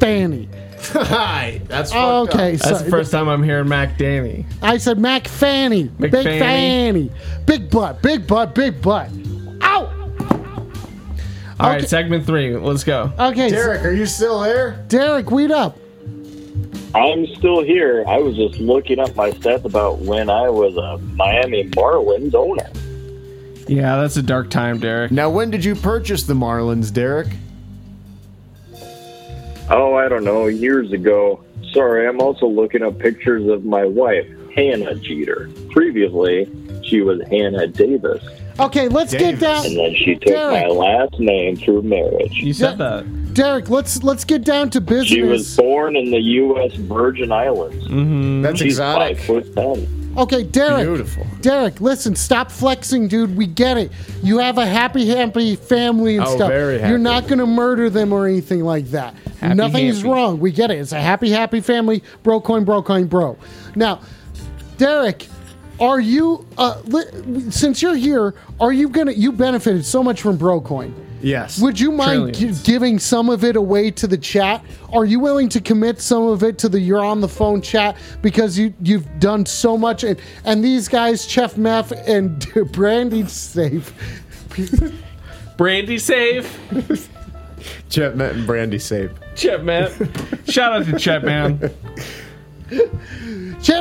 fanny. Hi, that's fucked Oh, Okay, up. so That's the first time I'm hearing Mac Danny. I said mac fanny, Mac big fanny. Fanny. big butt, big butt, big butt. Ow. All right, Okay. segment three. Let's go. Okay, so- Derek, Derek, are you still there? weed up. I'm still here. I was just looking up my stats about when I was a Miami Marlins owner. Yeah, that's a dark time, Derek. Now, when did you purchase the Marlins, Derek? Oh, I don't know, years ago. Sorry, I'm also looking up pictures of my wife, Hannah Jeter. Previously, she was Hannah Davis, Okay, let's get Davis. down. and then she took Derek. my last name through marriage. You said Yeah. that. Derek, let's let's get down to business. She was born in the U.S. Virgin Islands. Mm-hmm. That's She's exotic. five foot ten. Okay, Derek. Beautiful. Derek, listen, stop flexing, dude. We get it. You have a happy, happy family and Oh, stuff. very happy. You're not going to murder them or anything like that. Nothing's happy. wrong. We get it. It's a happy, happy family. Bro coin, bro coin, bro. Now, Derek, are you, uh, li- since you're here, are you going to, you benefited so much from bro coin. Yes. Would you mind gi- Trillions. giving some of it away to the chat? Are you willing to commit some of it to the you're on the phone chat because you you've done so much and and these guys Chef Meff and Brandy Safe. Brandy safe. Chet Met and Brandy Sape. Chip man. Shout out to Chip man. Chef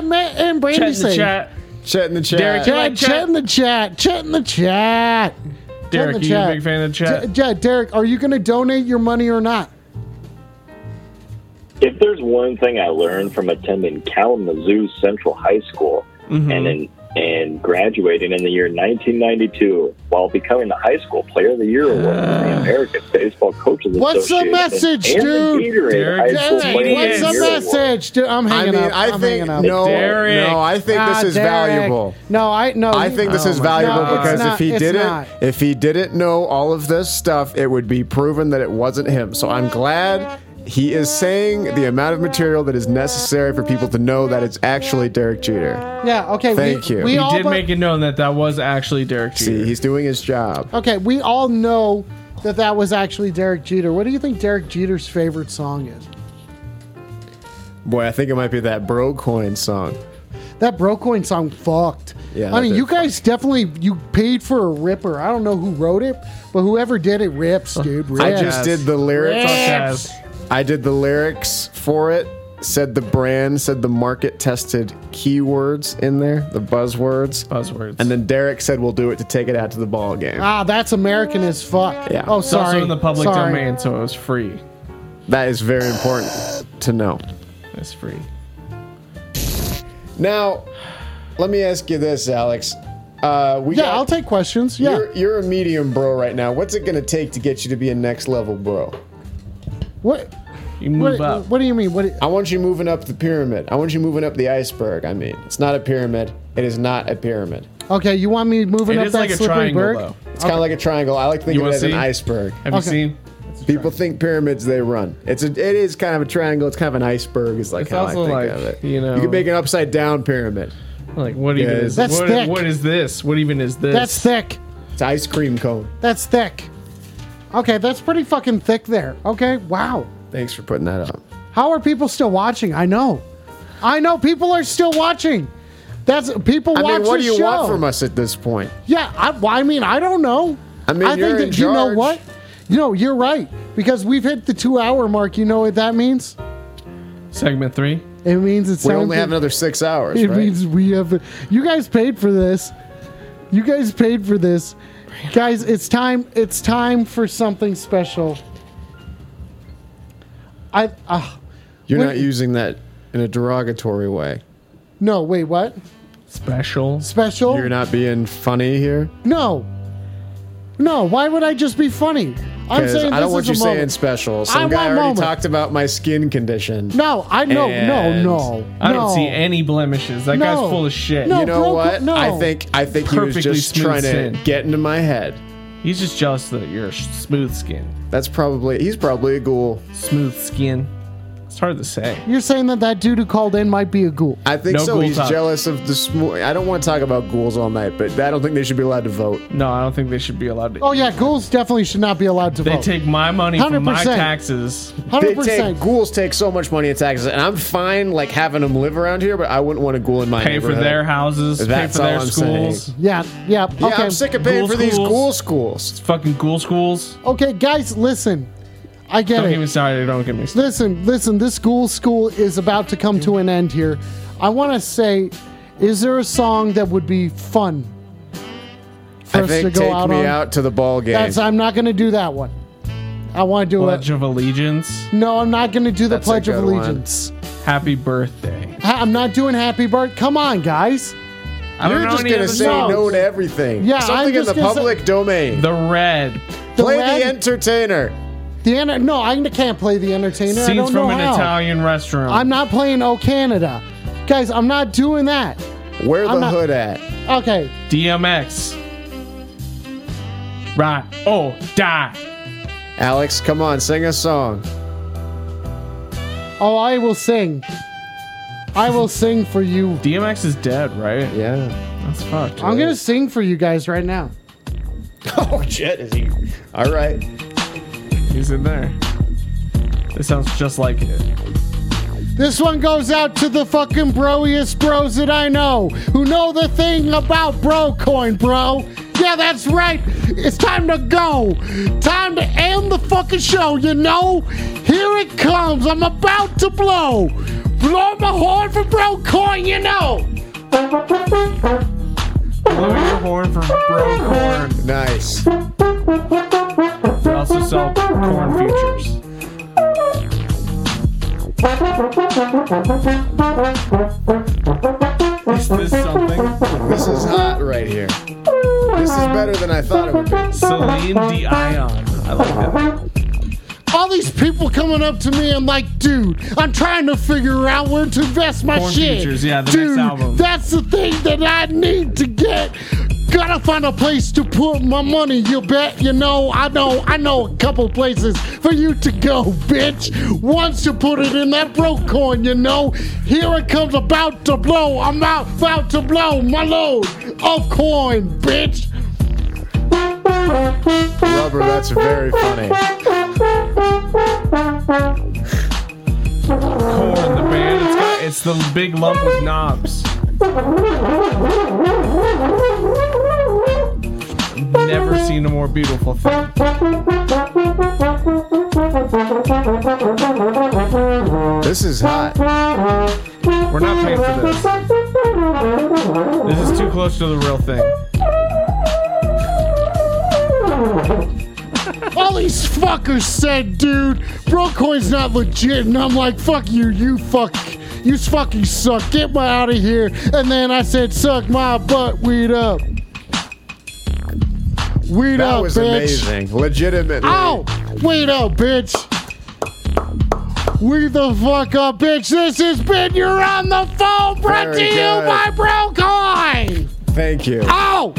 Meff and Brandy Chat in the Safe. chat. Chet in the chat. Derek, Chat, Like chat. chat? in the chat. Chat in the chat. Derek, in the you a chat. big fan of the D- chat? yeah, Derek, are you going to donate your money or not? If there's Mm-hmm. one thing I learned from attending Kalamazoo Central High School and in, and Michigan, graduating in the year 1992 while becoming the High School Player of the Year award from the American Baseball Coaches Ah. What's the Association message, and dude? The Gatorade High School Derek, Player of what's the Year award. message? Dude, I'm hanging I mean, up. I I'm think hanging up. Oh, no, no. I think Ah, this is Derek. valuable. No, I no. I think this Oh is my valuable God. because It's if not- he it's didn't, not. if he didn't know all of this stuff, it would be proven that it wasn't him. So I'm glad he is saying the amount of material that is necessary for people to know that it's actually Derek Jeter. yeah, okay. Thank we, you. We He all did but- make it known that that was actually Derek Jeter. See, he's doing his job. okay. We all know that that was actually Derek Jeter. What do you think Derek Jeter's favorite song is? Boy, I think it might be that bro coin song. That Brocoin song fucked. Yeah, I mean, that you did guys definitely you paid for a ripper. I don't know who wrote it, but whoever did it rips, dude. Rips. I just did the lyrics. Rips. I did the lyrics for it. Said the brand, said the market tested keywords in there, the buzzwords. Buzzwords. And then Derek said we'll do it to take it out to the ball game. Ah, that's American as fuck. Yeah. Oh, It's It's sorry. also in the public Sorry. domain, so it was free. That is very important to know. It's free. Now, let me ask you this, Alex. Uh, we Yeah, got, I'll take questions. Yeah. You're, you're a medium bro right now. What's it going to take to get you to be a next level bro? What? You move What, up. what do you mean? What? I want you moving up the pyramid. I want you moving up the iceberg. I mean, it's not a pyramid. It is not a pyramid. Okay, you want me moving It up is that like a slippery triangle, berg? though. It's kind of like a triangle. I like to think You of it wanna as an see? iceberg. Have Okay. you seen? People think pyramids, they run. It's a, it is kind of a triangle. It's kind of an iceberg. Is like It's how I also think like, of it. you know- you can make an upside down pyramid. Like, what even Yeah, is that's what, thick. what is this? What even is this? That's thick. It's an ice cream cone. That's thick. Okay, that's pretty fucking thick there. Okay, wow. Thanks for putting that up. How are people still watching? I know. I know people are still watching. That's people I watch mean, what do this you show. want from us at this point? Yeah, I, well, I mean, I don't know. I mean, you're in you know charge. what? You know, you're right because we've hit the two-hour mark. You know what that means? Segment three. It means it's We time only to- have another six hours. It right? means we have. You guys paid for this. You guys paid for this. Guys, it's time. It's time for something special. I. Uh, You're Wait. not using that in a derogatory way. no, wait, what? Special. Special? You're not being funny here. no. No, why would I just be funny? I'm Because saying I don't this want is you a saying moment. special. I Some want guy already moment. talked about my skin condition. No, I no no And no. I don't no. see any blemishes. That guy's No. full of shit. No. you know bro, what? no. I think I think he was Perfectly just smooth trying to skin. get into my head. He's just jealous that you're sh- smooth skin. That's probably he's probably a ghoul. Smooth skin. It's hard to say. You're saying that that dude who called in might be a ghoul. I think No so. ghoul He's talk. jealous of the. Sm- I don't want to talk about ghouls all night, but I don't think they should be allowed to vote. No, I don't think they should be allowed to. Oh yeah, ghouls definitely should not be allowed to They vote. take my money from my 100%. taxes. They Hundred take percent. ghouls take so much money in taxes, and I'm fine like having them live around here, but I wouldn't want a ghoul in my Pay for neighborhood. their houses. pay That's for their all I'm schools. saying. Yeah, yeah. Okay. Yeah, I'm sick of paying Ghoul for these schools. ghoul schools. Fucking ghoul schools. Okay, guys, listen. I get Don't it. get me started. Don't get me started. Listen, listen, this school school is about to come to an end here. I want to say, is there a song that would be fun for I think take me out to the ball game. That's, I'm not going to do that one. I want to do Pledge it. of Allegiance. No, I'm not going to do the That's a Pledge of good one. Allegiance. Happy birthday. Ha- I'm not doing Happy Birthday. Come on, guys. I don't You're know just any gonna other say songs. no to everything. Yeah, I'm something in just the gonna say- public domain. The Red. The Play Red- the entertainer. the enter- No, I can't play the entertainer. I Scenes don't know from an how. Italian restaurant. I'm not playing Oh Canada, guys. I'm not doing that. Where I'm the not- hood at? Okay, DMX. Right. Oh, die. Alex, come on, sing a song. Oh, I will sing. I will sing for you. DMX is dead, right? Yeah. That's fucked. I'm gonna sing for you guys right now. Oh shit, is he? All right. He's in there. This sounds just like it. This one goes out to the fucking broiest bros that I know who know the thing about Brocoin, bro. Yeah, that's right. It's time to go. Time to end the fucking show, you know? Here it comes. I'm about to blow. Blow my horn for Brocoin, you know? Blow your horn for bro corn. Nice. They also sell corn futures. Is this something? This is hot right here. This is better than I thought it would be. Celine Dion. I like that. All these people coming up to me, I'm like, dude, I'm trying to figure out where to invest my Porn shit. Futures, yeah, the next dude, album. that's the thing that I need to get. Gotta find a place to put my money. You bet. You know, I know, I know a couple places for you to go, bitch. Once you put it in that broke coin, you know, here it comes about to blow. I'm out, about to blow my load of coin, bitch. Rubber, that's very funny. Corn, the band. It's, got, it's the big lump with knobs. Never seen a more beautiful thing. This is hot. We're not paying for this. This is too close to the real thing. All these fuckers said, dude, Brocoin's not legit. And I'm like, fuck you, you fuck. You fucking suck. Get my out of here. And then I said, suck my butt, weed up. Weed That up, was bitch. amazing. Legitimately. Ow! Weed up, bitch. Weed the fuck up, bitch. This has been You're on the Phone brought Very to you good. by Brocoin. Thank you. Ow!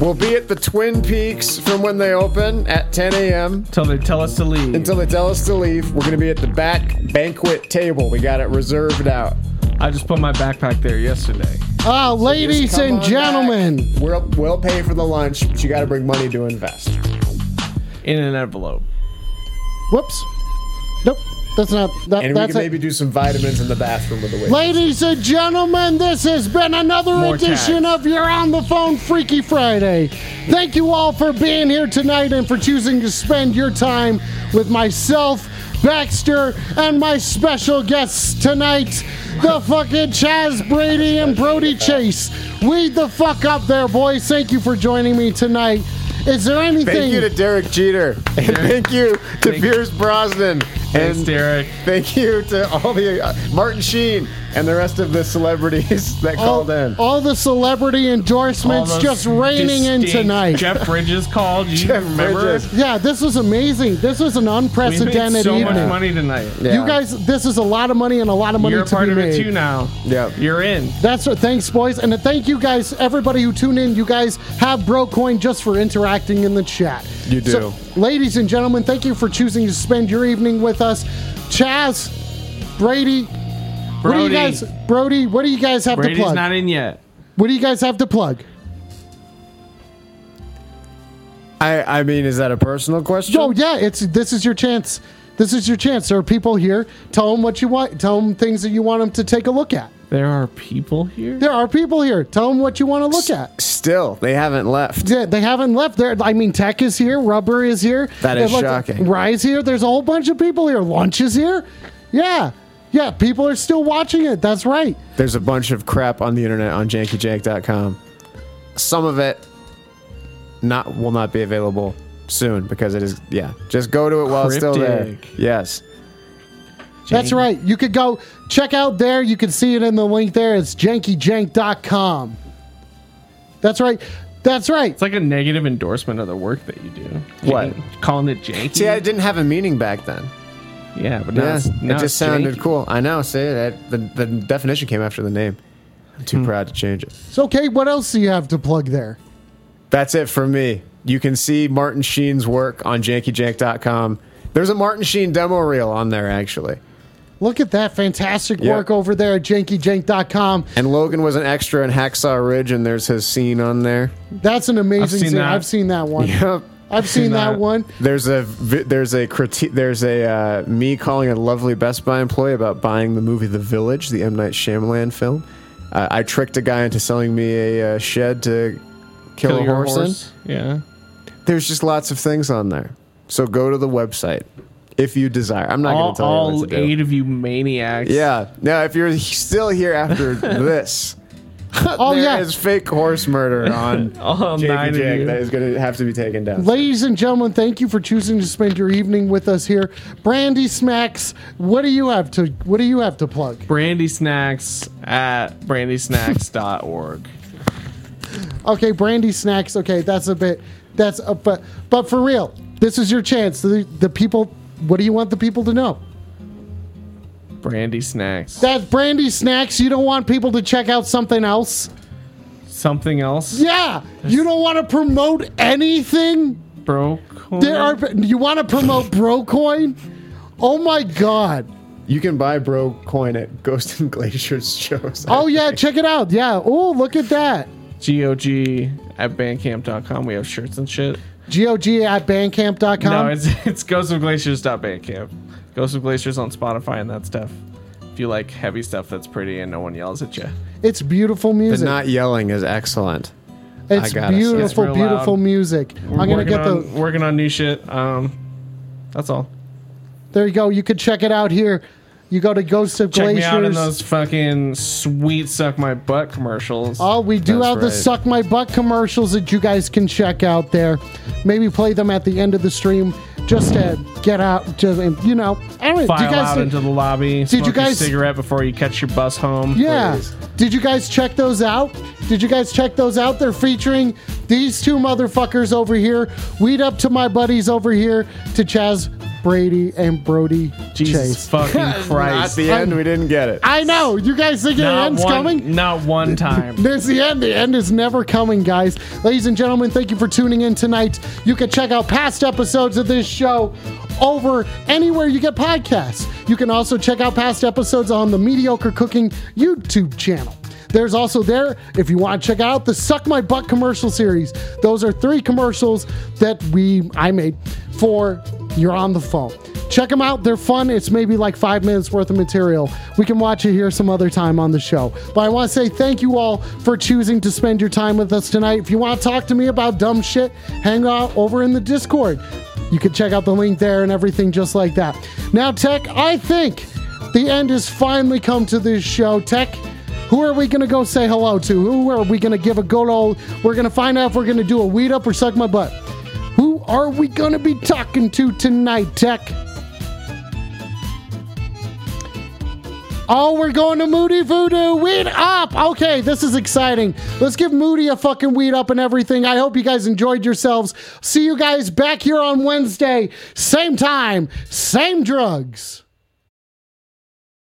We'll be at the Twin Peaks from when they open at 10 a.m. Till they tell us to leave. until they tell us to leave. We're gonna be at the back banquet table. We got it reserved out. I just put my backpack there yesterday. Ah, Just ladies come and on back. gentlemen. We'll we'll pay for the lunch, but you gotta bring money to invest. In an envelope. Whoops. Nope. That's not. That, And we that's can it. maybe do some vitamins in the bathroom with the waitress. Ladies and gentlemen, this has been another More edition tags. of You're on the Phone Freaky Friday. Thank you all for being here tonight and for choosing to spend your time with myself, Baxter, and my special guests tonight, the fucking Chaz Brady and Brody Chase. Weed the fuck up there, boys. Thank you for joining me tonight. Is there anything? Thank you to Derek Jeter. And thank you to Pierce Brosnan. Thanks, and Derek. Thank you to all the uh, Martin Sheen and the rest of the celebrities Oh, that called in. all the celebrity endorsements All those just raining in distinct- tonight. Jeff Bridges called. You Jeff remember? Bridges. Yeah, this was amazing. This was an We made unprecedented so evening. much money tonight. Yeah. You guys, this is a lot of money and a lot of money You're a to part be of made. it too now. Yeah. You're in. That's what. Thanks, boys, and thank you guys, everybody who tuned in. You guys have Brocoin just for interacting in the chat. You do. So, ladies and gentlemen, thank you for choosing to spend your evening with us. Chaz, Brady, what do you Brody. guys, Brody? What do you guys have to Brady's plug? not in yet. what do you guys have to plug? I, I mean, is that a personal question? Oh yeah, it's this is your chance. This is your chance. There are people here. Tell them what you want. Tell them things that you want them to take a look at. There are people here. There are people here. Tell them what you want to look at. Still, they haven't left. Yeah, they haven't left. There, I mean, Tech is here. Rubber is here. That is There's shocking. Rise here. There's a whole bunch of people here. Lunch is here. Yeah, yeah. People are still watching it. That's right. There's a bunch of crap on the internet on jankyjank.com. Some of it not will not be available soon because it is yeah. Just go to it while it's still there. Cryptic. Yes. That's right. You could go check out there. You can see it in the link there. It's jankyjank.com. That's right. That's right. It's like a negative endorsement of the work that you do. What? Jank- Calling it janky. See, I didn't have a meaning back then. yeah, but now Yeah, it's, now it it's just sounded janky. cool. I know. See, that, the the definition came after the name. I'm Hmm. too proud to change it. It's okay. What else do you have to plug there? That's it for me. You can see Martin Sheen's work on jankyjank.com. There's a Martin Sheen demo reel on there actually. Look at that fantastic Yeah. work over there at jankyjank.com. And Logan was an extra in Hacksaw Ridge, and there's his scene on there. That's an amazing seen scene. that. I've seen that one. Yep. I've seen, seen that, that. one. There's a vi- there's a critique there's a uh, me calling a lovely Best Buy employee about buying the movie The Village, the M Night Shyamalan film. Uh, I tricked a guy into selling me a uh, shed to kill, Kill a your horse. horse. Yeah. In. There's just lots of things on there. So go to the website if you desire. I'm not going All, to tell you all what to do. eight of you maniacs. Yeah. Now, if you're still here after this, Oh, There yeah. is fake horse murder on All Jake nine and of Jack you. that is going to have to be taken down. Ladies and gentlemen, thank you for choosing to spend your evening with us here. Brandy Smacks, what do you have to what do you have to plug? Brandy Snacks at brandysnacks.org. Okay, Brandy Snacks. Okay, that's a bit that's a but but for real, this is your chance. The, the people what do you want the people to know? Brandy Snacks. That Brandy Snacks, you don't want people to check out something else? Something else? Yeah. You don't want to promote anything? Bro. There are you want to promote Brocoin? Oh my god. You can buy bro coin at Ghost and Glacier's shows. Oh yeah, check it out. Yeah. Oh, look at that. GOG at bandcamp.com. We have shirts and shit. GOG at bandcamp.com. No, it's it's Ghost of Glaciers.bandcamp. Ghost of Glaciers on Spotify and that stuff. If you like heavy stuff that's pretty and no one yells at you. It's beautiful The music. not yelling is excellent. it's I gotta say. beautiful, It's real beautiful loud. music. We're I'm gonna working get the. on, working on new shit. Um, that's all. There you go. You can check it out here. You go to Ghost of Check Glaciers. me out in those fucking sweet suck my butt commercials. Oh, we do That's have the right. suck my butt commercials that you guys can check out there. Maybe play them at the end of the stream just to get out. To and, you know, I don't know. File Do you guys out see- into the lobby. Did you smoke guys- a cigarette before you catch your bus home? Yeah. Did you guys check those out? Did you guys check those out? They're featuring these two motherfuckers over here. Weed up to my buddies over here to Chaz Brady and Brody Jesus Chase. fucking At Christ. the end, we didn't get it. I know. You guys think the Not end's one, coming? not one time. There's the end. The end is never coming, guys. Ladies and gentlemen, thank you for tuning in tonight. You can check out past episodes of this show over anywhere you get podcasts. You can also check out past episodes on the Mediocre Cooking YouTube channel. There's also there, if you want to check out the Suck My Butt commercial series. Those are three commercials that we I made for You're on the Phone. Check them out. They're fun. It's maybe like five minutes worth of material. We can watch it here some other time on the show. But I want to say thank you all for choosing to spend your time with us tonight. If you want to talk to me about dumb shit, hang out over in the Discord. You can check out the link there and everything just like that. Now, Tech, I think the end has finally come to this show. Tech, who are we gonna go say hello to? Who are we gonna give a good old? We're gonna find out if we're gonna do a weed up or suck my butt. Who are we gonna be talking to tonight, Tech? Oh, we're going to Moody Voodoo. Weed up. Okay, this is exciting. Let's give Moody a fucking weed up and everything. I hope you guys enjoyed yourselves. See you guys back here on Wednesday. Same time, same drugs.